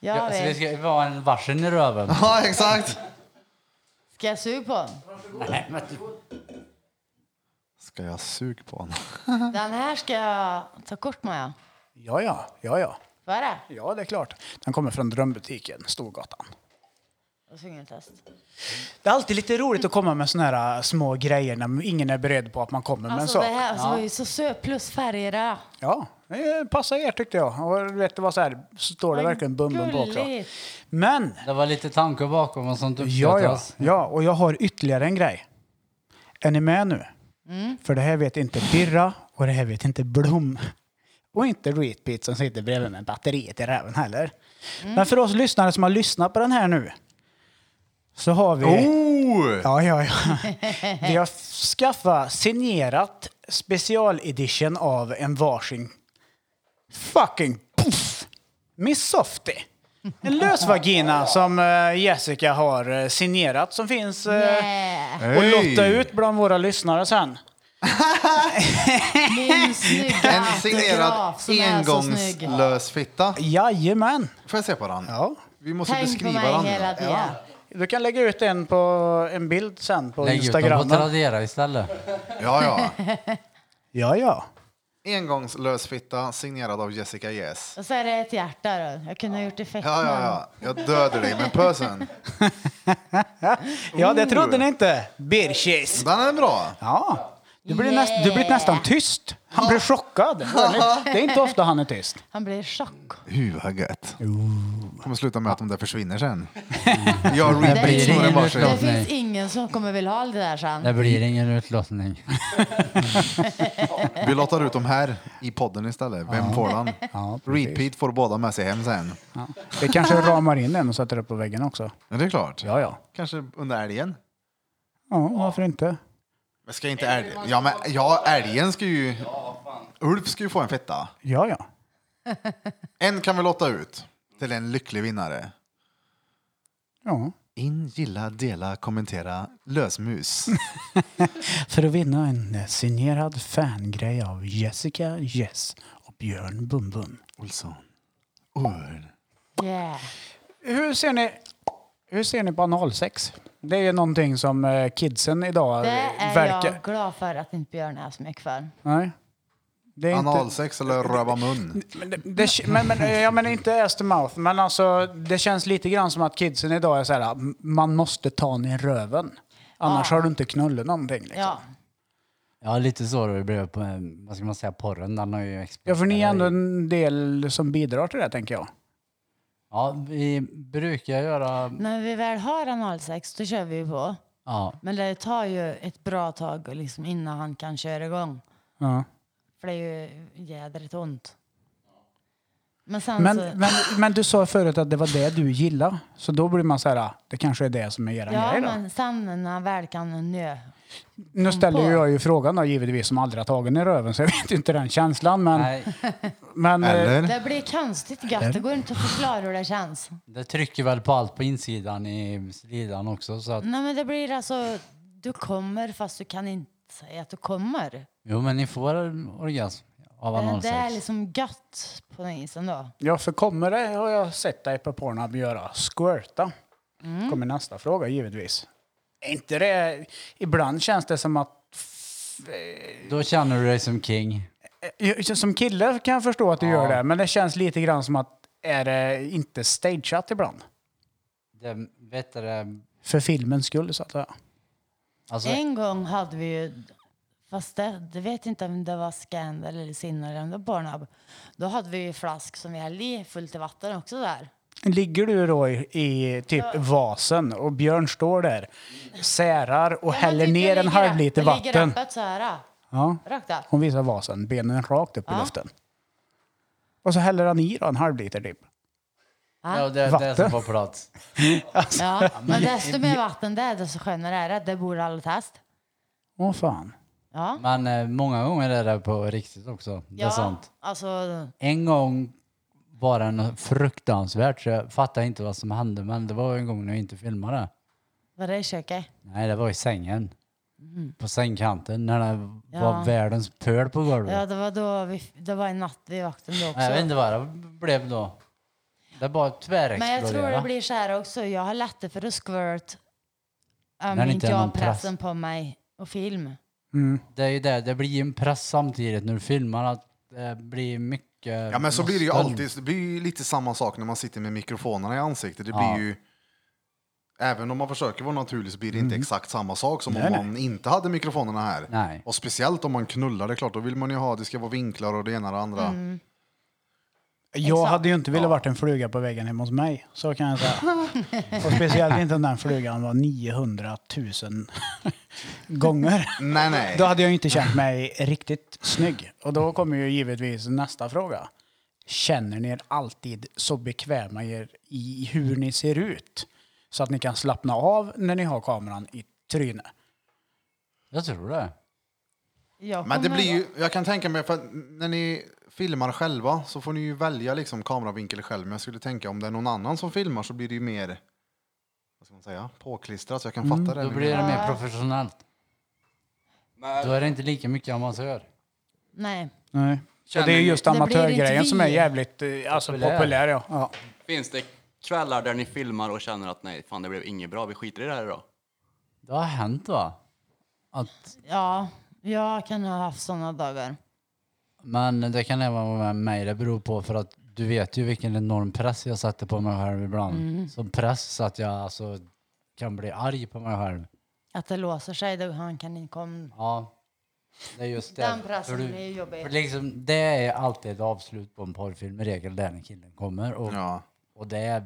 Speaker 5: Jag
Speaker 7: Ja, så vi
Speaker 5: vet.
Speaker 7: Alltså, ska vara en varsin i röven.
Speaker 2: Ja, exakt.
Speaker 5: Ska jag suga på den?
Speaker 2: Ska jag suga
Speaker 1: <laughs>
Speaker 2: på honom?
Speaker 5: Den här ska jag ta kort med.
Speaker 1: Ja,
Speaker 5: ja.
Speaker 1: ja, ja, ja.
Speaker 5: Vad är det?
Speaker 1: Ja, det är klart. Den kommer från drömbutiken, Storgatan.
Speaker 5: Jag ska ingen test.
Speaker 1: Det är alltid lite roligt att komma med såna här äh, små grejer när ingen är beredd på att man kommer med en
Speaker 5: Alltså
Speaker 1: sak.
Speaker 5: det här så var ju så söt plus färger. det.
Speaker 1: Ja, det passar er tyckte jag. Och du vet, det var så här, så står det verkligen bumbum på också.
Speaker 5: Gulligt.
Speaker 1: Men,
Speaker 7: Det var lite tankar bakom och sånt
Speaker 1: ja, ja,
Speaker 7: uppskattas.
Speaker 1: ja, och jag har ytterligare en grej. Är ni med nu? För det här vet inte Birra och det här vet inte Blom. Och inte Reatbeat som sitter bredvid med batteriet i räven heller. Men för oss lyssnare som har lyssnat på den här nu så har vi...
Speaker 2: Oh!
Speaker 1: Ja, ja, ja. Vi har skaffat signerat specialedition av en varsin fucking puff Miss Softie. En lösvagina som eh, Jessica har eh, signerat som finns eh,
Speaker 5: Nej,
Speaker 1: och lotta ut bland våra lyssnare sen.
Speaker 5: min snygga
Speaker 2: En signerad
Speaker 5: autograf som är så snygg.
Speaker 2: engångslös fitta.
Speaker 1: Jajamän.
Speaker 2: Får jag se på den?
Speaker 1: Ja.
Speaker 2: Vi måste
Speaker 5: Tänk på
Speaker 2: beskriva
Speaker 5: mig
Speaker 2: den.
Speaker 5: hela tiden.
Speaker 1: Du kan lägga ut en, på, en bild sen på
Speaker 7: Lägg ut dem på
Speaker 1: Instagram.
Speaker 7: Tradera istället.
Speaker 2: Ja, ja.
Speaker 1: Ja, ja.
Speaker 2: Engångslös fitta signerad av Jessica Yes.
Speaker 5: Och så är det ett hjärta då. Jag kunde ha gjort effekt
Speaker 2: Ja, ja,
Speaker 5: med den.
Speaker 2: ja.
Speaker 1: Mm.
Speaker 2: Jag dödar dig med pösen.
Speaker 1: Ja, det
Speaker 2: Ooh.
Speaker 1: trodde ni inte. Birchis.
Speaker 2: Den är bra.
Speaker 1: Ja. Du blir,
Speaker 5: Yeah.
Speaker 1: näst, du blir nästan tyst. Han blir chockad. Det är
Speaker 5: <laughs>
Speaker 1: inte ofta han är tyst.
Speaker 5: Han blir i chock.
Speaker 2: Hur vad gött. Kommer sluta med att de där
Speaker 1: <laughs>
Speaker 2: försvinner sen. Jag och
Speaker 5: Det,
Speaker 2: Reebok
Speaker 7: blir ingen
Speaker 2: snurrar
Speaker 5: det
Speaker 7: utlopp.
Speaker 2: varsin.
Speaker 5: finns ingen som kommer vilja ha det där sen.
Speaker 7: Det blir ingen utlottning.
Speaker 2: Vi lottar ut dem här i podden istället. Vem får den?
Speaker 1: Ja, precis.
Speaker 2: Repeat får båda med sig hem sen.
Speaker 1: Det kanske ramar in en och sätter upp på väggen också.
Speaker 2: Ja, det är klart.
Speaker 1: Ja, ja.
Speaker 2: Kanske under älgen.
Speaker 1: Ja, varför inte?
Speaker 2: Men ska inte älgen... Ja, men ja, älgen ska ju... Ulf ska ju få en fitta.
Speaker 1: Ja, ja.
Speaker 2: En kan vi låta ut till en lycklig vinnare.
Speaker 1: ja.
Speaker 2: In, gilla, dela, kommentera, <laughs> lösmus.
Speaker 1: För att vinna en signerad fangrej av Jessica Jess och Björn Bumbum.
Speaker 2: Olsson. Örn.
Speaker 5: Yeah.
Speaker 1: Hur ser ni, hur ser ni på analsex? Det är ju någonting som eh, kidsen idag
Speaker 5: Det
Speaker 1: eh,
Speaker 5: är
Speaker 1: verkar...
Speaker 5: jag glad för att inte Björn är så mycket för.
Speaker 1: Nej. Det är inte...
Speaker 2: Analsex eller röva mun.
Speaker 1: Men, det, det, men, men, jag menar inte ass to mouth, men alltså, det känns lite grann som att kidsen idag är så här, m- man måste ta ner röven. Annars har du inte knullat någonting. Liksom. Ja.
Speaker 5: Ja.
Speaker 7: Ja, lite så det blev på, eh, vad ska man säga, porren. Den har ju exploderat.
Speaker 1: för ni är ändå en del som bidrar till det, tänker jag.
Speaker 7: Ja, vi brukar göra...
Speaker 5: När vi väl har analsex, då kör vi ju på.
Speaker 7: Ja,
Speaker 5: Men det tar ju ett bra tag liksom innan han kan köra igång.
Speaker 1: Ja.
Speaker 5: För det är ju jädrigt ont. Men sen
Speaker 1: Men,
Speaker 5: så...
Speaker 1: men, men du sa förut att det var det du gillade, så då blir man så här, ah, det kanske är det som är era
Speaker 5: Ja,
Speaker 1: grej då.
Speaker 5: men sen när han väl kan nö.
Speaker 1: Nu ställer
Speaker 5: på.
Speaker 1: ju jag ju frågan då, givetvis, som aldrig har tagit ner röven, så jag vet ju inte den känslan. Men,
Speaker 7: nej,
Speaker 1: men eh,
Speaker 2: Eller?
Speaker 5: Det blir konstigt gött. Det går inte att förklara hur det känns.
Speaker 7: det trycker väl på allt på insidan i slidan också. Så att,
Speaker 5: Nej, men det blir alltså... Du kommer fast du kan inte säga att du kommer.
Speaker 7: jo, men ni får en orgasm av
Speaker 5: Men Det är
Speaker 7: analsex.
Speaker 5: liksom gött på den isen då.
Speaker 1: ja, för kommer det har jag sett dig på Pornhub göra, squirta.
Speaker 5: Mm.
Speaker 1: kommer nästa fråga givetvis. Är inte det... Ibland känns det som att...
Speaker 7: Då känner du dig som king.
Speaker 1: eh, Som kille kan jag förstå att du gör det, men det känns lite grann som att är det inte stageat ibland?
Speaker 7: Det, vet du, det-
Speaker 1: För filmens skull, så att säga.
Speaker 7: alltså,
Speaker 5: En gång hade vi ju, fast det, jag vet inte om det var Scandal eller Sinner eller om det var Pornhub. Då hade vi ju flask som vi hällde i fullt i vatten också där.
Speaker 1: Ligger du då i, i typ vasen och Björn står där, särar och häller ner en halv liter
Speaker 5: Det Typ, ligger
Speaker 1: vatten.
Speaker 5: öppet så här,
Speaker 1: Ja,
Speaker 5: rakt där.
Speaker 1: hon visar vasen, benen rakt upp i
Speaker 5: Ja.
Speaker 1: luften. Och så häller han i då en halv liter typ.
Speaker 7: ja, det är det
Speaker 1: Vatten.
Speaker 7: som får plats.
Speaker 5: Ja, men desto mer vatten det är desto skönare är det. Det borde alla testa.
Speaker 1: Åh fan.
Speaker 5: Ja.
Speaker 7: Men eh, många gånger är det på riktigt också. Det är
Speaker 5: ja,
Speaker 7: sant.
Speaker 5: alltså,
Speaker 7: En gång var det något fruktansvärt så jag fattade inte vad som hände. Men det var en gång när jag inte filmade.
Speaker 5: var det i köket?
Speaker 7: Nej, det var i sängen. På sängkanten när det
Speaker 5: Mm. Ja.
Speaker 7: var världens pöl på golvet.
Speaker 5: Ja, det var då vi, det var en natt vid vakten då
Speaker 7: Mm.
Speaker 5: också.
Speaker 7: Nej, jag vet inte vad det blev då. Det bara
Speaker 5: Men jag tror det
Speaker 7: tvärexploderade.
Speaker 5: blir så här också. Jag har lättare för att squirt um,
Speaker 7: När
Speaker 5: om
Speaker 7: det
Speaker 5: inte
Speaker 7: inte är
Speaker 5: jag har
Speaker 7: någon press.
Speaker 5: pressen på mig och film.
Speaker 7: Det, är ju det, det blir ju en press samtidigt när du filmar. Att det blir mycket...
Speaker 2: Ja men så blir det ju
Speaker 7: måsten.
Speaker 2: alltid, det blir ju lite samma sak när man sitter med mikrofonerna i ansiktet. Det blir
Speaker 7: Ja.
Speaker 2: ju, även om man försöker vara naturlig så blir det inte exakt samma sak som om
Speaker 1: nej.
Speaker 2: man inte hade mikrofonerna här.
Speaker 7: Nej.
Speaker 2: Och speciellt om man knullar, det är klart, då vill man ju ha, det ska vara vinklar och det ena och det andra.
Speaker 1: Jag
Speaker 5: Exakt.
Speaker 1: hade ju inte velat varit en fluga på väggen hemma hos mig. Så kan jag säga. Och speciellt inte om den flugan var 900 000 <laughs> gånger.
Speaker 2: Nej nej.
Speaker 1: Då hade jag ju inte känt mig riktigt snygg. Och då kommer ju givetvis nästa fråga. Känner ni er alltid så bekväma er i hur ni ser ut? Så att ni kan slappna av när ni har kameran i trynet.
Speaker 7: Jag tror det.
Speaker 5: Jag
Speaker 2: Men det
Speaker 5: kommer-
Speaker 2: blir ju, jag kan tänka mig, för att när ni filmar själva så får ni ju välja liksom kameravinkel själv. Men jag skulle tänka om det är någon annan som filmar så blir det ju mer, vad ska man säga, påklistrat. Så jag kan fatta det.
Speaker 7: Mm, Då
Speaker 2: nu.
Speaker 7: blir det mer professionellt. Då är det inte lika mycket amatör.
Speaker 5: Nej.
Speaker 1: Nej.
Speaker 4: Känner
Speaker 1: det är
Speaker 4: ni-
Speaker 1: just
Speaker 5: Det blir
Speaker 1: amatörgrejen
Speaker 5: inte
Speaker 1: som är
Speaker 5: vi.
Speaker 1: jävligt eh, alltså,
Speaker 7: Populär.
Speaker 1: populär. ja. Ja.
Speaker 4: Finns det kvällar där ni filmar och känner att nej, fan det blev inget bra, vi skiter i det här idag?
Speaker 7: Det har hänt va? Att,
Speaker 5: Ja, jag kan ha haft sådana dagar.
Speaker 7: men det kan även vara med mig det beror på för att du vet ju vilken enorm press jag sätter på mig själv ibland.
Speaker 5: Mm.
Speaker 7: Som press så att jag alltså kan bli arg på mig själv.
Speaker 5: Att det låser sig, det, han kan inte komma.
Speaker 7: Ja. Det är just det.
Speaker 5: Den pressen
Speaker 7: För
Speaker 5: är ju jobbig.
Speaker 7: för Liksom, det är alltid ett avslut på en porrfilm i regel där när killen kommer. Och,
Speaker 2: Ja.
Speaker 7: och det, är,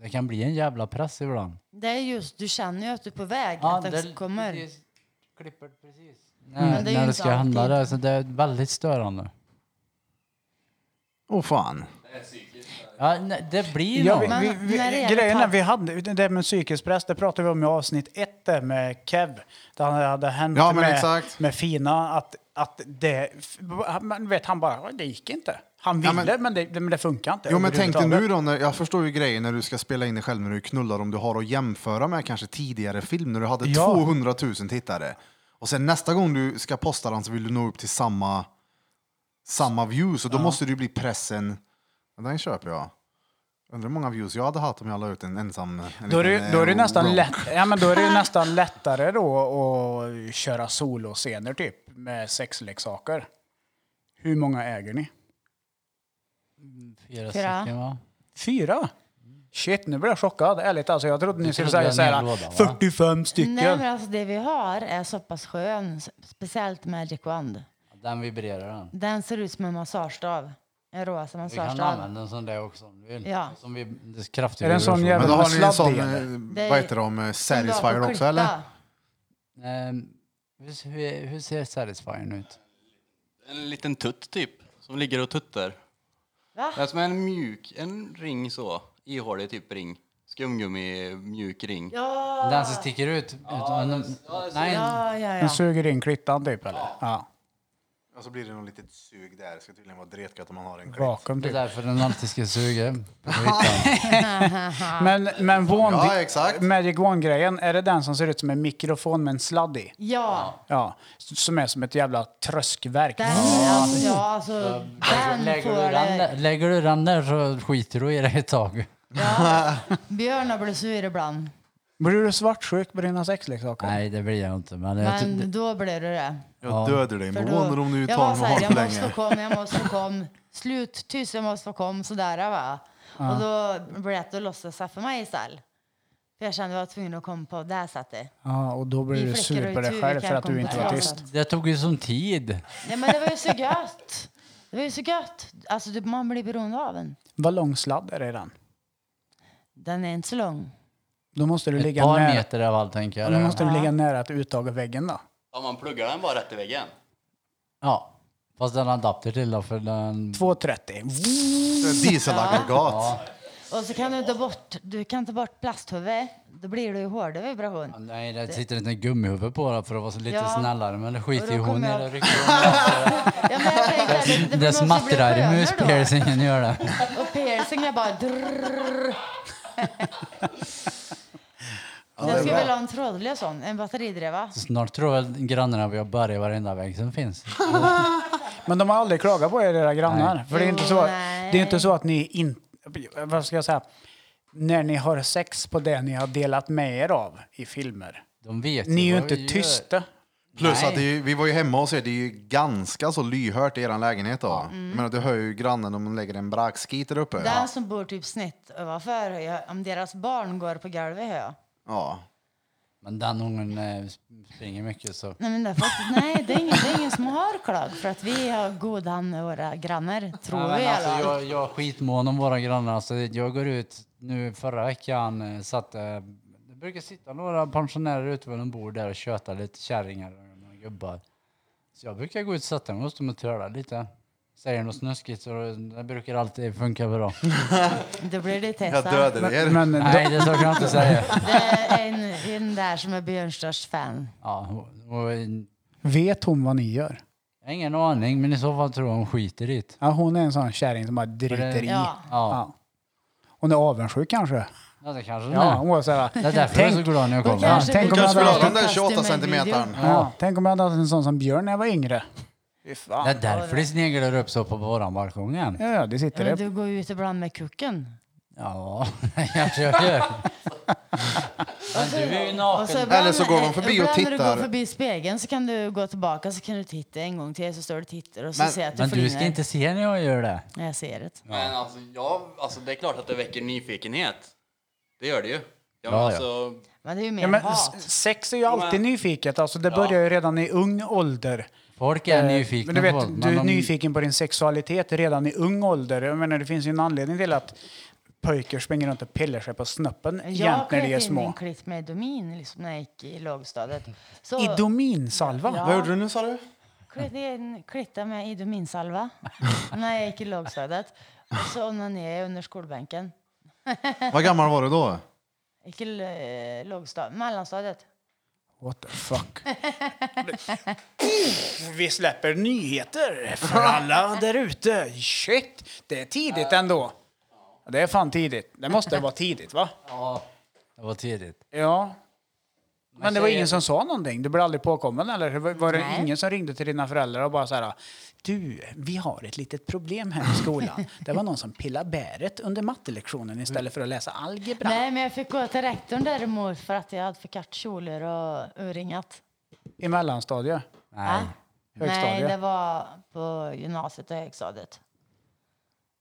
Speaker 7: det kan bli en jävla press ibland.
Speaker 5: Det är just, du känner ju att du är på väg, att det, kommer.
Speaker 7: precis. Klipper precis.
Speaker 5: Men
Speaker 7: När
Speaker 5: det är
Speaker 7: det,
Speaker 5: ju
Speaker 7: när det
Speaker 5: inte
Speaker 7: ska hända
Speaker 5: alltid.
Speaker 7: det. Så det är väldigt störande.
Speaker 2: Åh fan.
Speaker 7: Ja, nej, det blir
Speaker 1: Ja,
Speaker 7: nog.
Speaker 1: vi,
Speaker 5: Men
Speaker 1: vi, vi,
Speaker 5: när det gäller
Speaker 1: grejen är,
Speaker 5: tab-
Speaker 1: vi hade, det där med psykisk press, det pratade vi om i avsnitt ett där med Kev. Där han hade hänt
Speaker 2: Ja, men
Speaker 1: med,
Speaker 2: exakt.
Speaker 1: med Fina att, att det... Man vet, han bara, "Ja, det gick inte. Han ville,
Speaker 2: Ja, men-
Speaker 1: men, det, det- men det funkar inte.
Speaker 2: Jo men tänk dig nu
Speaker 1: överhuvudtaget.
Speaker 2: då, när, jag förstår ju grejen när du ska spela in dig själv när du knullar om du har att jämföra med kanske tidigare film när du hade
Speaker 1: Ja.
Speaker 2: 200 000 tittare. Och sen nästa gång du ska posta den så vill du nå upp till samma, samma views och då måste det ju bli pressen. Ja, Den köper jag. Undrar hur många views jag hade haft om jag la ut en ensam... En
Speaker 1: Då är,
Speaker 2: liten,
Speaker 1: det, då, är det
Speaker 2: eh,
Speaker 1: nästan
Speaker 2: romp.
Speaker 1: lätt, ja, men då är det ju nästan lättare då att köra soloscener typ med sexleksaker. Hur många äger ni?
Speaker 7: Fyra
Speaker 5: Fyra.
Speaker 7: stycken va?
Speaker 1: Fyra? Shit, nu blir jag chockad. Ärligt, alltså, jag trodde ni skulle
Speaker 7: trodde
Speaker 1: säga
Speaker 7: det var en
Speaker 1: såhär,
Speaker 7: hel låda, va?
Speaker 1: 45 stycken.
Speaker 5: Nej, men alltså det vi har är så pass skön, s- speciellt Magic Wand.
Speaker 7: Den vibrerar den.
Speaker 5: Den ser ut som en massagestav. En rosa
Speaker 7: Du kan
Speaker 5: massagestav.
Speaker 7: använda en sån där också om du vill.
Speaker 5: Ja.
Speaker 7: Som vi, det är kraftig
Speaker 1: Är det en sån
Speaker 7: vibration.
Speaker 1: jävla-
Speaker 2: Men då
Speaker 1: Vad
Speaker 2: har ni en
Speaker 1: sladd
Speaker 2: sån,
Speaker 1: det är.
Speaker 5: Det
Speaker 2: eh,
Speaker 5: är-
Speaker 2: vad heter de, eh, Satisfyer också eller?
Speaker 7: Ehm, hur, hur, hur ser Satisfyern ut?
Speaker 4: En liten tutt typ, som ligger och tuttar.
Speaker 5: Va?
Speaker 4: Det är som en mjuk, en ring så, ihålig typ ring. Skumgummi, mjuk ring.
Speaker 5: Ja,
Speaker 7: Den som sticker ut? utan, nej,
Speaker 5: ja, ja.
Speaker 1: Den
Speaker 5: ja.
Speaker 1: suger in klittan typ eller? Ja.
Speaker 2: Och så blir det något litet sug där, det ska tydligen vara dretgött om man har en klick.
Speaker 1: Vakuum
Speaker 7: det är
Speaker 1: typ.
Speaker 7: därför den alltid ska
Speaker 5: <laughs>
Speaker 7: suga. på ytan.
Speaker 1: Men, men Wand,
Speaker 2: Ja, exakt.
Speaker 1: Magic Wand-grejen, är det den som ser ut som en mikrofon med en sladd i?
Speaker 5: ja.
Speaker 1: Ja. S- Som är som ett jävla tröskverk.
Speaker 5: Den, alltså, ja, alltså, den
Speaker 7: lägger, du
Speaker 5: får eh,
Speaker 7: den,
Speaker 5: det.
Speaker 7: där- lägger du den där så skiter du i det ett tag.
Speaker 5: Björnar blir sur ibland.
Speaker 1: Blir du svartsjuk på dina liksom? sexleksaker?
Speaker 7: Nej, det blir jag inte. Men, jag, ty-
Speaker 5: Men då blir det det.
Speaker 2: Jag dödar dig
Speaker 5: För
Speaker 2: med
Speaker 5: då-
Speaker 2: Wonder om du
Speaker 5: jag
Speaker 2: tar
Speaker 5: var
Speaker 2: med
Speaker 5: så här,
Speaker 2: honom för
Speaker 5: Jag måste få
Speaker 2: länge.
Speaker 5: komma, jag måste få komma. Slut, tyst, jag måste få komma. Sådär va. Och då blev det att du låtsas sig för mig istället. För jag kände att jag var tvungen att komma på det här sättet.
Speaker 1: Ja, och då blir
Speaker 5: Vi
Speaker 1: du
Speaker 5: flickor har
Speaker 1: sur
Speaker 5: ju
Speaker 1: på dig
Speaker 5: tur,
Speaker 1: själv
Speaker 5: vi
Speaker 1: för
Speaker 5: kan
Speaker 1: att du
Speaker 5: komma
Speaker 1: inte
Speaker 5: på
Speaker 1: var
Speaker 5: det.
Speaker 1: tyst.
Speaker 7: det tog ju sån tid.
Speaker 5: Nej men det var ju så gött. Det var ju så gött. Alltså du, man blir beroende av en.
Speaker 1: Vad lång sladd är det i den?
Speaker 5: Den är inte så lång.
Speaker 1: Då måste du
Speaker 7: Ett
Speaker 1: ligga
Speaker 7: par
Speaker 1: nära,
Speaker 7: meter av allt tänker
Speaker 1: då
Speaker 7: jag.
Speaker 1: måste du ligga nära ett uttag av väggen då.
Speaker 4: Om man pluggar den bara rätt i väggen.
Speaker 7: Ja. Fast den adapter till då för den...
Speaker 1: 2,30.
Speaker 2: Dieselaggregat.
Speaker 5: Och så kan du ta bort, du kan ta bort plasthuvudet. Då blir det ju hårdare vibration.
Speaker 7: Nej, det sitter inte en gummihuvud på då för att vara så lite
Speaker 5: Ja.
Speaker 7: snällare. Men det
Speaker 5: Och
Speaker 7: skiter
Speaker 5: då
Speaker 7: ju hon i.
Speaker 5: kommer jag-
Speaker 7: Det rycker hon i.
Speaker 5: Ja, men jag tänkte,
Speaker 7: Det
Speaker 5: det, det, måste bli
Speaker 7: smattrar i
Speaker 5: skönare då.
Speaker 7: muspiercingen gör det.
Speaker 5: Och piercing är bara drrrr. Jag skulle vilja ha en trådlös sån, en batteridriva.
Speaker 7: Snart tror väl grannarna vi har börjat i varenda väg som finns.
Speaker 1: Men de har aldrig klagat på er, era grannar. För det är, inte så,
Speaker 5: Jo,
Speaker 1: det
Speaker 5: nej.
Speaker 1: är inte så att ni inte... Vad ska jag säga? När ni har sex på det ni har delat med er av i filmer.
Speaker 7: De vet
Speaker 1: Ni är ju
Speaker 7: vad vi
Speaker 1: inte
Speaker 7: gör.
Speaker 1: tysta.
Speaker 2: Plus
Speaker 7: Nej.
Speaker 2: att det är, ju- vi var ju hemma hos er, det är ju ganska så lyhört i er lägenhet då.
Speaker 5: Mm.
Speaker 2: Jag menar, du hör ju grannen om de lägger en brakskit där uppe.
Speaker 5: Den som bor typ snitt ovanför hö, om deras barn går på golvet hö.
Speaker 2: Ja.
Speaker 7: Men den ungen eh, sp- springer mycket så.
Speaker 5: Nej, men det är faktiskt, nej, det är ingen, det är ingen som har klag för att vi har god hand med våra grannar, tror
Speaker 7: Ja, men
Speaker 5: vi i alla
Speaker 7: alltså,
Speaker 5: fall.
Speaker 7: jag, jag är skitmån om våra grannar. Alltså, jag går ut nu förra veckan. eh, Satt, eh, det brukar sitta några pensionärer ute vid de bor där och köta lite kärringar och några gubbar. Så jag brukar gå ut och sätta mig hos dem och töla lite. Säger något snuskigt så det brukar alltid funka bra.
Speaker 5: Då blir det
Speaker 2: Jag
Speaker 5: Tessan.
Speaker 2: dödade er.
Speaker 1: Men,
Speaker 7: Nej, det så kan jag inte säga.
Speaker 5: Det är en, en där som är Björns största fan.
Speaker 7: Ja, hon- hon-
Speaker 1: vet hon vad ni gör?
Speaker 7: jag har ingen aning, men i så fall tror jag hon skiter i det.
Speaker 1: Ja, hon är en sån kärring som bara driter i.
Speaker 5: Ja.
Speaker 7: Ja,
Speaker 1: Ja. Hon är avundsjuk kanske.
Speaker 7: ja. det kanske
Speaker 1: Ja,
Speaker 7: ja.
Speaker 1: hon var så här,
Speaker 7: Det är därför
Speaker 1: Tänk-
Speaker 7: jag är så glad när jag
Speaker 5: Då
Speaker 7: kommer.
Speaker 5: kanske
Speaker 1: tänk
Speaker 5: vi
Speaker 1: om jag
Speaker 5: kan
Speaker 1: hade haft
Speaker 5: ta
Speaker 2: den där 28
Speaker 5: custom-made
Speaker 2: centimetern.
Speaker 5: video.
Speaker 1: ja, tänk om jag hade haft en sån som Björn när jag var yngre.
Speaker 7: Det är därför det sneglar upp så på våran balkong igen.
Speaker 1: Ja, ja, det sitter
Speaker 5: Men
Speaker 1: det.
Speaker 5: du går ju ut ibland med kucken.
Speaker 7: Ja, <laughs> det kanske jag gör. Men du är ju
Speaker 5: Och så
Speaker 7: naken.
Speaker 5: ibland-
Speaker 2: Eller så går man förbi och
Speaker 5: ibland när du
Speaker 2: tittar.
Speaker 5: går förbi spegeln så kan du gå tillbaka så kan du titta en gång till så står du och tittar och så
Speaker 2: Men-
Speaker 5: ser jag att du
Speaker 7: Men du ska
Speaker 5: flinar.
Speaker 7: inte se när jag gör det.
Speaker 5: Nej, Jag ser det.
Speaker 4: Men alltså, jag, alltså, det är klart att det väcker nyfikenhet. Det gör det ju. Ja,
Speaker 7: ja.
Speaker 4: men alltså,
Speaker 5: Men det är ju mer
Speaker 1: Ja, men
Speaker 5: hat.
Speaker 1: s- sex är ju alltid
Speaker 4: Men-
Speaker 1: nyfiket. Alltså, det börjar ju redan i ung ålder.
Speaker 7: Folk är
Speaker 1: Eh, Men
Speaker 7: nyfikna
Speaker 1: du
Speaker 7: på
Speaker 1: vet, du är
Speaker 7: de-
Speaker 1: nyfiken på din sexualitet redan i ung ålder. Jag menar, det finns ju en anledning till att pojkar springer runt och pillar sig på snoppen jämt
Speaker 5: Jag
Speaker 1: när de är
Speaker 5: klädde in min
Speaker 1: små.
Speaker 5: klipp med Domin liksom, när jag gick i lågstadiet. Så
Speaker 1: Idominsalva?
Speaker 5: Ja.
Speaker 2: Vad gjorde du nu sa du?
Speaker 5: klädde in klitta med
Speaker 1: <laughs>
Speaker 5: Idominsalva när jag gick i lågstadiet. Och så onanerade jag under skolbänken.
Speaker 2: <laughs> Vad gammal var du då?
Speaker 5: Gick i l- lågstadiet, mellanstadiet.
Speaker 1: What the
Speaker 5: <laughs>
Speaker 1: fuck? Vi släpper
Speaker 5: <laughs>
Speaker 1: nyheter för alla där ute. Shit, det är tidigt ändå. Det är fan tidigt. Det måste vara tidigt, va?
Speaker 7: Ja, det var tidigt.
Speaker 1: Ja. Men det var
Speaker 7: tjejer-
Speaker 1: ingen som sa någonting? Du blev aldrig påkommen eller? Var- Var det
Speaker 5: Nej.
Speaker 1: ingen som ringde till dina föräldrar och bara så här Du, vi har ett litet problem här i
Speaker 5: <laughs>
Speaker 1: skolan. Det var någon som pillade bäret under mattelektionen istället för att läsa algebra.
Speaker 5: Nej, men jag fick gå till rektorn däremot för att jag hade för kort kjolar och urringat.
Speaker 1: I mellanstadiet.
Speaker 7: Nej.
Speaker 5: Va? Nej,
Speaker 1: Högstadiet.
Speaker 5: det var på gymnasiet och högstadiet.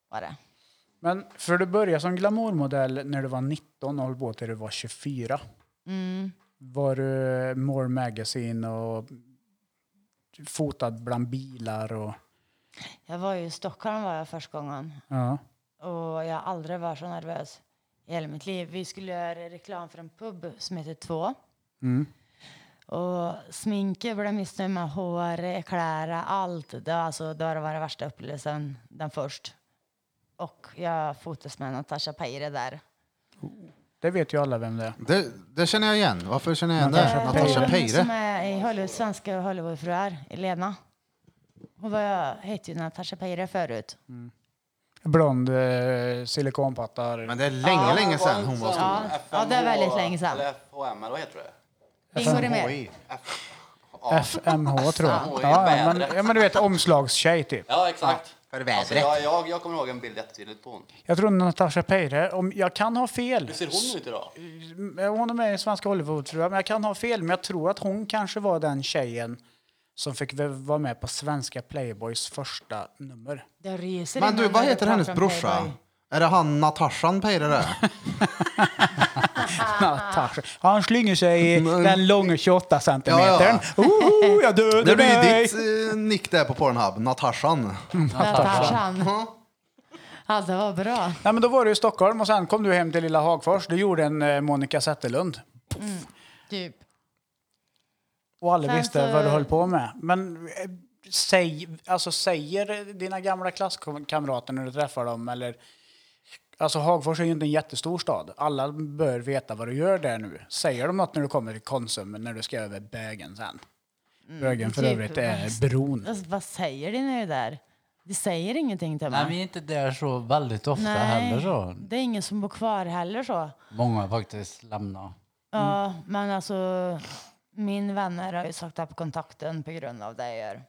Speaker 5: Var det.
Speaker 1: Men för du började som glamourmodell när du var 19 och höll på till du var 24.
Speaker 5: Mm.
Speaker 1: Var du More Magazine och fotad bland bilar och...
Speaker 5: Jag var ju i Stockholm var jag första gången
Speaker 1: Ja.
Speaker 5: och jag har aldrig varit så nervös i hela mitt liv. Vi skulle göra reklam för en pub som heter Två.
Speaker 1: Mm.
Speaker 5: Och sminket blev missnöjd med hår, kläder, allt. Det var, alltså, det var den värsta upplevelsen, den först. Och jag fotas med Natasha Peire där.
Speaker 1: Det vet ju alla vem det är.
Speaker 2: Det, det känner jag igen. Varför känner jag igen
Speaker 1: Natasha
Speaker 2: det?
Speaker 1: Peire.
Speaker 2: Natasha
Speaker 5: Eh, Som
Speaker 2: Peire.
Speaker 5: är i Hollywood, svenska Hollywoodfruar, Elena. Hon var, hette ju Natasha Peire förut.
Speaker 1: Blond eh, silikonpattar.
Speaker 2: Men det är länge, länge sedan hon var stor.
Speaker 5: Ja, ja det är väldigt länge
Speaker 4: Eller
Speaker 5: sedan.
Speaker 4: FHM, eller vad heter det?
Speaker 5: Bingo Rimér.
Speaker 2: Oj.
Speaker 1: FMH tror jag.
Speaker 4: FMH
Speaker 1: Ja,
Speaker 4: är
Speaker 1: ja, men,
Speaker 4: vädret.
Speaker 1: ja, men du vet omslagstjej typ.
Speaker 4: Ja, exakt.
Speaker 2: För vädret.
Speaker 4: Alltså, jag, jag, jag kommer ihåg en bild jättetydligt på hon.
Speaker 1: Jag tror Natasha Peire, om jag kan ha fel. eh,
Speaker 4: Hur ser hon ut idag?
Speaker 1: Hon är med i Svenska Hollywood tror jag, men jag kan ha fel. Men jag tror att hon kanske var den tjejen som fick v- vara med på Svenska Playboys första nummer.
Speaker 2: <laughs>
Speaker 5: Jag ryser
Speaker 2: Men
Speaker 5: innan
Speaker 2: du, vad
Speaker 5: jag
Speaker 2: heter
Speaker 5: pratar
Speaker 2: hennes
Speaker 5: om
Speaker 2: brorsa?
Speaker 5: Playboy.
Speaker 2: Är det han Natashan Peire det? <laughs>
Speaker 1: Natasha. Ja, Han slänger sig i
Speaker 2: Men-
Speaker 1: den långa 28 centimetern.
Speaker 2: Ja,
Speaker 1: Oho, jag dödar
Speaker 2: <laughs> Det blir ju
Speaker 1: dig!
Speaker 2: ditt eh, nick där på Pornhub. Natashan.
Speaker 5: Natashan. Ja, det var bra.
Speaker 1: Nej, men då var du i Stockholm och sen kom du hem till lilla Hagfors. Du gjorde en eh, Monica Zetterlund.
Speaker 5: Typ.
Speaker 1: Och alla
Speaker 5: Sen
Speaker 1: visste
Speaker 5: så-
Speaker 1: vad du höll på med. Men eh, säg, alltså, säger dina gamla klasskamrater när du träffar dem eller... Alltså Hagfors är ju inte en jättestor stad. Alla bör veta vad du gör där nu. Säger de något när du kommer till Konsum när du ska över bögen sen? Bögen för
Speaker 5: typ.
Speaker 1: övrigt är bron.
Speaker 5: Alltså, vad säger de nu där? De säger ingenting till
Speaker 7: Nej, men
Speaker 5: mig.
Speaker 7: inte där så väldigt ofta heller så.
Speaker 5: det är ingen som bor kvar heller så.
Speaker 7: Många faktiskt lämnar.
Speaker 5: Ja,
Speaker 1: Mm.
Speaker 5: men alltså min vänner har ju sagt upp kontakten på grund av det jag gör.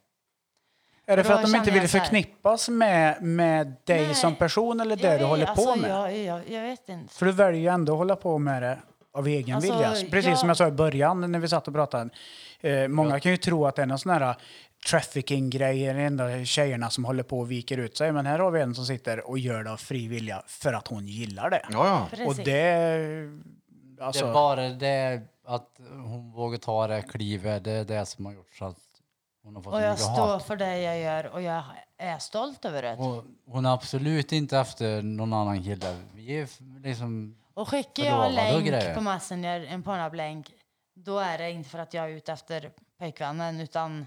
Speaker 1: Är det för
Speaker 5: Då
Speaker 1: att de inte
Speaker 5: känner
Speaker 1: vill
Speaker 5: jag så här-
Speaker 1: förknippas med, med dig
Speaker 5: Nej.
Speaker 1: som person eller det
Speaker 5: Jag
Speaker 1: du
Speaker 5: är-
Speaker 1: håller
Speaker 5: alltså,
Speaker 1: på med?
Speaker 5: Jag, jag, jag vet inte.
Speaker 1: För du väljer ju ändå att hålla på med det av egen
Speaker 5: Alltså,
Speaker 1: vilja. Precis
Speaker 5: ja.
Speaker 1: som jag sa i början när vi satt och pratade. Eh, många kan ju tro att det är någon sån här eh, trafficking-grejer, de enda tjejerna som håller på och viker ut sig. Men här har vi en som sitter och gör det av fri vilja för att hon gillar det.
Speaker 2: Ja, ja.
Speaker 5: Precis.
Speaker 1: och det... Alltså,
Speaker 7: Det är bara det att hon vågar ta det klivet, det är det som har gjort så att hon har fått så
Speaker 5: Och jag
Speaker 7: mycket
Speaker 5: står
Speaker 7: hat.
Speaker 5: för det jag gör och jag är stolt över det.
Speaker 7: Och hon är absolut inte efter någon annan kille. Vi är f- liksom...
Speaker 5: Och skickar
Speaker 7: Förlovad
Speaker 5: jag
Speaker 7: och
Speaker 5: en länk
Speaker 7: grejer.
Speaker 5: på Messenger, en pornablänk, då är det inte för att jag är ute efter pojkvännen utan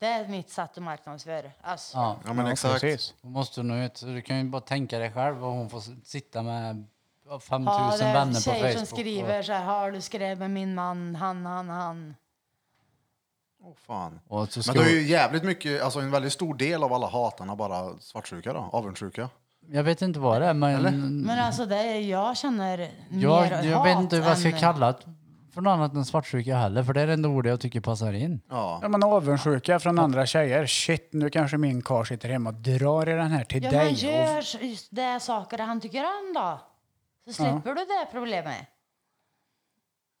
Speaker 5: det är mitt sätt att marknadsföra. Alltså,
Speaker 7: Ja,
Speaker 2: Ja, men exakt.
Speaker 1: precis.
Speaker 7: hon måste nå ut. Så Du kan ju bara tänka dig själv vad hon får s- sitta med ja, 5 000
Speaker 5: ja, det är
Speaker 7: vänner på
Speaker 5: tjejer
Speaker 7: Facebook.
Speaker 5: som skriver så här, har du skrev med min man, han, han, han.
Speaker 2: Åh, fan.
Speaker 7: Och, och så ska
Speaker 2: Men det är ju jävligt mycket, alltså en väldigt stor del av alla hatarna bara svartsjuka då, avundsjuka.
Speaker 7: Jag vet inte vad det är, men...
Speaker 5: Men alltså det är, jag känner mer
Speaker 7: Jag, jag
Speaker 5: hat
Speaker 7: vet inte vad jag ska
Speaker 5: än-
Speaker 7: kalla det för något annat än svartsjuka heller, för det är det enda ordet jag tycker passar in.
Speaker 2: Ja.
Speaker 1: Ja, man är avundsjuka från andra tjejer. Shit, nu kanske min karl sitter hemma och drar i den här till
Speaker 5: Ja, men
Speaker 1: dig. Och-
Speaker 5: gör s- det saker han tycker om då. Så slipper du det problemet.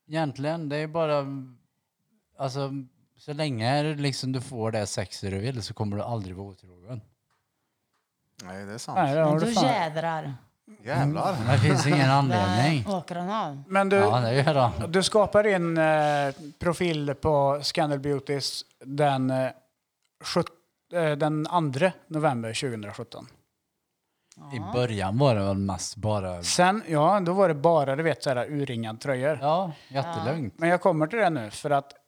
Speaker 7: Egentligen, det är bara... Alltså, så länge du liksom du får det sex du vill så kommer du aldrig vara otrogen.
Speaker 2: Nej,
Speaker 1: Nej,
Speaker 2: det är
Speaker 1: Mm.
Speaker 2: sant.
Speaker 1: det har
Speaker 5: Men
Speaker 1: du
Speaker 5: då
Speaker 1: fan-
Speaker 5: jädrar.
Speaker 2: Jävlar.
Speaker 7: Det finns
Speaker 5: <laughs>
Speaker 7: ingen anledning.
Speaker 5: Där åker han av.
Speaker 1: Men du,
Speaker 7: Ja, det gör han.
Speaker 1: Du skapar en eh, profil på Scandal Beauties den, eh, sjut- eh, den 2 november 2017.
Speaker 7: I början var det väl mest bara...
Speaker 1: Sen, ja, då var det bara du vet, så här, urringad tröjor.
Speaker 7: Ja, jättelugnt.
Speaker 1: Men jag kommer till det nu, för att
Speaker 5: Sen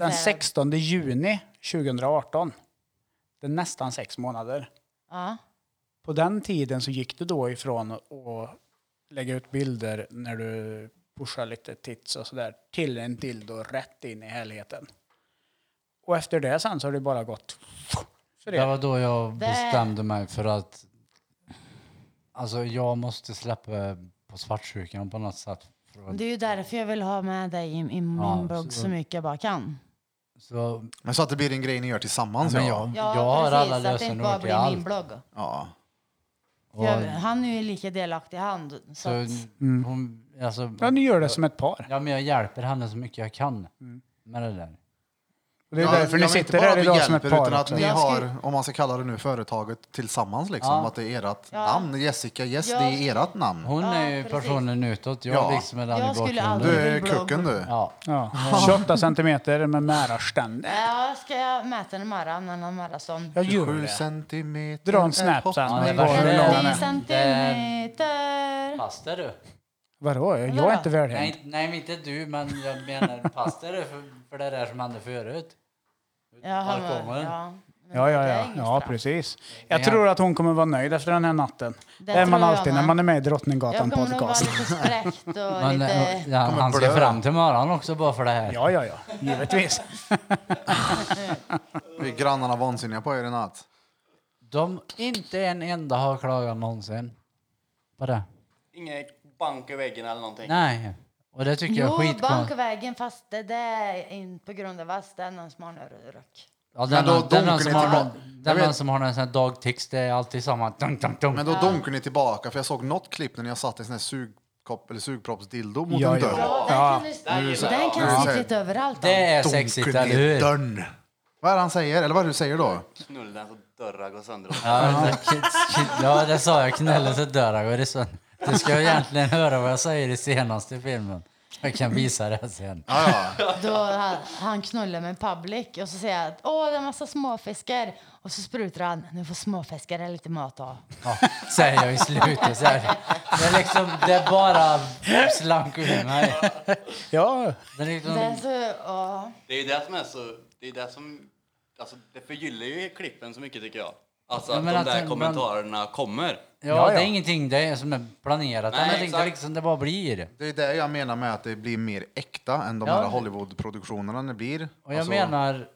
Speaker 1: den
Speaker 5: säger han,
Speaker 1: 16 juni 2018, det är nästan sex månader,
Speaker 5: Ja.
Speaker 1: på den tiden så gick du då ifrån att lägga ut bilder när du pushar lite tits och sådär till en dildo rätt in i helheten. Och efter det sen så har det bara gått för
Speaker 7: Det
Speaker 1: det.
Speaker 7: var då jag bestämde mig för att alltså jag måste släppa på svartsjukan på något sätt. För att-
Speaker 5: Det är ju därför jag vill ha med dig i, i min
Speaker 7: Ja,
Speaker 5: blogg
Speaker 7: så-
Speaker 5: så mycket jag bara kan.
Speaker 7: Så,
Speaker 2: Men så att det blir en grej ni gör tillsammans.
Speaker 7: men
Speaker 2: ja.
Speaker 7: jag, jag har alla
Speaker 5: att det inte bara
Speaker 7: lösenord till
Speaker 5: blir min
Speaker 7: allt.
Speaker 5: blogg.
Speaker 2: ja.
Speaker 7: Och,
Speaker 5: Jag, han är ju lika delaktig han. Så,
Speaker 7: så,
Speaker 5: att,
Speaker 7: hon, alltså,
Speaker 1: Ja, ni gör det som ett par.
Speaker 7: ja, men jag hjälper henne så mycket jag kan
Speaker 2: Mm.
Speaker 7: med det där.
Speaker 1: Och det är
Speaker 2: Ja,
Speaker 1: därför
Speaker 2: ja,
Speaker 1: ni
Speaker 2: men
Speaker 1: sitter
Speaker 2: inte bara
Speaker 1: här
Speaker 2: vi
Speaker 1: idag som ett
Speaker 2: hjälper,
Speaker 1: par.
Speaker 2: Utan att
Speaker 1: också.
Speaker 2: ni
Speaker 5: Jag ska-
Speaker 2: har, om man ska kalla det nu, företaget tillsammans liksom.
Speaker 7: Ja.
Speaker 2: Att det är ert
Speaker 5: Ja.
Speaker 2: namn. Yes, Ica, yes,
Speaker 5: Ja.
Speaker 2: det är ert namn.
Speaker 7: Hon
Speaker 5: Ja,
Speaker 7: är ju
Speaker 5: precis.
Speaker 7: personen utåt, jag
Speaker 2: Ja.
Speaker 7: liksom är den
Speaker 5: Jag
Speaker 7: i
Speaker 5: skulle
Speaker 7: bakgrunden.
Speaker 2: Du
Speaker 5: aldrig-
Speaker 2: är
Speaker 5: Din blogg.
Speaker 2: kucken du.
Speaker 7: Ja.
Speaker 1: Ja, 28 centimeter med märarständ.
Speaker 5: ja, ska jag mäta en morgon eller en maraton?
Speaker 1: Jag gör
Speaker 2: 27
Speaker 1: det.
Speaker 2: centimeter.
Speaker 1: Dra en snap sen.
Speaker 7: Ja, det är
Speaker 1: Var
Speaker 7: värsta-
Speaker 1: hur lång den
Speaker 5: 30
Speaker 1: är.
Speaker 5: centimeter.
Speaker 7: Fast är du?
Speaker 1: Vadå? Jag är inte välhängd.
Speaker 7: Nej, nej, men inte du, men jag menar fast är du för, för det där som hände förut.
Speaker 5: Jaha,
Speaker 7: Här kommer
Speaker 5: men,
Speaker 7: den.
Speaker 5: ja. Men
Speaker 1: Ja, ja,
Speaker 5: det är
Speaker 1: ja.
Speaker 5: inget
Speaker 1: ja,
Speaker 5: straff.
Speaker 1: precis. Jag tror att hon kommer vara nöjd efter den här natten. Det är
Speaker 5: tror
Speaker 1: man
Speaker 5: jag
Speaker 1: alltid när
Speaker 5: med.
Speaker 1: man är med i
Speaker 5: Jag kommer nog vara
Speaker 1: Drottninggatan-podcast.
Speaker 5: lite spräckt
Speaker 7: <laughs>
Speaker 5: och
Speaker 7: Men, eh,
Speaker 5: lite...
Speaker 7: ja, han ska
Speaker 2: blöd.
Speaker 7: fram till morgonen också bara för det här.
Speaker 1: Ja, ja, ja. Givetvis.
Speaker 2: Vi är grannarna vansinniga på er i natt.
Speaker 7: De, inte en enda har klagat någonsin på det.
Speaker 4: Inget bank i väggen eller någonting.
Speaker 7: Nej. Och det tycker jag
Speaker 5: Jo,
Speaker 7: är skitkonstigt.
Speaker 5: bankvägen, fast det där är inte på grund av oss. Det är någon som har en rök.
Speaker 7: Ja,
Speaker 2: Men
Speaker 7: den,
Speaker 2: då
Speaker 7: den,
Speaker 2: dunkar
Speaker 7: den, som
Speaker 2: ni
Speaker 7: har,
Speaker 2: tillbaka.
Speaker 7: den,
Speaker 2: Jag vet-
Speaker 7: den som har en sån här dagtics, det är alltid samma. Dunk, dunk, dunk.
Speaker 2: Men då dunkar ni tillbaka. För jag såg något klipp när jag satt en sån här sugkopp, eller sugproppsdildo mot
Speaker 1: Ja,
Speaker 2: en
Speaker 1: ja.
Speaker 2: dörr.
Speaker 5: Ja,
Speaker 1: Ja.
Speaker 5: den kan, du,
Speaker 4: gillar
Speaker 5: den
Speaker 4: jag.
Speaker 2: Ja.
Speaker 5: kan sitta lite överallt.
Speaker 7: Det är
Speaker 2: Dunkar
Speaker 7: sexigt,
Speaker 2: ni
Speaker 7: eller hur?
Speaker 2: dörren. Vad är det han säger? Eller vad är det du säger då?
Speaker 4: Knull den så dörrar går sönder.
Speaker 7: Ja, det, kids- kid- ja, det sa jag. Knälla så dör jag. Det är så- Du ska ju egentligen höra vad jag säger i senaste filmen. Jag kan visa det här sen.
Speaker 2: Ja, ja.
Speaker 5: Då han, han knullar med public och så säger jag att åh, det är en massa småfiskar. Och så sprutar han, nu får småfiskarna lite mat av.
Speaker 7: Ja, säger jag i slutet. Så här. Det är liksom, det bara slank ur mig.
Speaker 1: Ja,
Speaker 7: Det är
Speaker 5: Det är
Speaker 7: liksom,
Speaker 5: så, ja.
Speaker 4: Det är ju det som är så... Det är det som... Alltså, det förgyller ju klippen så mycket tycker jag. Alltså
Speaker 7: Ja,
Speaker 4: att
Speaker 7: men
Speaker 4: de
Speaker 7: att
Speaker 4: där
Speaker 7: en-
Speaker 4: kommentarerna kommer.
Speaker 7: ja,
Speaker 1: Ja, ja.
Speaker 7: det är ingenting det är som är planerat.
Speaker 4: Nej,
Speaker 7: Nej, det, är
Speaker 4: exakt.
Speaker 7: liksom, det bara blir.
Speaker 2: Det är det jag menar med att det blir mer äkta än de
Speaker 7: Ja.
Speaker 2: här Hollywood-produktionerna det blir.
Speaker 7: Och jag
Speaker 2: Alltså,
Speaker 7: menar,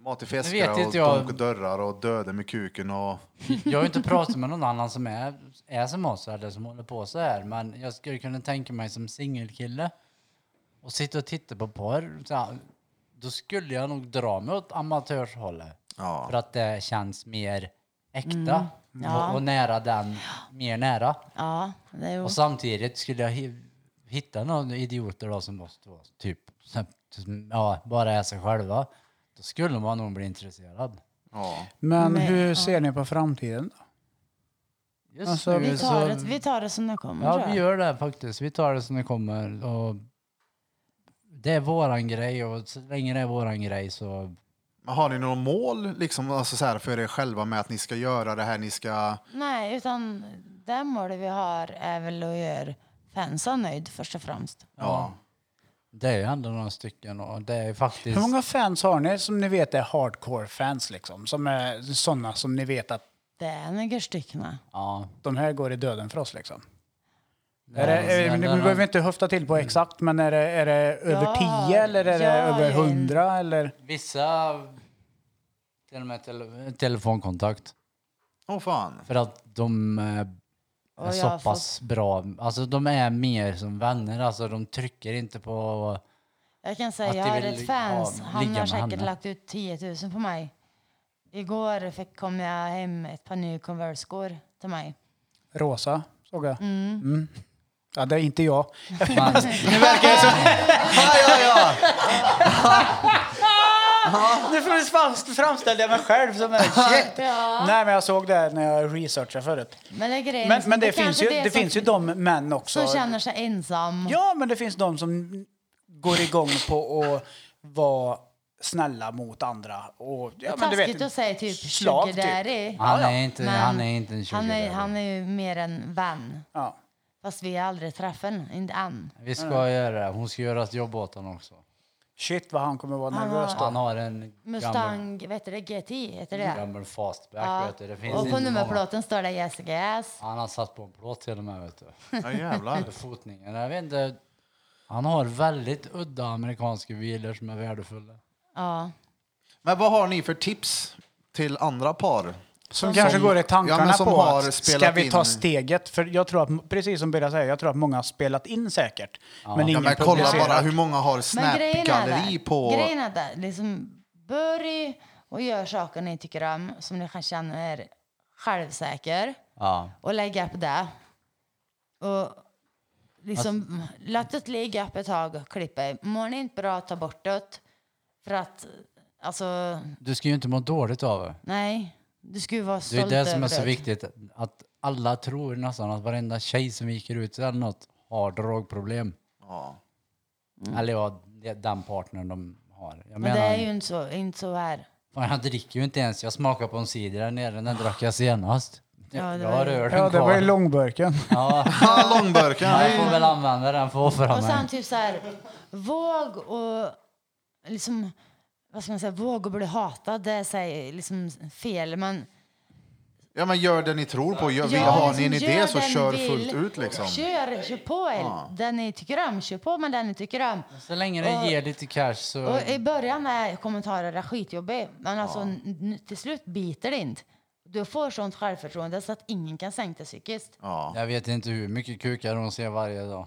Speaker 2: Mat i
Speaker 7: Nu vet
Speaker 2: fiskar
Speaker 7: inte
Speaker 2: och
Speaker 7: jag-
Speaker 2: dunk och dörrar och döda med kuken och...
Speaker 7: jag har ju inte pratat med någon annan som är, är som oss eller som håller på så här. Men jag skulle kunna tänka mig som singelkille och sitta och titta på porr. Så här, då skulle jag nog dra mig åt amatörshållet.
Speaker 2: Ja.
Speaker 7: För att det känns mer äkta.
Speaker 5: Ja.
Speaker 7: Och, och nära den, mer nära.
Speaker 5: ja, det är ju...
Speaker 7: Och samtidigt skulle jag hi- hittar någon idioter då som måste vara typ, som- ja, bara är sig själva, då skulle man nog bli intresserad.
Speaker 2: Ja.
Speaker 1: Men
Speaker 5: Nej,
Speaker 1: hur ser ni på framtiden? då?
Speaker 7: Just
Speaker 1: Alltså,
Speaker 7: nu
Speaker 5: Vi tar, det,
Speaker 7: så...
Speaker 5: vi tar det som det kommer.
Speaker 7: Ja,
Speaker 5: tror jag.
Speaker 7: vi gör det faktiskt. Vi tar det som det kommer. Och det är våran grej och så länge det är våran grej så...
Speaker 2: Men har ni några mål liksom, alltså så här, för er själva med att ni ska göra det här? Ni ska...
Speaker 5: Nej, utan det målet vi har är väl att göra fansen nöjd först och främst.
Speaker 2: Ja.
Speaker 7: Det är ju ändå några stycken och det är faktiskt...
Speaker 1: Hur många fans har ni som ni vet är hardcore fans? Liksom, som är sådana som ni vet att
Speaker 5: Det är några stycken.
Speaker 7: Ja.
Speaker 1: de här går i döden för oss? Liksom.
Speaker 7: Ja,
Speaker 1: Är det, är,
Speaker 7: men
Speaker 1: ni
Speaker 7: den-
Speaker 1: behöver inte höfta till på exakt, men är det, är det över 10 eller är det
Speaker 5: ja,
Speaker 1: över
Speaker 5: jag är en-
Speaker 1: 100? Eller?
Speaker 7: Vissa... Till och med tele telefonkontakt.
Speaker 2: Åh fan.
Speaker 7: För att de eh,
Speaker 5: Och
Speaker 7: är
Speaker 5: jag
Speaker 7: så
Speaker 5: har
Speaker 7: pass bra. Alltså de är mer som vänner. Alltså de trycker inte på...
Speaker 5: Jag kan
Speaker 7: Att
Speaker 5: säga,
Speaker 7: det
Speaker 5: jag har
Speaker 7: vill
Speaker 5: ett fans.
Speaker 7: ha- ligga
Speaker 5: Han har
Speaker 7: med
Speaker 5: säkert
Speaker 7: henne.
Speaker 5: lagt ut 10 000 på mig. Igår fick, kom jag hem ett par nya Converse-skor till mig.
Speaker 1: Rosa, såg jag. Mm. Ja, det är inte jag. <laughs>
Speaker 7: Man,
Speaker 1: Nu framställde jag mig själv som en shit. Nej, men jag såg det när jag researchade förut.
Speaker 5: Men det, är grejen,
Speaker 1: Men, men det, finns,
Speaker 5: kanske
Speaker 1: ju,
Speaker 5: är
Speaker 1: det
Speaker 5: som-
Speaker 1: finns ju de män också.
Speaker 5: Som känner sig ensam.
Speaker 1: Ja, men det finns de som går igång på att vara snälla mot andra. Och, ja, men du
Speaker 5: Taskigt att
Speaker 1: vet,
Speaker 5: säga typ
Speaker 1: slav,
Speaker 5: sugar
Speaker 1: typ.
Speaker 5: daddy.
Speaker 7: han,
Speaker 1: Ja,
Speaker 7: är
Speaker 1: ja.
Speaker 7: inte,
Speaker 5: Men
Speaker 7: han är inte en
Speaker 5: han är,
Speaker 7: sugar
Speaker 5: han är ju mer en vän.
Speaker 1: ja.
Speaker 5: Fast vi har aldrig träffat henne, inte än.
Speaker 7: Vi
Speaker 5: Mm.
Speaker 7: ska göra det. Hon ska göra ett jobb åt honom också.
Speaker 1: Shit vad han kommer vara
Speaker 5: Han
Speaker 1: nervös då.
Speaker 7: Han har en gammal,
Speaker 5: Mustang, vet du det, GT heter det?
Speaker 7: gammal fastback.
Speaker 5: Ja.
Speaker 7: Vet du. Det finns
Speaker 5: Och på
Speaker 7: inte många.
Speaker 5: nummerplåten står det Yes Gas.
Speaker 7: Han har satt på en plåt till och med. Vet du. <laughs>
Speaker 2: Ja jävlar.
Speaker 7: För fotningen. Jag vet inte. Han har väldigt udda amerikanska bilar som är värdefulla.
Speaker 5: Ja.
Speaker 2: Men vad har ni för tips till andra par?
Speaker 1: Som kanske går i tankarna
Speaker 2: Ja, men som
Speaker 1: på
Speaker 2: har
Speaker 1: att ska
Speaker 2: spelat
Speaker 1: vi ta
Speaker 2: in-
Speaker 1: steget? För jag tror att, precis som Birra säger, jag tror att många har spelat in säkert. Men
Speaker 2: Ja,
Speaker 1: ingen
Speaker 2: men kolla
Speaker 1: publicerar.
Speaker 2: bara hur många har
Speaker 5: Men grejen är
Speaker 2: Snap-galleri
Speaker 5: där.
Speaker 2: på...
Speaker 5: Grejen är där. Liksom, börja och gör saker ni tycker om som ni kan känna er självsäker
Speaker 7: Ja.
Speaker 5: och lägga upp det. Och liksom,
Speaker 7: Alltså-
Speaker 5: låt det ligga upp ett tag och klippa. Mår ni inte bra, ta bort det. För att, alltså,
Speaker 7: Du ska ju inte må dåligt av det.
Speaker 5: nej. Du skulle vara
Speaker 7: Det är
Speaker 5: stolt
Speaker 7: det som
Speaker 5: över
Speaker 7: är så viktigt. Att alla tror nästan att varenda tjej som viker ut eller något har drogproblem.
Speaker 2: Ja. <laughs>
Speaker 7: Eller ja, det- den partnern de har. Jag
Speaker 5: Men det
Speaker 7: menar,
Speaker 5: är ju inte så, inte så här.
Speaker 7: fan, jag dricker ju inte ens. Jag smakar på en cider där nere. Den drack jag senast.
Speaker 5: Ja, det
Speaker 7: jag
Speaker 5: var
Speaker 7: har
Speaker 5: ju-
Speaker 7: rört
Speaker 1: Ja,
Speaker 7: den
Speaker 1: det var
Speaker 7: kvar.
Speaker 1: ju långburken.
Speaker 7: Ja.
Speaker 2: Ha, Ah, långburken.
Speaker 7: Ja, jag får väl använda den för att offra
Speaker 5: Och sen
Speaker 7: mig.
Speaker 5: typ så här, våg och liksom, vad ska man säga, våg och bli hatad, det är så här, liksom fel. Men
Speaker 2: Ja, men gör det ni tror på. Gör,
Speaker 5: Ja,
Speaker 2: har ni
Speaker 5: liksom,
Speaker 2: en idé
Speaker 5: gör
Speaker 2: så
Speaker 5: det ni
Speaker 2: kör
Speaker 5: vill.
Speaker 2: fullt ut liksom.
Speaker 5: kör, kör på er. Den ni tycker om, kör på med den ni tycker om.
Speaker 7: Så länge det
Speaker 5: Och-
Speaker 7: ger lite cash så...
Speaker 5: Och i början är kommentarerna skitjobbiga, men alltså n- till slut biter det inte. Du får sånt självförtroende så att ingen kan sänka dig psykiskt.
Speaker 2: Ja.
Speaker 7: Jag vet inte hur mycket kukar hon ser varje dag.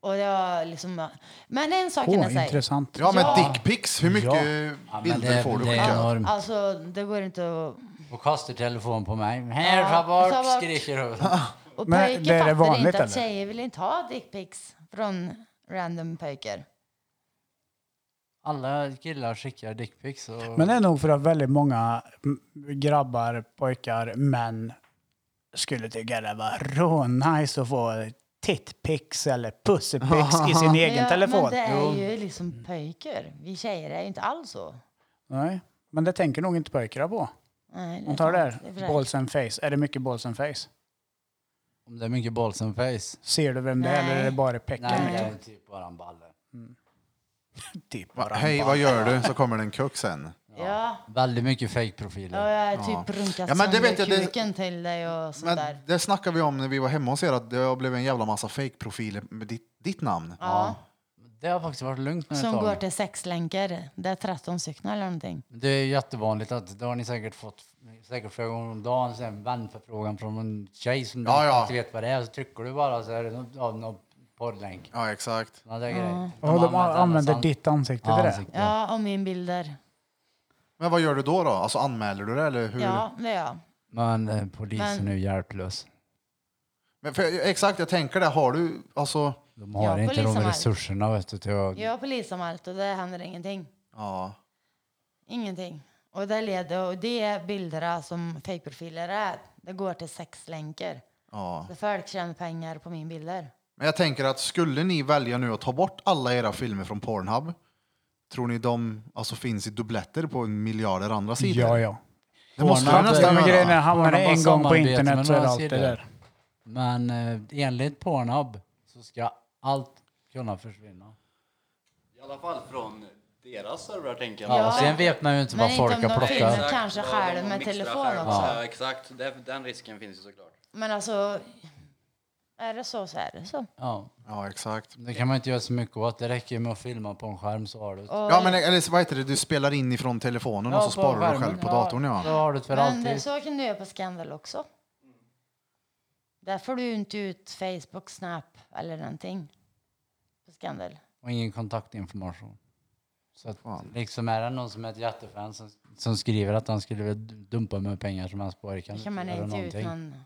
Speaker 5: Och det var liksom, men en sak kan jag
Speaker 1: Åh,
Speaker 5: säga.
Speaker 1: intressant.
Speaker 2: ja, men
Speaker 5: Ja.
Speaker 2: dickpics. Hur mycket
Speaker 7: Ja, men
Speaker 2: bilder
Speaker 7: det,
Speaker 2: får du
Speaker 7: det är
Speaker 2: skicka?
Speaker 7: enormt.
Speaker 5: Alltså, det går inte att...
Speaker 7: Och kastar telefon på mig. Här,
Speaker 5: Ja,
Speaker 7: ta bort,
Speaker 5: ta bort.
Speaker 7: skriker hon.
Speaker 5: <laughs> Och
Speaker 1: Men det är
Speaker 5: pojkar
Speaker 1: det
Speaker 5: fattar
Speaker 1: vanligt,
Speaker 5: inte att
Speaker 1: eller?
Speaker 5: tjejer vill inte ha dickpics från random pojkar.
Speaker 7: Alla killar skickar dickpics. Och...
Speaker 1: Men det är nog för att väldigt många m- grabbar, pojkar, män skulle tycka det var rånice att få tittpics eller pussepics i sin egen
Speaker 5: <laughs> ja,
Speaker 1: telefon.
Speaker 5: Men det är ju liksom pojkar. Vi tjejer är ju inte alls så.
Speaker 1: Nej, men det tänker nog inte pojkarna på.
Speaker 5: Nej,
Speaker 1: De tar det
Speaker 5: sant. är
Speaker 1: där,
Speaker 5: för
Speaker 1: balls and face. Är det mycket balls and face?
Speaker 7: Om det är mycket balls and face.
Speaker 1: Ser du vem det är
Speaker 5: Nej.
Speaker 1: eller är det bara pecken?
Speaker 7: Nej, det är typ bara en balle.
Speaker 1: Typ
Speaker 2: Va,
Speaker 1: bara
Speaker 2: Hej,
Speaker 1: bara-
Speaker 2: vad gör du? Så kommer det en kuck sen.
Speaker 5: Ja.
Speaker 7: Väldigt mycket
Speaker 5: ja,
Speaker 7: fake-profiler.
Speaker 5: jag har typ runkat
Speaker 2: Ja, men det
Speaker 5: sönder
Speaker 2: vet jag, det-
Speaker 5: kuken till dig och sånt
Speaker 2: Men
Speaker 5: där.
Speaker 2: det snackade vi om när vi var hemma hos er, att det blev en jävla massa fake-profiler med ditt, ditt namn.
Speaker 5: Ja,
Speaker 7: Det har faktiskt varit lugnt nu ett
Speaker 5: som går
Speaker 7: tag.
Speaker 5: till sexlänkar. Det är 13 stycken eller någonting.
Speaker 7: Det är jättevanligt att, det har ni säkert fått, säkert flera gånger om dagen, så här en vänförfrågan från en tjej som
Speaker 2: Ja,
Speaker 7: du
Speaker 2: ja.
Speaker 7: inte vet vad det är. Så trycker du bara så är det någon, av någon porrlänk.
Speaker 2: Ja, exakt.
Speaker 7: Såna där grejer.
Speaker 1: Ja, de
Speaker 7: använder
Speaker 1: använder
Speaker 7: sam-
Speaker 1: ditt ansikte
Speaker 7: ja,
Speaker 1: till det.
Speaker 7: ansikte.
Speaker 5: Ja, och min bilder.
Speaker 2: Men vad gör du då? då? Alltså anmäler du det eller hur?
Speaker 5: Ja, det är jag.
Speaker 7: Men eh, polisen
Speaker 5: Men-
Speaker 7: är ju hjälplös.
Speaker 2: Men för, exakt, jag tänker det. Har du, alltså,
Speaker 7: De har
Speaker 5: Ja,
Speaker 7: inte de
Speaker 5: polisen har-
Speaker 7: resurserna vet du, till att...
Speaker 5: Jag polisanmält och det händer ingenting.
Speaker 2: Ja.
Speaker 5: Ingenting. Och det leder, och de bilderna som fejkprofiler är, det går till sexlänkar.
Speaker 2: ja.
Speaker 5: Där folk tjänar pengar på min bilder.
Speaker 2: Men jag tänker att skulle ni välja nu att ta bort alla era filmer från Pornhub, tror ni de alltså, finns i dubbletter på en miljarder andra sidor?
Speaker 1: Ja, ja.
Speaker 2: Det måste de
Speaker 7: Pornhub
Speaker 2: nästan
Speaker 1: Men
Speaker 7: är-
Speaker 2: göra.
Speaker 1: grejen är, hamnar
Speaker 7: Pornhub
Speaker 1: det
Speaker 7: har
Speaker 1: en gång på
Speaker 7: samarbete
Speaker 1: internet
Speaker 7: med
Speaker 1: så är det
Speaker 7: några
Speaker 1: allt det
Speaker 7: sidor.
Speaker 1: där.
Speaker 7: Men eh, enligt Pornhub så ska allt kunna försvinna.
Speaker 4: I alla fall från deras servrar tänker jag.
Speaker 7: Ja,
Speaker 5: Ja.
Speaker 7: Sen vet man ju inte vad
Speaker 5: Men
Speaker 7: folk
Speaker 5: inte om
Speaker 7: har
Speaker 5: de
Speaker 7: plockat.
Speaker 5: filmar. Men kanske
Speaker 4: Vad
Speaker 5: skär
Speaker 4: de
Speaker 5: med
Speaker 4: mixtrar
Speaker 5: telefon
Speaker 4: själva.
Speaker 5: också.
Speaker 4: Ja, exakt. Det- Den risken finns ju såklart.
Speaker 5: Men alltså, är det så så är det så.
Speaker 7: Ja,
Speaker 2: Ja, exakt.
Speaker 7: det kan man inte göra så mycket åt. Det räcker ju med att filma på en skärm så har du det.
Speaker 5: Och,
Speaker 2: Ja, men eller vad heter det, du spelar in ifrån telefonen och så sparar du
Speaker 7: skärmen,
Speaker 2: själv på datorn.
Speaker 7: Då
Speaker 2: Ja.
Speaker 7: har du det för
Speaker 5: men det,
Speaker 7: alltid.
Speaker 5: så kan du göra på Scandal också. Där får du ju inte ut Facebook, Snap eller någonting. På Scandal.
Speaker 7: Och ingen kontaktinformation. Så att,
Speaker 2: Fan.
Speaker 7: liksom är det någon som är ett jättefan som, som skriver att han skulle vilja dumpa med pengar som hans pojkar.
Speaker 5: Då kan man
Speaker 7: göra
Speaker 5: inte ut
Speaker 7: någonting.
Speaker 5: någon.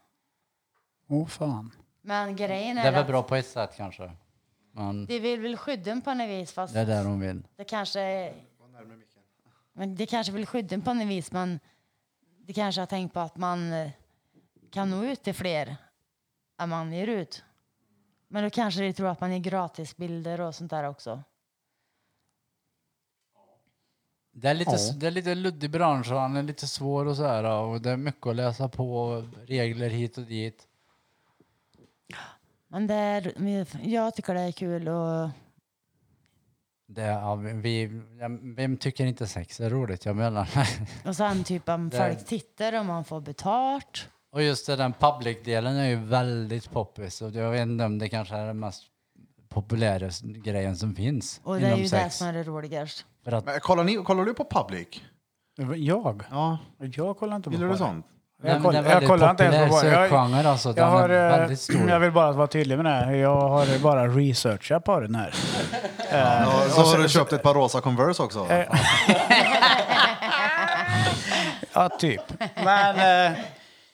Speaker 1: Åh fan.
Speaker 5: Men grejen
Speaker 7: Det är
Speaker 5: är
Speaker 7: väl
Speaker 5: att
Speaker 7: bra på ett sätt kanske. Men
Speaker 5: de vill väl skydda en på något vis fast
Speaker 7: det är där hon vill.
Speaker 5: det kanske... Men det kanske vill skydda en på något vis men de kanske har tänkt på att man eh, kan nå ut till fler än man ger ut. Men då kanske de tror att man ger gratisbilder och sånt där också.
Speaker 7: Det är lite, det är lite luddig bransch och han är lite svår och så här. Och det är mycket att läsa på. Regler hit och dit.
Speaker 5: Men det är, men jag tycker det är kul och
Speaker 7: Det, ja, vi, ja, vem tycker inte sex är roligt? Jag menar. <laughs>
Speaker 5: Och sen typ om
Speaker 7: Där.
Speaker 5: folk tittar om man får betalt.
Speaker 7: Och just det, den public-delen är ju väldigt poppis. Och jag vet inte om det kanske är den mest populära s- grejen som finns
Speaker 5: Och det är
Speaker 7: inom
Speaker 5: ju det
Speaker 7: sex.
Speaker 5: som är det roligast.
Speaker 7: För att,
Speaker 2: Men kollar, ni, kollar du på public?
Speaker 1: Jag?
Speaker 2: Ja,
Speaker 1: Jag kollar inte på
Speaker 2: gillar du
Speaker 1: porr.
Speaker 2: sånt?
Speaker 1: Jag
Speaker 7: jag,
Speaker 1: kollar-
Speaker 7: den är
Speaker 1: jag
Speaker 7: väldigt
Speaker 1: kollar inte ens
Speaker 7: populär
Speaker 1: på vad- jag-
Speaker 7: sökgenre alltså.
Speaker 1: Jag,
Speaker 7: den
Speaker 1: har,
Speaker 7: är
Speaker 1: eh,
Speaker 7: väldigt stor.
Speaker 1: jag vill bara vara tydlig med det här. Jag har bara researchat på den här.
Speaker 2: Ja, så har du köpt ett par rosa Converse också?
Speaker 1: Eh. Ja, typ. Men... Eh,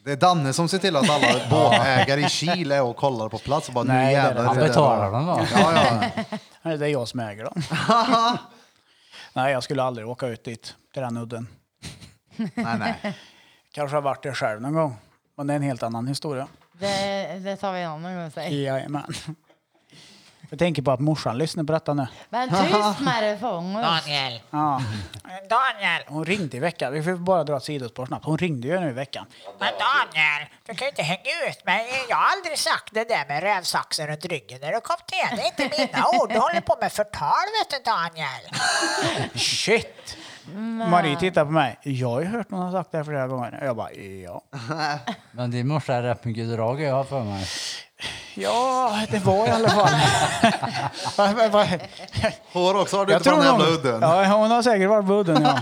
Speaker 2: Det är Danne som ser till
Speaker 1: <laughs>
Speaker 2: att alla båtägare i Kil är och kollar på plats och bara
Speaker 1: Nej,
Speaker 2: nu
Speaker 1: det är
Speaker 2: jävlar.
Speaker 1: det.
Speaker 2: är
Speaker 7: Han
Speaker 2: det där
Speaker 7: betalar
Speaker 2: bra.
Speaker 7: den då.
Speaker 2: Ja, ja.
Speaker 1: Nej, det är jag som äger
Speaker 7: <laughs>
Speaker 1: dem. Nej, jag skulle aldrig åka ut dit, till den udden.
Speaker 2: Nej, nej.
Speaker 1: <laughs> Kanske har varit det själv någon gång. Men det är en helt annan historia.
Speaker 5: Det, det tar vi en annan gång. säger.
Speaker 1: Jajamän. Jag tänker på att morsan lyssnar på detta nu.
Speaker 7: <laughs>
Speaker 5: Men tyst med dig fång oss.
Speaker 3: Daniel.
Speaker 1: Ja.
Speaker 3: Daniel.
Speaker 1: Hon ringde i veckan. Vi får bara dra ett sidospår snabbt. Hon ringde ju nu i veckan.
Speaker 3: Men Daniel, du kan ju inte hänga ut mig. Jag har aldrig sagt det där med rävsaxen runt ryggen när du kom till. Det är inte mina ord. Du håller på med förtal, vet du, Daniel.
Speaker 1: Shit! Marie tittar på mig. Jag har ju hört någon ha sagt det här flera gånger. Jag bara, ja.
Speaker 7: Men din morsa är rätt mycket drag jag har för mig.
Speaker 1: Ja, det var i alla fall. Men- men vad-
Speaker 2: Hår också har du inte på den jävla udden.
Speaker 1: Ja, hon har säkert varit på udden, ja.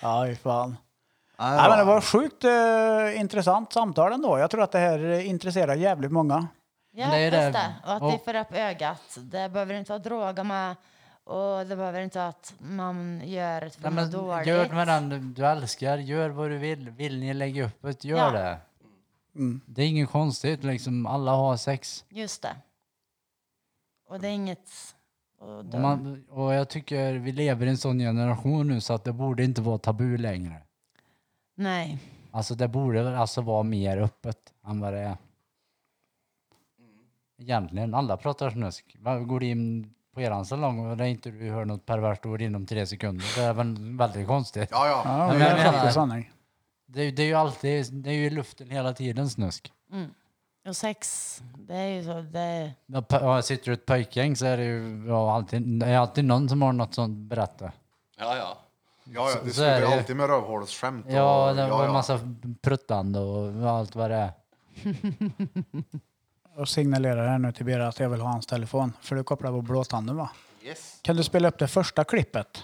Speaker 1: Aj, fan.
Speaker 2: Nej,
Speaker 1: Nej, men det
Speaker 2: bra.
Speaker 1: var sjukt eh, intressant samtal ändå. Jag tror att det här eh, intresserar jävligt många.
Speaker 5: Ja,
Speaker 7: Men det är ju
Speaker 5: just
Speaker 7: det.
Speaker 5: det. Och att
Speaker 7: Och-
Speaker 5: de får upp ögat. Det behöver inte vara droger med. Och det behöver inte vara att man gör ett för
Speaker 7: Nej, men,
Speaker 5: dåligt.
Speaker 7: gör med den du- du älskar, gör vad du vill. Vill ni lägga upp ett, gör
Speaker 5: Ja.
Speaker 7: det. Det är inget konstigt, liksom, alla har sex.
Speaker 5: Just det. Och det är inget... Och
Speaker 7: Och, man, och jag tycker vi lever i en sån generation nu så att det borde inte vara tabu längre.
Speaker 5: Nej.
Speaker 7: Alltså det borde väl alltså vara mer öppet än vad det är. Egentligen, alla pratar snusk. Va- Går du in på eran salong och det är inte du hör något perverst ord inom tre sekunder, det är väl väldigt konstigt.
Speaker 2: Ja, ja.
Speaker 1: Ja,
Speaker 7: men
Speaker 1: det
Speaker 7: jag
Speaker 1: är
Speaker 7: menar-
Speaker 1: faktiskt sanning.
Speaker 7: Det, är ju- det är ju alltid, det är ju i luften hela tiden snusk.
Speaker 5: Och sex, det är ju så. Det är,
Speaker 7: Ja, p- ja, sitter du i ett pojkgäng så är det ju ja, alltid, det är alltid någon som har något sånt att berätta.
Speaker 4: Ja, ja.
Speaker 2: Ja, ja, det
Speaker 7: så är
Speaker 2: slutar ju
Speaker 7: det ju.
Speaker 2: alltid med rövhålsskämt. och-
Speaker 7: Ja, det var
Speaker 2: ja,
Speaker 7: en
Speaker 2: ja.
Speaker 7: massa pruttande och allt vad det är.
Speaker 1: Jag signalerar här nu till Bera att jag vill ha hans telefon. För du kopplar på blåtanden va?
Speaker 2: Yes.
Speaker 1: Kan du spela upp det första klippet?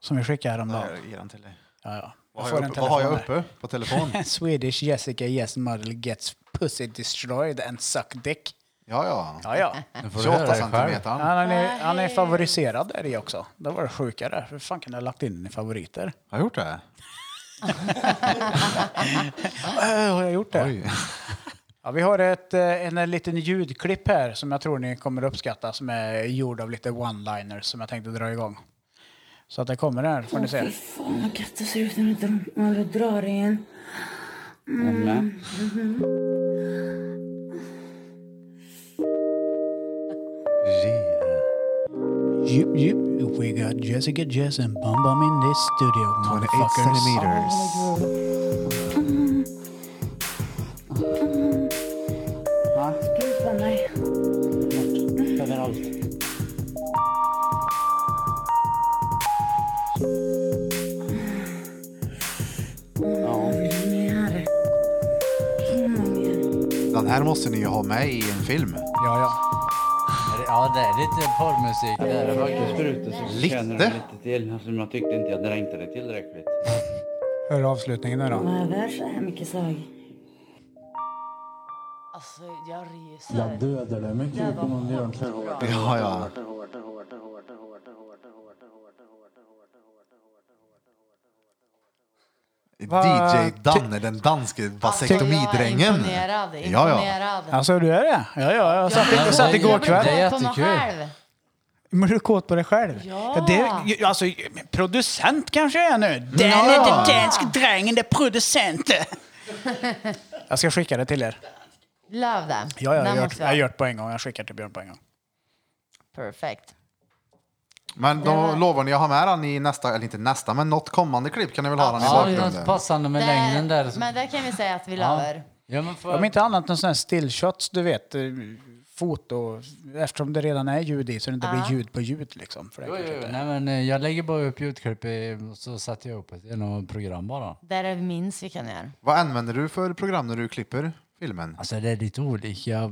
Speaker 1: Som vi skickade häromdagen.
Speaker 2: Där ger han till dig.
Speaker 1: Ja, ja.
Speaker 2: Vad
Speaker 1: Jag
Speaker 2: har
Speaker 1: får
Speaker 2: jag
Speaker 1: en
Speaker 2: uppe- vad har jag
Speaker 1: telefon här. <laughs>
Speaker 2: uppe på
Speaker 7: <laughs>
Speaker 2: telefon?
Speaker 1: Swedish Jessica Yes Model gets pussy destroyed and suck dick.
Speaker 2: Ja, ja.
Speaker 1: Ja, <laughs> ja.
Speaker 7: Nu får du höra
Speaker 2: 28
Speaker 7: dig själv.
Speaker 2: centimeter. han.
Speaker 1: Han är, han är favoriserad där i också. Det var det sjuka där. Hur fan kan du ha lagt in den i favoriter?
Speaker 2: Har jag gjort det?
Speaker 1: Äh, har jag gjort det?
Speaker 2: Oj.
Speaker 1: Ja, vi har ett, eh, en, en liten ljudklipp här som jag tror ni kommer uppskatta som är gjord av lite one-liners som jag tänkte dra igång. Så att det kommer här får ni
Speaker 8: Fy
Speaker 1: se.
Speaker 8: fan vad gött det ser ut när du, dr- när du drar i en.
Speaker 9: Mm.
Speaker 1: Jup, jup, we got Jessica Jess and Bum Bum in this studio, motherfuckers.
Speaker 8: Gud vad nice.
Speaker 9: Överallt.
Speaker 8: Vill ni ha det? Hur många?
Speaker 2: Den här måste ni ju ha med i en film.
Speaker 1: Ja, ja.
Speaker 7: Ja, det är lite porrmusik där.
Speaker 9: Det var en spruta som förtjänar
Speaker 2: Lite?
Speaker 9: lite till. Alltså, jag tyckte inte jag dränkte det tillräckligt.
Speaker 1: Hör avslutningen nu då.
Speaker 8: Var jag värd så här mycket slag?
Speaker 5: Alltså, jag ryser.
Speaker 6: Jag dödar dig med
Speaker 5: Det var
Speaker 6: kuken om du gör en
Speaker 5: hårt och bra.
Speaker 2: Ja, ja. DJ Danne, den danske vasektomidrängen.
Speaker 5: Alltså, jag är imponerad.
Speaker 2: Ja, ja.
Speaker 5: imponerad.
Speaker 1: Alltså du är det? Ja, ja, jag satt, jag satt igår
Speaker 5: Jag
Speaker 1: kväll.
Speaker 7: Det är
Speaker 5: blir kåt på mig
Speaker 7: jättekul.
Speaker 5: själv.
Speaker 1: Men du är kåt på dig själv?
Speaker 5: Ja.
Speaker 1: det, ju- alltså, producent kanske jag är nu. Den
Speaker 2: Ja.
Speaker 1: är den dansk drängen, det är producent. jag ska skicka det till er.
Speaker 5: Love them.
Speaker 1: Ja, ja,
Speaker 5: Den
Speaker 1: jag, gör-
Speaker 5: måste vi ha.
Speaker 1: jag gör det på en gång. Jag skickar till Björn på en gång.
Speaker 5: Perfect.
Speaker 2: Men då lovar ni att ha med han i nästa, eller inte nästa, men något kommande klipp kan ni väl ha han i
Speaker 7: Ja, det är något
Speaker 2: bakgrunden?
Speaker 7: passande med
Speaker 5: Det-
Speaker 7: längden där.
Speaker 5: Men där kan vi säga att vi
Speaker 7: Ja.
Speaker 5: lover.
Speaker 7: Ja, men för,
Speaker 1: Om inte annat än sådana här stillshots, du vet. eh, Foto. Eftersom det redan är ljud i så det inte blir ljud på ljud liksom. För det är
Speaker 7: jo,
Speaker 1: kanske
Speaker 7: jo,
Speaker 1: inte-
Speaker 7: nej, men eh, jag lägger bara upp ljudklipp i- och så sätter jag upp ett genom program bara.
Speaker 5: Det är det minst vi kan göra.
Speaker 2: Vad använder du för program när du klipper filmen?
Speaker 7: Alltså det är lite olika.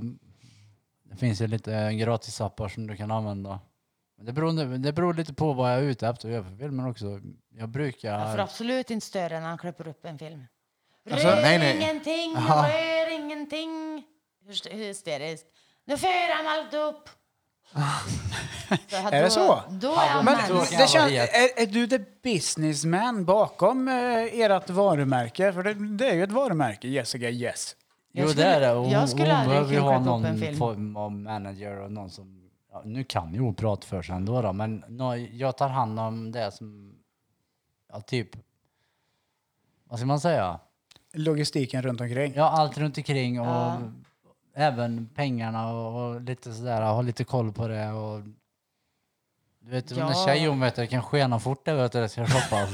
Speaker 7: Det finns ju lite gratisappar som du kan använda. Men det, beror, nu- det beror lite på vad jag är ute efter och gör för filmer också. Jag
Speaker 5: Jag får
Speaker 7: brukar...
Speaker 5: absolut inte störa när han klipper upp en film. Rör
Speaker 2: Alltså, nej, nej.
Speaker 5: ingenting,
Speaker 2: Aha.
Speaker 5: rör ingenting. Hyst- Hysteriskt. Nu för han allt
Speaker 1: <laughs>
Speaker 5: upp. Så här,
Speaker 1: Är det
Speaker 5: då-
Speaker 1: så?
Speaker 5: Då är han
Speaker 1: Men
Speaker 5: mens.
Speaker 7: då kan
Speaker 1: det
Speaker 7: jag
Speaker 1: känns,
Speaker 7: vara het.
Speaker 1: är, är du the businessman bakom eh, ert varumärke? För det, det är ju ett varumärke, Jessica Yes.
Speaker 7: Jo
Speaker 5: Jag
Speaker 7: det är
Speaker 5: skulle-
Speaker 7: det. Och
Speaker 5: jag
Speaker 7: hon-
Speaker 5: skulle
Speaker 7: hon
Speaker 5: aldrig
Speaker 7: behöver ju
Speaker 5: kunna
Speaker 7: ha
Speaker 5: klippa upp en
Speaker 7: någon
Speaker 5: film.
Speaker 7: form av manager och någon som... Ja, nu kan ju hon prata för sig ändå då, men nå- jag tar hand om det som... Ja, typ... Vad ska man säga?
Speaker 1: Logistiken runt omkring.
Speaker 7: Ja, allt runt omkring och även pengarna och, och lite sådär, ha lite koll på det och... Du vet, ja. när
Speaker 5: Ja.
Speaker 7: tjej hon vet, det kan skena fort det vet du, det
Speaker 1: <laughs>
Speaker 7: ska shoppas.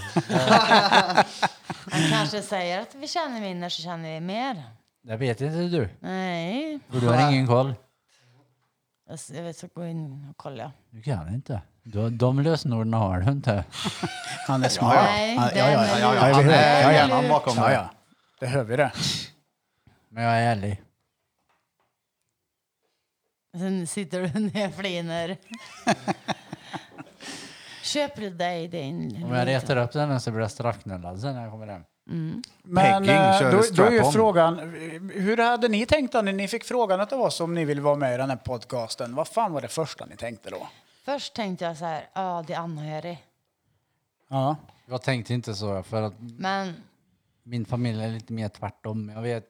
Speaker 5: Han kanske säger att vi känner mindre så känner vi mer.
Speaker 7: det vet inte du,
Speaker 5: Nej,
Speaker 7: för du har ingen koll.
Speaker 5: Alltså, jag vet så gå in och kolla.
Speaker 7: Du kan inte. Du, de lösenorden har du inte.
Speaker 1: Han är smart.
Speaker 5: Nej,
Speaker 1: Ja,
Speaker 5: det
Speaker 1: ja,
Speaker 5: är
Speaker 1: ja,
Speaker 5: väl-
Speaker 2: Ja, ja,
Speaker 1: Ja,
Speaker 2: han
Speaker 1: vi hör.
Speaker 2: är
Speaker 1: Ja, ja.
Speaker 2: hjärnan bakom
Speaker 1: Ja,
Speaker 2: det.
Speaker 1: ja. Det hör vi det.
Speaker 7: Men jag är ärlig.
Speaker 5: Sen sitter du <laughs> ner och fliner. Köper dig din...
Speaker 7: Om jag
Speaker 1: Mm.
Speaker 7: retar upp den här så blir jag straffknullad sen när jag kommer hem.
Speaker 1: Men
Speaker 2: Pegging,
Speaker 1: eh,
Speaker 2: kör
Speaker 1: då, då är ju
Speaker 2: strap-on.
Speaker 1: frågan, eh, hur hade ni tänkt då när ni fick frågan av oss om ni vill vara med i den här podcasten? Vad fan var det första ni tänkte då?
Speaker 5: Först tänkte jag så här, ja det är anhörig.
Speaker 1: Ja.
Speaker 7: Jag tänkte inte så, för att
Speaker 5: Men
Speaker 7: min familj är lite mer tvärtom. Jag vet,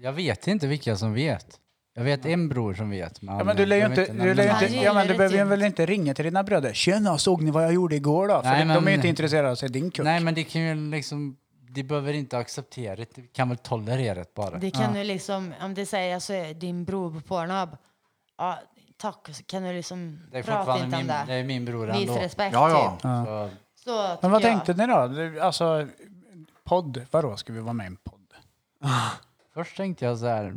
Speaker 7: jag vet inte vilka som vet. Jag vet en bror som vet.
Speaker 1: Ja, men du lär ju
Speaker 7: jag vet
Speaker 1: inte, du lär ju
Speaker 7: namnet.
Speaker 1: inte,
Speaker 5: Nej,
Speaker 1: ja, men
Speaker 5: det
Speaker 1: du
Speaker 5: är
Speaker 1: behöver ju
Speaker 5: dumt.
Speaker 1: väl inte ringa till dina bröder? Tjena, såg ni vad jag gjorde igår då? För
Speaker 7: Nej,
Speaker 1: de- de är ju
Speaker 7: men-
Speaker 1: inte intresserade av att se din kuk.
Speaker 7: Nej, men det kan ju liksom... De behöver inte acceptera det. De kan väl tolerera det bara.
Speaker 5: det kan du liksom, om det säger jag så är din bror på Pornhub. Ja, tack. Så Kan du liksom
Speaker 7: Det är
Speaker 5: prata inte
Speaker 7: fortfarande
Speaker 5: om
Speaker 7: min, det
Speaker 5: det?
Speaker 7: är min bror
Speaker 5: Vis
Speaker 7: ändå.
Speaker 5: respekt
Speaker 2: Ja, ja.
Speaker 5: typ.
Speaker 7: Så,
Speaker 5: Så tycker
Speaker 1: men vad
Speaker 5: jag.
Speaker 1: tänkte ni då? Du, Alltså, podd, vadå, ska vi vara med i en podd?
Speaker 7: först tänkte jag så här...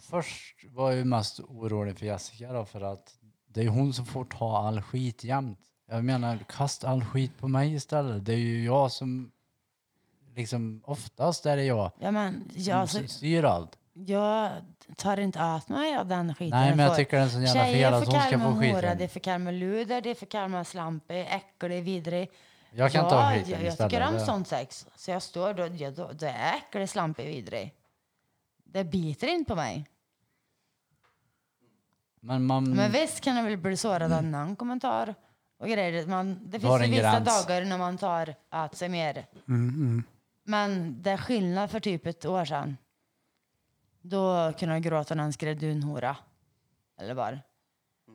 Speaker 7: Först var jag ju mest orolig för Jessica då, för att det är hon som får ta all skit jämt. Jag menar, kasta all skit på mig istället. Det är ju jag som... Liksom, oftast är det jag
Speaker 5: Ja, men jag,
Speaker 7: som
Speaker 5: alltså,
Speaker 7: styr allt.
Speaker 5: jag tar inte åt mig av den skiten
Speaker 7: Nej,
Speaker 5: jag
Speaker 7: men jag
Speaker 5: får.
Speaker 7: tycker det är så jävla fel
Speaker 5: Tjejer
Speaker 7: att
Speaker 5: får
Speaker 7: hon ska
Speaker 5: karma
Speaker 7: få
Speaker 5: hora, det
Speaker 7: skiten.
Speaker 5: får karma luder, det får karma slampig, äcklig, vidrig.
Speaker 7: Jag kan ta skiten
Speaker 5: jag, jag
Speaker 7: istället.
Speaker 5: tycker om
Speaker 7: Det-
Speaker 5: sånt sex. Så jag står då, jag, då det är äcklig, slampig, vidrig. Det biter inte på mig.
Speaker 7: Men man...
Speaker 5: Men visst kan jag väl bli sårad av någon kommentar och grejer. Man, det
Speaker 7: Du har
Speaker 5: finns
Speaker 7: en
Speaker 5: ju vissa
Speaker 7: gräns. Mm,
Speaker 5: dagar när man tar åt sig mer. Men det är skillnad för typ ett år sedan. Då kunde jag gråta när han skrev dunhora. Eller bara.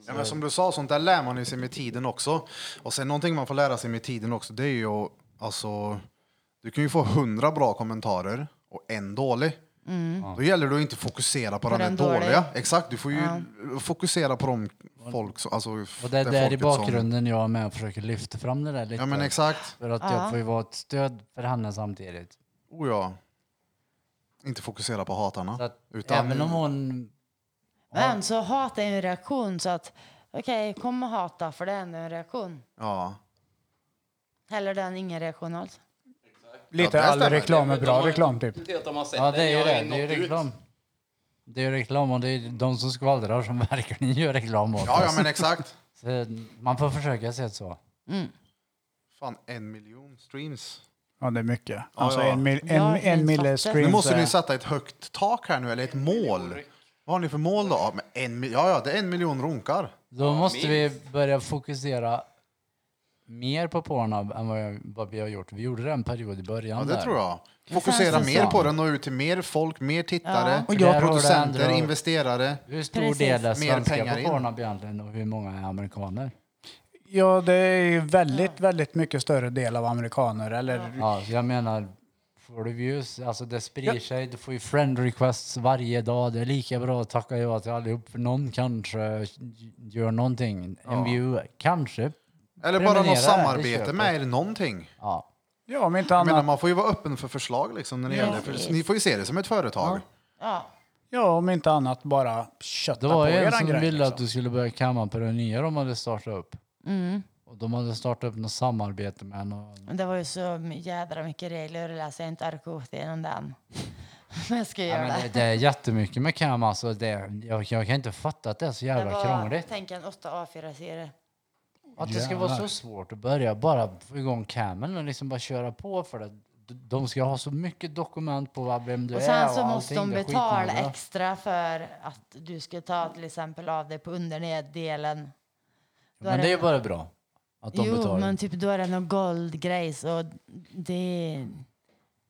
Speaker 2: Ja, men som du sa, sånt där lär man ju sig med tiden också. Och sen någonting man får lära sig med tiden också, det är ju att, alltså, du kan ju få hundra bra kommentarer och en dålig. Då gäller det att inte fokusera på,
Speaker 5: Mm.
Speaker 2: de
Speaker 5: På
Speaker 2: den
Speaker 5: den
Speaker 2: dåliga.
Speaker 5: dåliga.
Speaker 2: Exakt, du får ju fokusera på de folk som... Alltså,
Speaker 7: Och det är
Speaker 2: det
Speaker 7: där i
Speaker 2: folket som-
Speaker 7: bakgrunden jag är med och försöker lyfta fram det där lite.
Speaker 2: Ja men exakt.
Speaker 7: För att jag får ju vara ett stöd för henne samtidigt.
Speaker 2: Oh, ja. Inte fokusera på hatarna.
Speaker 7: Så att
Speaker 2: utan,
Speaker 7: även om hon...
Speaker 5: Men så hat är en reaktion så att okej, kom och hata för det är ändå en reaktion.
Speaker 2: ja.
Speaker 5: Eller det är ingen reaktion alls.
Speaker 1: Lite
Speaker 2: Ja, det
Speaker 1: all
Speaker 2: stämmer.
Speaker 1: reklam är bra reklam typ.
Speaker 4: Helt om man sett
Speaker 7: Ja det är ju
Speaker 4: Jag
Speaker 7: det,
Speaker 4: nått
Speaker 7: det är ju
Speaker 4: ut.
Speaker 7: reklam. Det är ju reklam och det är de som skvallrar som <laughs> verkligen gör reklam åt
Speaker 2: ja, ja
Speaker 7: oss.
Speaker 2: men exakt.
Speaker 7: Så man får försöka se det så.
Speaker 2: Fan, en miljon streams.
Speaker 1: Ja, det är mycket. Alltså
Speaker 2: ja.
Speaker 1: en, mil, en,
Speaker 5: Ja, det är
Speaker 1: en mille
Speaker 5: fattigt.
Speaker 2: Nu
Speaker 1: streams.
Speaker 2: måste
Speaker 1: är-
Speaker 2: ni sätta ett högt tak här nu, eller ett mål. Vad har ni för mål då? Ja, Men en, mil- ja, ja, det är en miljon runkar.
Speaker 7: Då måste vi börja fokusera mer på Pornhub än vad, jag, vad vi har gjort. Vi gjorde det en period i början
Speaker 2: Ja, det
Speaker 7: där.
Speaker 2: tror jag.
Speaker 5: sen
Speaker 2: Fokusera
Speaker 5: så
Speaker 2: mer
Speaker 7: sa-
Speaker 2: på den och ut till mer folk, mer tittare,
Speaker 1: Och
Speaker 7: Där har
Speaker 1: jag,
Speaker 7: du
Speaker 2: producenter,
Speaker 7: ändå-
Speaker 2: investerare.
Speaker 7: Hur stor
Speaker 5: Precis.
Speaker 7: del är
Speaker 2: Mer pengar
Speaker 7: svenskar
Speaker 2: in.
Speaker 7: på Pornhub egentligen och hur många är amerikaner?
Speaker 1: ja, det är ju väldigt, väldigt mycket större del av amerikaner. Eller,
Speaker 7: Ja, jag menar, får du views, alltså det sprider sig, du får ju friend requests varje dag, det är lika bra att tacka ja till allihop, för någon kanske gör någonting, en view, kanske.
Speaker 2: Eller bara
Speaker 7: Prenumerera,
Speaker 2: något
Speaker 7: det
Speaker 2: samarbete
Speaker 7: köper.
Speaker 2: med er, någonting.
Speaker 7: Ja,
Speaker 1: ja, om inte
Speaker 2: Jag menar,
Speaker 1: annat,
Speaker 2: man får ju vara öppen för förslag liksom, när det gäller, för ni får ju se det som ett företag.
Speaker 5: Ja.
Speaker 1: ja, om inte annat bara kötta
Speaker 7: det var
Speaker 1: på
Speaker 7: ju en
Speaker 1: eran
Speaker 7: som
Speaker 1: grej.
Speaker 7: ville
Speaker 1: liksom.
Speaker 7: att du skulle börja kamma på det nya de hade startat upp.
Speaker 5: Mm.
Speaker 7: Och de hade startat upp något samarbete med någon.
Speaker 5: Men Det var ju så jädra mycket regler att läsa. Jag har inte orkat igenom den. <laughs> Men jag ska
Speaker 7: Ja,
Speaker 5: göra
Speaker 7: men det,
Speaker 5: det.
Speaker 7: det är jättemycket med cam alltså. Det, jag, jag kan inte fatta att det är så
Speaker 5: Det
Speaker 7: jävla krångligt.
Speaker 5: tänk en 8 A4-serie.
Speaker 7: Att det ska vara så svårt att börja bara få igång camen och liksom bara köra på för det. De ska ha så mycket dokument på vad- vem du
Speaker 5: Och
Speaker 7: är
Speaker 5: sen så måste de
Speaker 7: allting. Det är
Speaker 5: betala
Speaker 7: skitnödiga.
Speaker 5: extra för att du ska ta till exempel av dig på underdelen. Då
Speaker 7: Men det är ju bara bra att de
Speaker 5: jo,
Speaker 7: betalar.
Speaker 5: men typ då är det någon goldgrejs och det,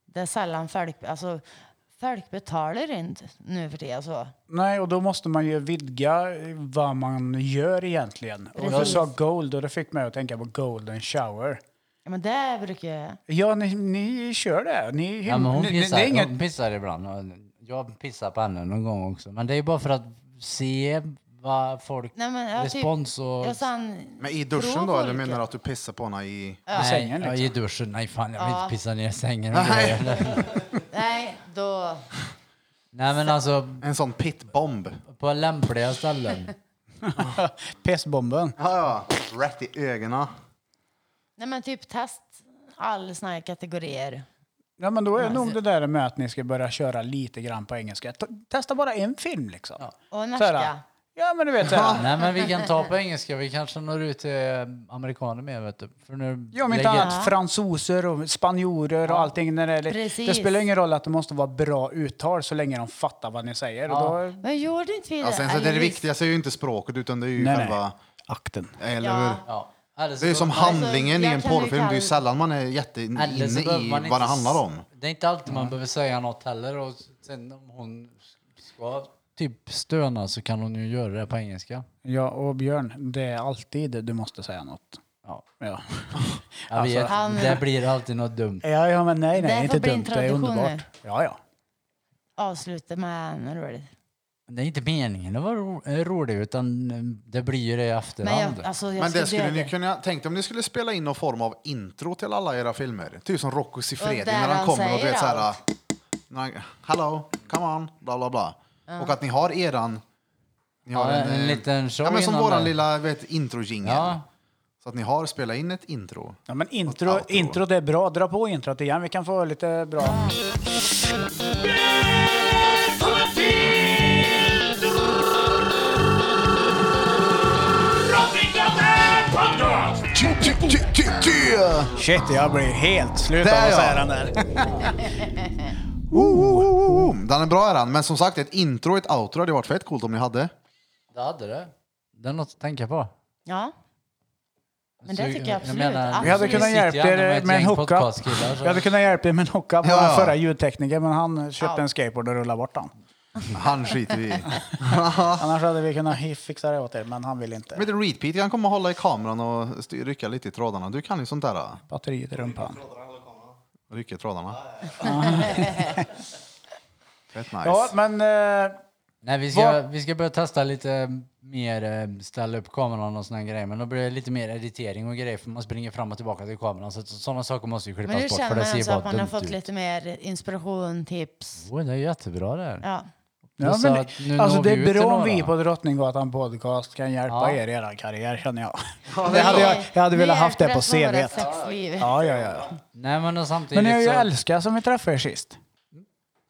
Speaker 5: det är sällan folk, alltså folk betalar inte nu för det alltså.
Speaker 1: Nej, och då måste man ju vidga vad man gör egentligen. Och du
Speaker 5: Precis.
Speaker 1: sa gold och det fick mig att tänka på golden shower.
Speaker 5: Ja, Men det brukar jag,
Speaker 1: Ja, ni, ni kör det. Ni,
Speaker 7: Ja, men hon
Speaker 1: ni- ni-
Speaker 7: pissar,
Speaker 1: det är inget,
Speaker 7: hon pissar ibland. och Jag pissar på henne någon gång också. Men det är ju bara för att se vad folk...
Speaker 5: nej men jag typ,
Speaker 7: respons och...
Speaker 5: jag sen,
Speaker 2: Men i duschen då, eller menar du att du pissar på henne i...
Speaker 1: i
Speaker 7: Nej,
Speaker 1: sängen,
Speaker 7: ja,
Speaker 1: liksom.
Speaker 7: i duschen. Nej, fan jag vill
Speaker 5: Ja.
Speaker 7: inte pissa ner sängen. och grejer.
Speaker 5: nej då,
Speaker 7: Nej, men alltså
Speaker 2: En sån pitbomb.
Speaker 7: på lämpliga ställen.
Speaker 1: Pissbomben.
Speaker 2: Ja, ja. Rätt i ögonen.
Speaker 5: nej men typ test all såna här kategorier.
Speaker 1: Ja, men då är det nog det där med att ni ska börja köra lite grann på engelska. T- testa bara en film liksom.
Speaker 5: Och
Speaker 1: Så här,
Speaker 5: norska.
Speaker 1: ja, men du vet så här.
Speaker 7: Nej, men vi kan ta på engelska. Vi kanske når ut till eh, amerikaner mer, vet du. För nu
Speaker 1: Ja, om inte
Speaker 7: lägger-
Speaker 1: annat fransoser och spanjorer och allting. När det, är-
Speaker 5: Precis.
Speaker 1: det spelar ingen roll att det måste vara bra uttal så länge de fattar vad ni säger. Och då,
Speaker 5: Men gjorde inte vi det?
Speaker 2: Ja, sen så
Speaker 5: Eller
Speaker 2: Alltså, det, det
Speaker 5: visst-
Speaker 2: viktigaste är ju inte språket, utan det är ju
Speaker 1: Nej, nej.
Speaker 2: själva...
Speaker 1: akten.
Speaker 2: Eller
Speaker 5: Ja.
Speaker 2: hur?
Speaker 7: Ja. Eller
Speaker 2: Det är ju som
Speaker 5: Alltså,
Speaker 2: handlingen i
Speaker 5: jag
Speaker 2: en
Speaker 5: kan ju
Speaker 2: porrfilm. Det är ju
Speaker 5: kall-
Speaker 2: sällan man är jätte inne
Speaker 7: Eller så
Speaker 2: i
Speaker 7: behöver man
Speaker 2: vad det
Speaker 7: inte s-
Speaker 2: handlar om.
Speaker 7: Det är inte alltid man behöver säga något heller. Och sen om hon ska typ stöna så kan hon ju göra det på engelska.
Speaker 1: Ja, och Björn, det är alltid du måste säga något.
Speaker 7: Ja.
Speaker 1: Ja,
Speaker 7: Jag
Speaker 2: Alltså,
Speaker 7: vet,
Speaker 5: han-
Speaker 7: Det blir alltid något dumt.
Speaker 1: ja, ja men nej,
Speaker 5: Det
Speaker 1: nej,
Speaker 5: här
Speaker 1: inte
Speaker 5: får bli en
Speaker 1: dumt. Det är
Speaker 5: tradition nu.
Speaker 1: underbart. Ja, ja.
Speaker 5: avsluta med något roligt.
Speaker 7: Det är inte meningen att vara ro- eh, rolig utan eh, det blir ju det i
Speaker 5: Men
Speaker 7: efterhand.
Speaker 5: jag, alltså, jag
Speaker 2: Men det skulle
Speaker 5: dö
Speaker 2: ni
Speaker 5: det.
Speaker 2: kunna... Tänk om ni skulle spela in någon form av intro till alla era filmer. Typ som Rocco Siffredi
Speaker 5: Och där
Speaker 2: när han
Speaker 5: han
Speaker 2: kommer och du
Speaker 5: säger
Speaker 2: vet så här...
Speaker 5: allt.
Speaker 2: när han- Hello, come on, bla bla bla. Och att ni har eran... Ni har
Speaker 7: Ja, en,
Speaker 2: eh,
Speaker 7: liten show
Speaker 2: Ja, men som
Speaker 7: innan
Speaker 2: våran
Speaker 7: där.
Speaker 2: lilla vet, intro-jingel.
Speaker 7: Ja.
Speaker 2: Så att ni har spelat in ett intro.
Speaker 1: Ja, men
Speaker 2: Och
Speaker 1: intro,
Speaker 2: outro.
Speaker 1: intro det är bra. Dra på introt igen. Vi kan få lite bra... Shit, jag blir helt slut
Speaker 2: Där
Speaker 1: av att
Speaker 2: ja.
Speaker 1: säga den där.
Speaker 2: Den är bra är den, men som sagt ett intro och ett outro hade varit fett coolt om ni hade.
Speaker 7: Det hade det. Det är något att tänka på.
Speaker 5: Ja. Men
Speaker 7: Så,
Speaker 5: det tycker jag absolut.
Speaker 1: Vi hade
Speaker 5: absolut.
Speaker 1: kunnat
Speaker 7: sitter
Speaker 1: hjälpa
Speaker 7: gärna
Speaker 1: er
Speaker 7: ett
Speaker 1: med en
Speaker 7: gäng
Speaker 1: hookup.
Speaker 7: podcastkillar, så-
Speaker 1: Jag hade kunnat hjälpa er med en hookup.
Speaker 2: Ja.
Speaker 1: Vår förra ljudtekniker, men han köpte
Speaker 5: Ja.
Speaker 1: en skateboard och rullade bort den.
Speaker 2: Han skiter vi i.
Speaker 1: Annars hade vi kunnat hi- fixa det åt er, men han vill inte.
Speaker 2: Men Reed Pete kan komma och hålla i kameran och st- rycka lite i trådarna. Du kan ju sånt där. äh,
Speaker 1: Batteriet i rumpan.
Speaker 2: Rycka
Speaker 1: <laughs>
Speaker 2: i trådarna. Fett nice.
Speaker 1: Ja, men... Eh,
Speaker 7: Nej, vi ska, vi ska börja testa lite mer eh, ställa upp kameran och såna här grejer. Men då blir det lite mer editering och grejer för man springer fram och tillbaka till kameran. Så sådana saker måste ju
Speaker 5: Men nu
Speaker 7: klippas bort för
Speaker 5: känner
Speaker 7: det ser
Speaker 5: man
Speaker 7: ju
Speaker 5: alltså
Speaker 7: bara
Speaker 5: att man har
Speaker 7: dumt
Speaker 5: fått
Speaker 7: ut.
Speaker 5: lite mer inspiration, tips.
Speaker 7: Oj, det är jättebra det här.
Speaker 5: Ja.
Speaker 1: ja,
Speaker 7: Plus
Speaker 1: men
Speaker 7: att nu
Speaker 1: alltså,
Speaker 7: når
Speaker 1: det
Speaker 7: vi
Speaker 1: är
Speaker 7: ut till
Speaker 1: bra om
Speaker 7: några.
Speaker 1: vi på Drottninggatan podcast kan hjälpa
Speaker 7: Ja.
Speaker 1: er i er karriär, känner jag. det hade jag, jag hade
Speaker 5: Vi
Speaker 1: velat haft det
Speaker 5: hjälper
Speaker 1: på
Speaker 5: oss med våra
Speaker 1: CV.
Speaker 5: sexliv.
Speaker 1: Ja, ja, ja.
Speaker 7: Nej, men och
Speaker 1: Men
Speaker 7: samtidigt liksom-
Speaker 1: ni har ju
Speaker 7: så...
Speaker 1: älskat som vi träffade er sist.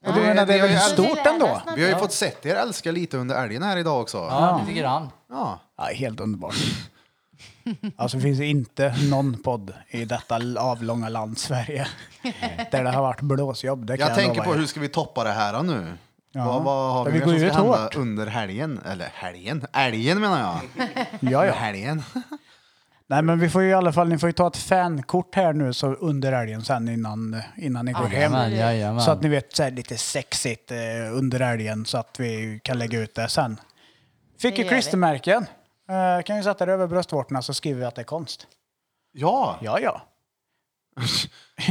Speaker 1: Och
Speaker 5: Ja.
Speaker 1: du menar, det
Speaker 2: Det
Speaker 1: är
Speaker 2: har
Speaker 1: väl
Speaker 2: ju
Speaker 5: Så det
Speaker 1: stort
Speaker 5: lär
Speaker 1: ändå?
Speaker 5: jag snabbt.
Speaker 2: Vi har ju fått sett er älska lite under älgen här idag också.
Speaker 7: Ja, lite grann.
Speaker 2: Ja.
Speaker 1: Ja, helt
Speaker 5: <laughs>
Speaker 1: underbart. Alltså det finns ju inte någon podd i detta avlånga land Sverige där det har varit blåsjobb. Det kan jag,
Speaker 2: Jag, tänker
Speaker 1: lova
Speaker 2: på
Speaker 1: er.
Speaker 2: hur ska vi toppa det här nu?
Speaker 1: Ja.
Speaker 2: Vad, vad har
Speaker 1: Ska
Speaker 2: vi,
Speaker 1: vi
Speaker 2: mer
Speaker 1: gå
Speaker 2: som ska
Speaker 1: ut
Speaker 2: hända
Speaker 1: hårt?
Speaker 2: under helgen? Eller helgen? Älgen menar jag.
Speaker 1: Ja, ja.
Speaker 2: Helgen.
Speaker 1: Nej, men vi får ju i alla fall, ni får ju ta ett fankort här nu så under älgen sen innan, innan ni går hem.
Speaker 7: Jajamän, jajamän.
Speaker 1: Så att ni vet så här, lite sexigt eh, under älgen så att vi kan lägga ut det sen. Fick
Speaker 5: Det
Speaker 1: ju
Speaker 5: gör vi.
Speaker 1: klistermärken. Eh, kan ju sätta det över bröstvårtorna så skriver vi att det är konst.
Speaker 2: Ja,
Speaker 1: Ja, ja. <laughs>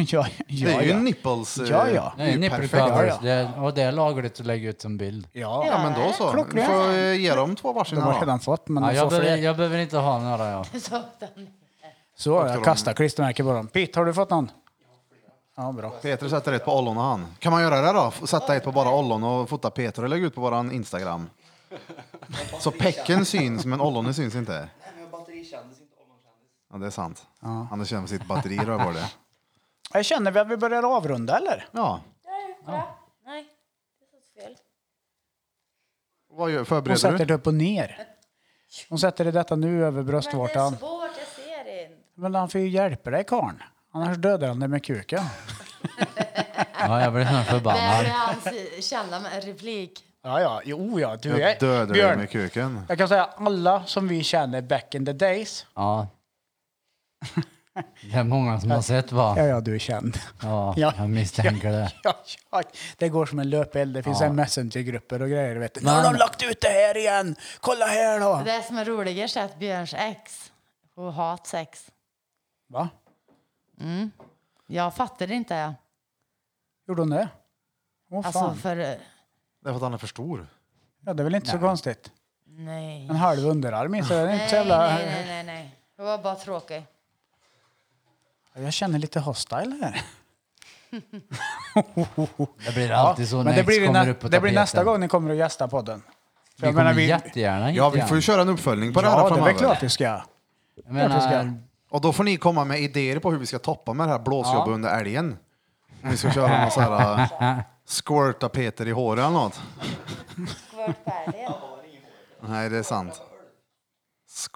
Speaker 1: ja,
Speaker 2: det är
Speaker 1: ja,
Speaker 2: ju
Speaker 1: ja.
Speaker 2: nipples. eh,
Speaker 1: Ja, ja.
Speaker 2: det
Speaker 7: Nej,
Speaker 2: är ju
Speaker 7: nipple
Speaker 2: perfekt.
Speaker 7: covers.
Speaker 1: ja.
Speaker 7: Det, och det är lagligt att lägga ut en bild.
Speaker 1: ja.
Speaker 2: Ja, men då så. Du
Speaker 1: Klockrent.
Speaker 2: får eh, ge dem två
Speaker 1: De
Speaker 2: varsina.
Speaker 1: har
Speaker 2: då.
Speaker 1: redan fått, men
Speaker 7: Ja,
Speaker 1: de
Speaker 7: jag,
Speaker 1: får
Speaker 7: behöver,
Speaker 1: fler.
Speaker 7: jag behöver inte ha några. Ja.
Speaker 5: <laughs> Så den-
Speaker 1: Så, jag kastar klistermärke på dem. Pete, har du fått någon? Ja, bra.
Speaker 2: Peter sätter ett på ollon och han. Kan man göra det då? F- Sätta ett på bara ollon och fota Peter och lägga ut på våran Instagram. Så pecken syns, men ollonet syns inte. Ja, det är sant. Han är känd för sitt batteri då var det.
Speaker 1: Jag känner vi att vi börjar avrunda, eller?
Speaker 2: Ja.
Speaker 5: Nej, det är fel.
Speaker 2: Vad gör,
Speaker 1: Hon
Speaker 2: förbereder
Speaker 1: sätter
Speaker 2: du?
Speaker 1: det upp och ner. Hon sätter det detta nu över
Speaker 5: Men det är
Speaker 1: bröstvårtan.
Speaker 5: svårt, jag ser det inte.
Speaker 1: Men han får ju hjälpa dig, karln. Annars dödar han dig med kuken.
Speaker 7: ja, jag blir <laughs> snart
Speaker 5: Det är
Speaker 7: förbannad.
Speaker 5: hans källa med replik.
Speaker 1: Ja, ja. Jo, ja. Du
Speaker 2: Jag
Speaker 1: är...
Speaker 2: dödar dig
Speaker 1: Björn,
Speaker 2: med kuken.
Speaker 1: jag kan säga alla som vi känner back in the days.
Speaker 7: Ja. Det är många som har sett va?
Speaker 1: Ja, ja, du är känd.
Speaker 7: Ja,
Speaker 1: Ja.
Speaker 7: jag misstänker det.
Speaker 1: <laughs> Ja, ja. Det går som en löpeld. Det finns ja. messengergrupper och grejer. Vet du. Nu
Speaker 7: Men-
Speaker 1: har de lagt ut det här igen! Kolla här då!
Speaker 5: Det som är roligast är att Björns ex, hon hat sex.
Speaker 1: Va?
Speaker 5: Jag fattar inte. jag.
Speaker 1: Gjorde hon det? Åh, fan.
Speaker 5: Alltså för... eh,
Speaker 2: Det är för att han är för stor.
Speaker 1: Ja, det är väl inte så konstigt.
Speaker 5: Nej.
Speaker 1: En halv underarm inser jag. Det är inte så
Speaker 5: Nej,
Speaker 1: jävla...
Speaker 5: nej, nej, nej, nej. Det var bara tråkigt.
Speaker 1: Jag känner lite hostile här.
Speaker 7: Det blir alltid så när
Speaker 1: men det
Speaker 7: ex
Speaker 1: blir,
Speaker 7: kommer
Speaker 1: nä-
Speaker 7: upp på
Speaker 1: det blir
Speaker 7: tapeten.
Speaker 1: nästa gång ni kommer och gästa podden. För
Speaker 7: Vi
Speaker 1: jag menar,
Speaker 7: kommer
Speaker 1: vi-
Speaker 7: jättegärna hit
Speaker 2: Ja, vi
Speaker 7: igen.
Speaker 2: får ju köra en uppföljning på det här
Speaker 1: Ja, det är
Speaker 2: framöver.
Speaker 1: väl klart vi ska. <laughs>
Speaker 7: Jag
Speaker 1: Klart vi
Speaker 7: menar,
Speaker 1: ska.
Speaker 2: Och då får ni komma med idéer på hur vi ska toppa med det här blåsjobbet under älgen. Om vi ska köra någon sån här äh, squirta Peter i håret eller något. Nej, det är sant.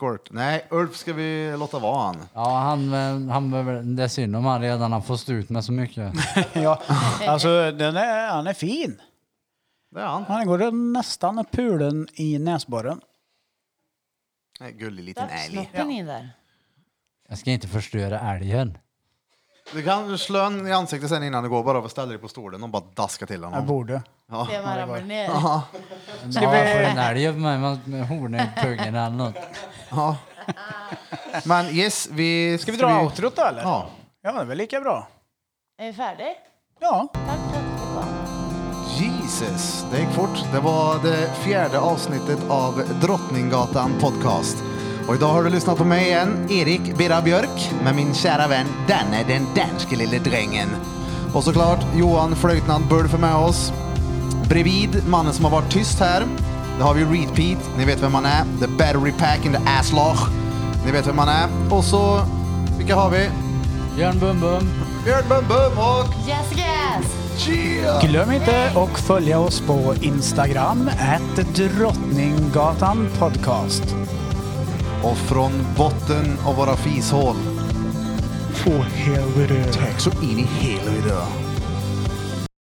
Speaker 2: Squirt. Nej, Ulf ska vi låta vara han.
Speaker 7: ja, han, eh, han behöver, det är synd om han redan har fått stå ut med så mycket.
Speaker 1: Ja, alltså, den är, han är fin.
Speaker 2: Det är han.
Speaker 1: Han går nästan och pulen i näsborren.
Speaker 2: Nej, gullig liten
Speaker 5: Där
Speaker 2: älg.
Speaker 5: snoppen in där.
Speaker 7: Jag ska inte förstöra älgen.
Speaker 2: Du kan slå en i ansiktet sen innan du går bara och ställa dig på stolen och bara daska till honom.
Speaker 1: Jag borde.
Speaker 5: Det man ramlar ner.
Speaker 7: Ska ja, jag får en älg över mig med, med hornen i pungen eller något.
Speaker 2: Men yes, vi...
Speaker 1: Ska vi dra outrot då eller?
Speaker 2: Ja.
Speaker 1: Ja, det är väl lika bra.
Speaker 5: Är vi färdiga?
Speaker 1: Ja.
Speaker 5: Tack för att du kom.
Speaker 2: Jesus, det gick fort. Det var det fjärde avsnittet av Drottninggatan Podcast. Och idag har du lyssnat på mig igen, Erik Birra Björk, med min kära vän Danne den danske lille drängen. Och såklart Johan Flöjtnant Bulf är med oss. Bredvid mannen som har varit tyst här, där har vi Reed Pete. Ni vet vem han är. The battery pack in the asslach. Ni vet vem han är. Och så, vilka har vi?
Speaker 7: Björn Bum Bum.
Speaker 2: Björn Bum Bum och
Speaker 5: Yes, yes!
Speaker 2: Gia!
Speaker 1: Glöm inte att följa oss på Instagram, att Drottninggatan Podcast.
Speaker 2: Och från botten av våra fishål
Speaker 1: Åh, helvete.
Speaker 2: Tack så in i helvete.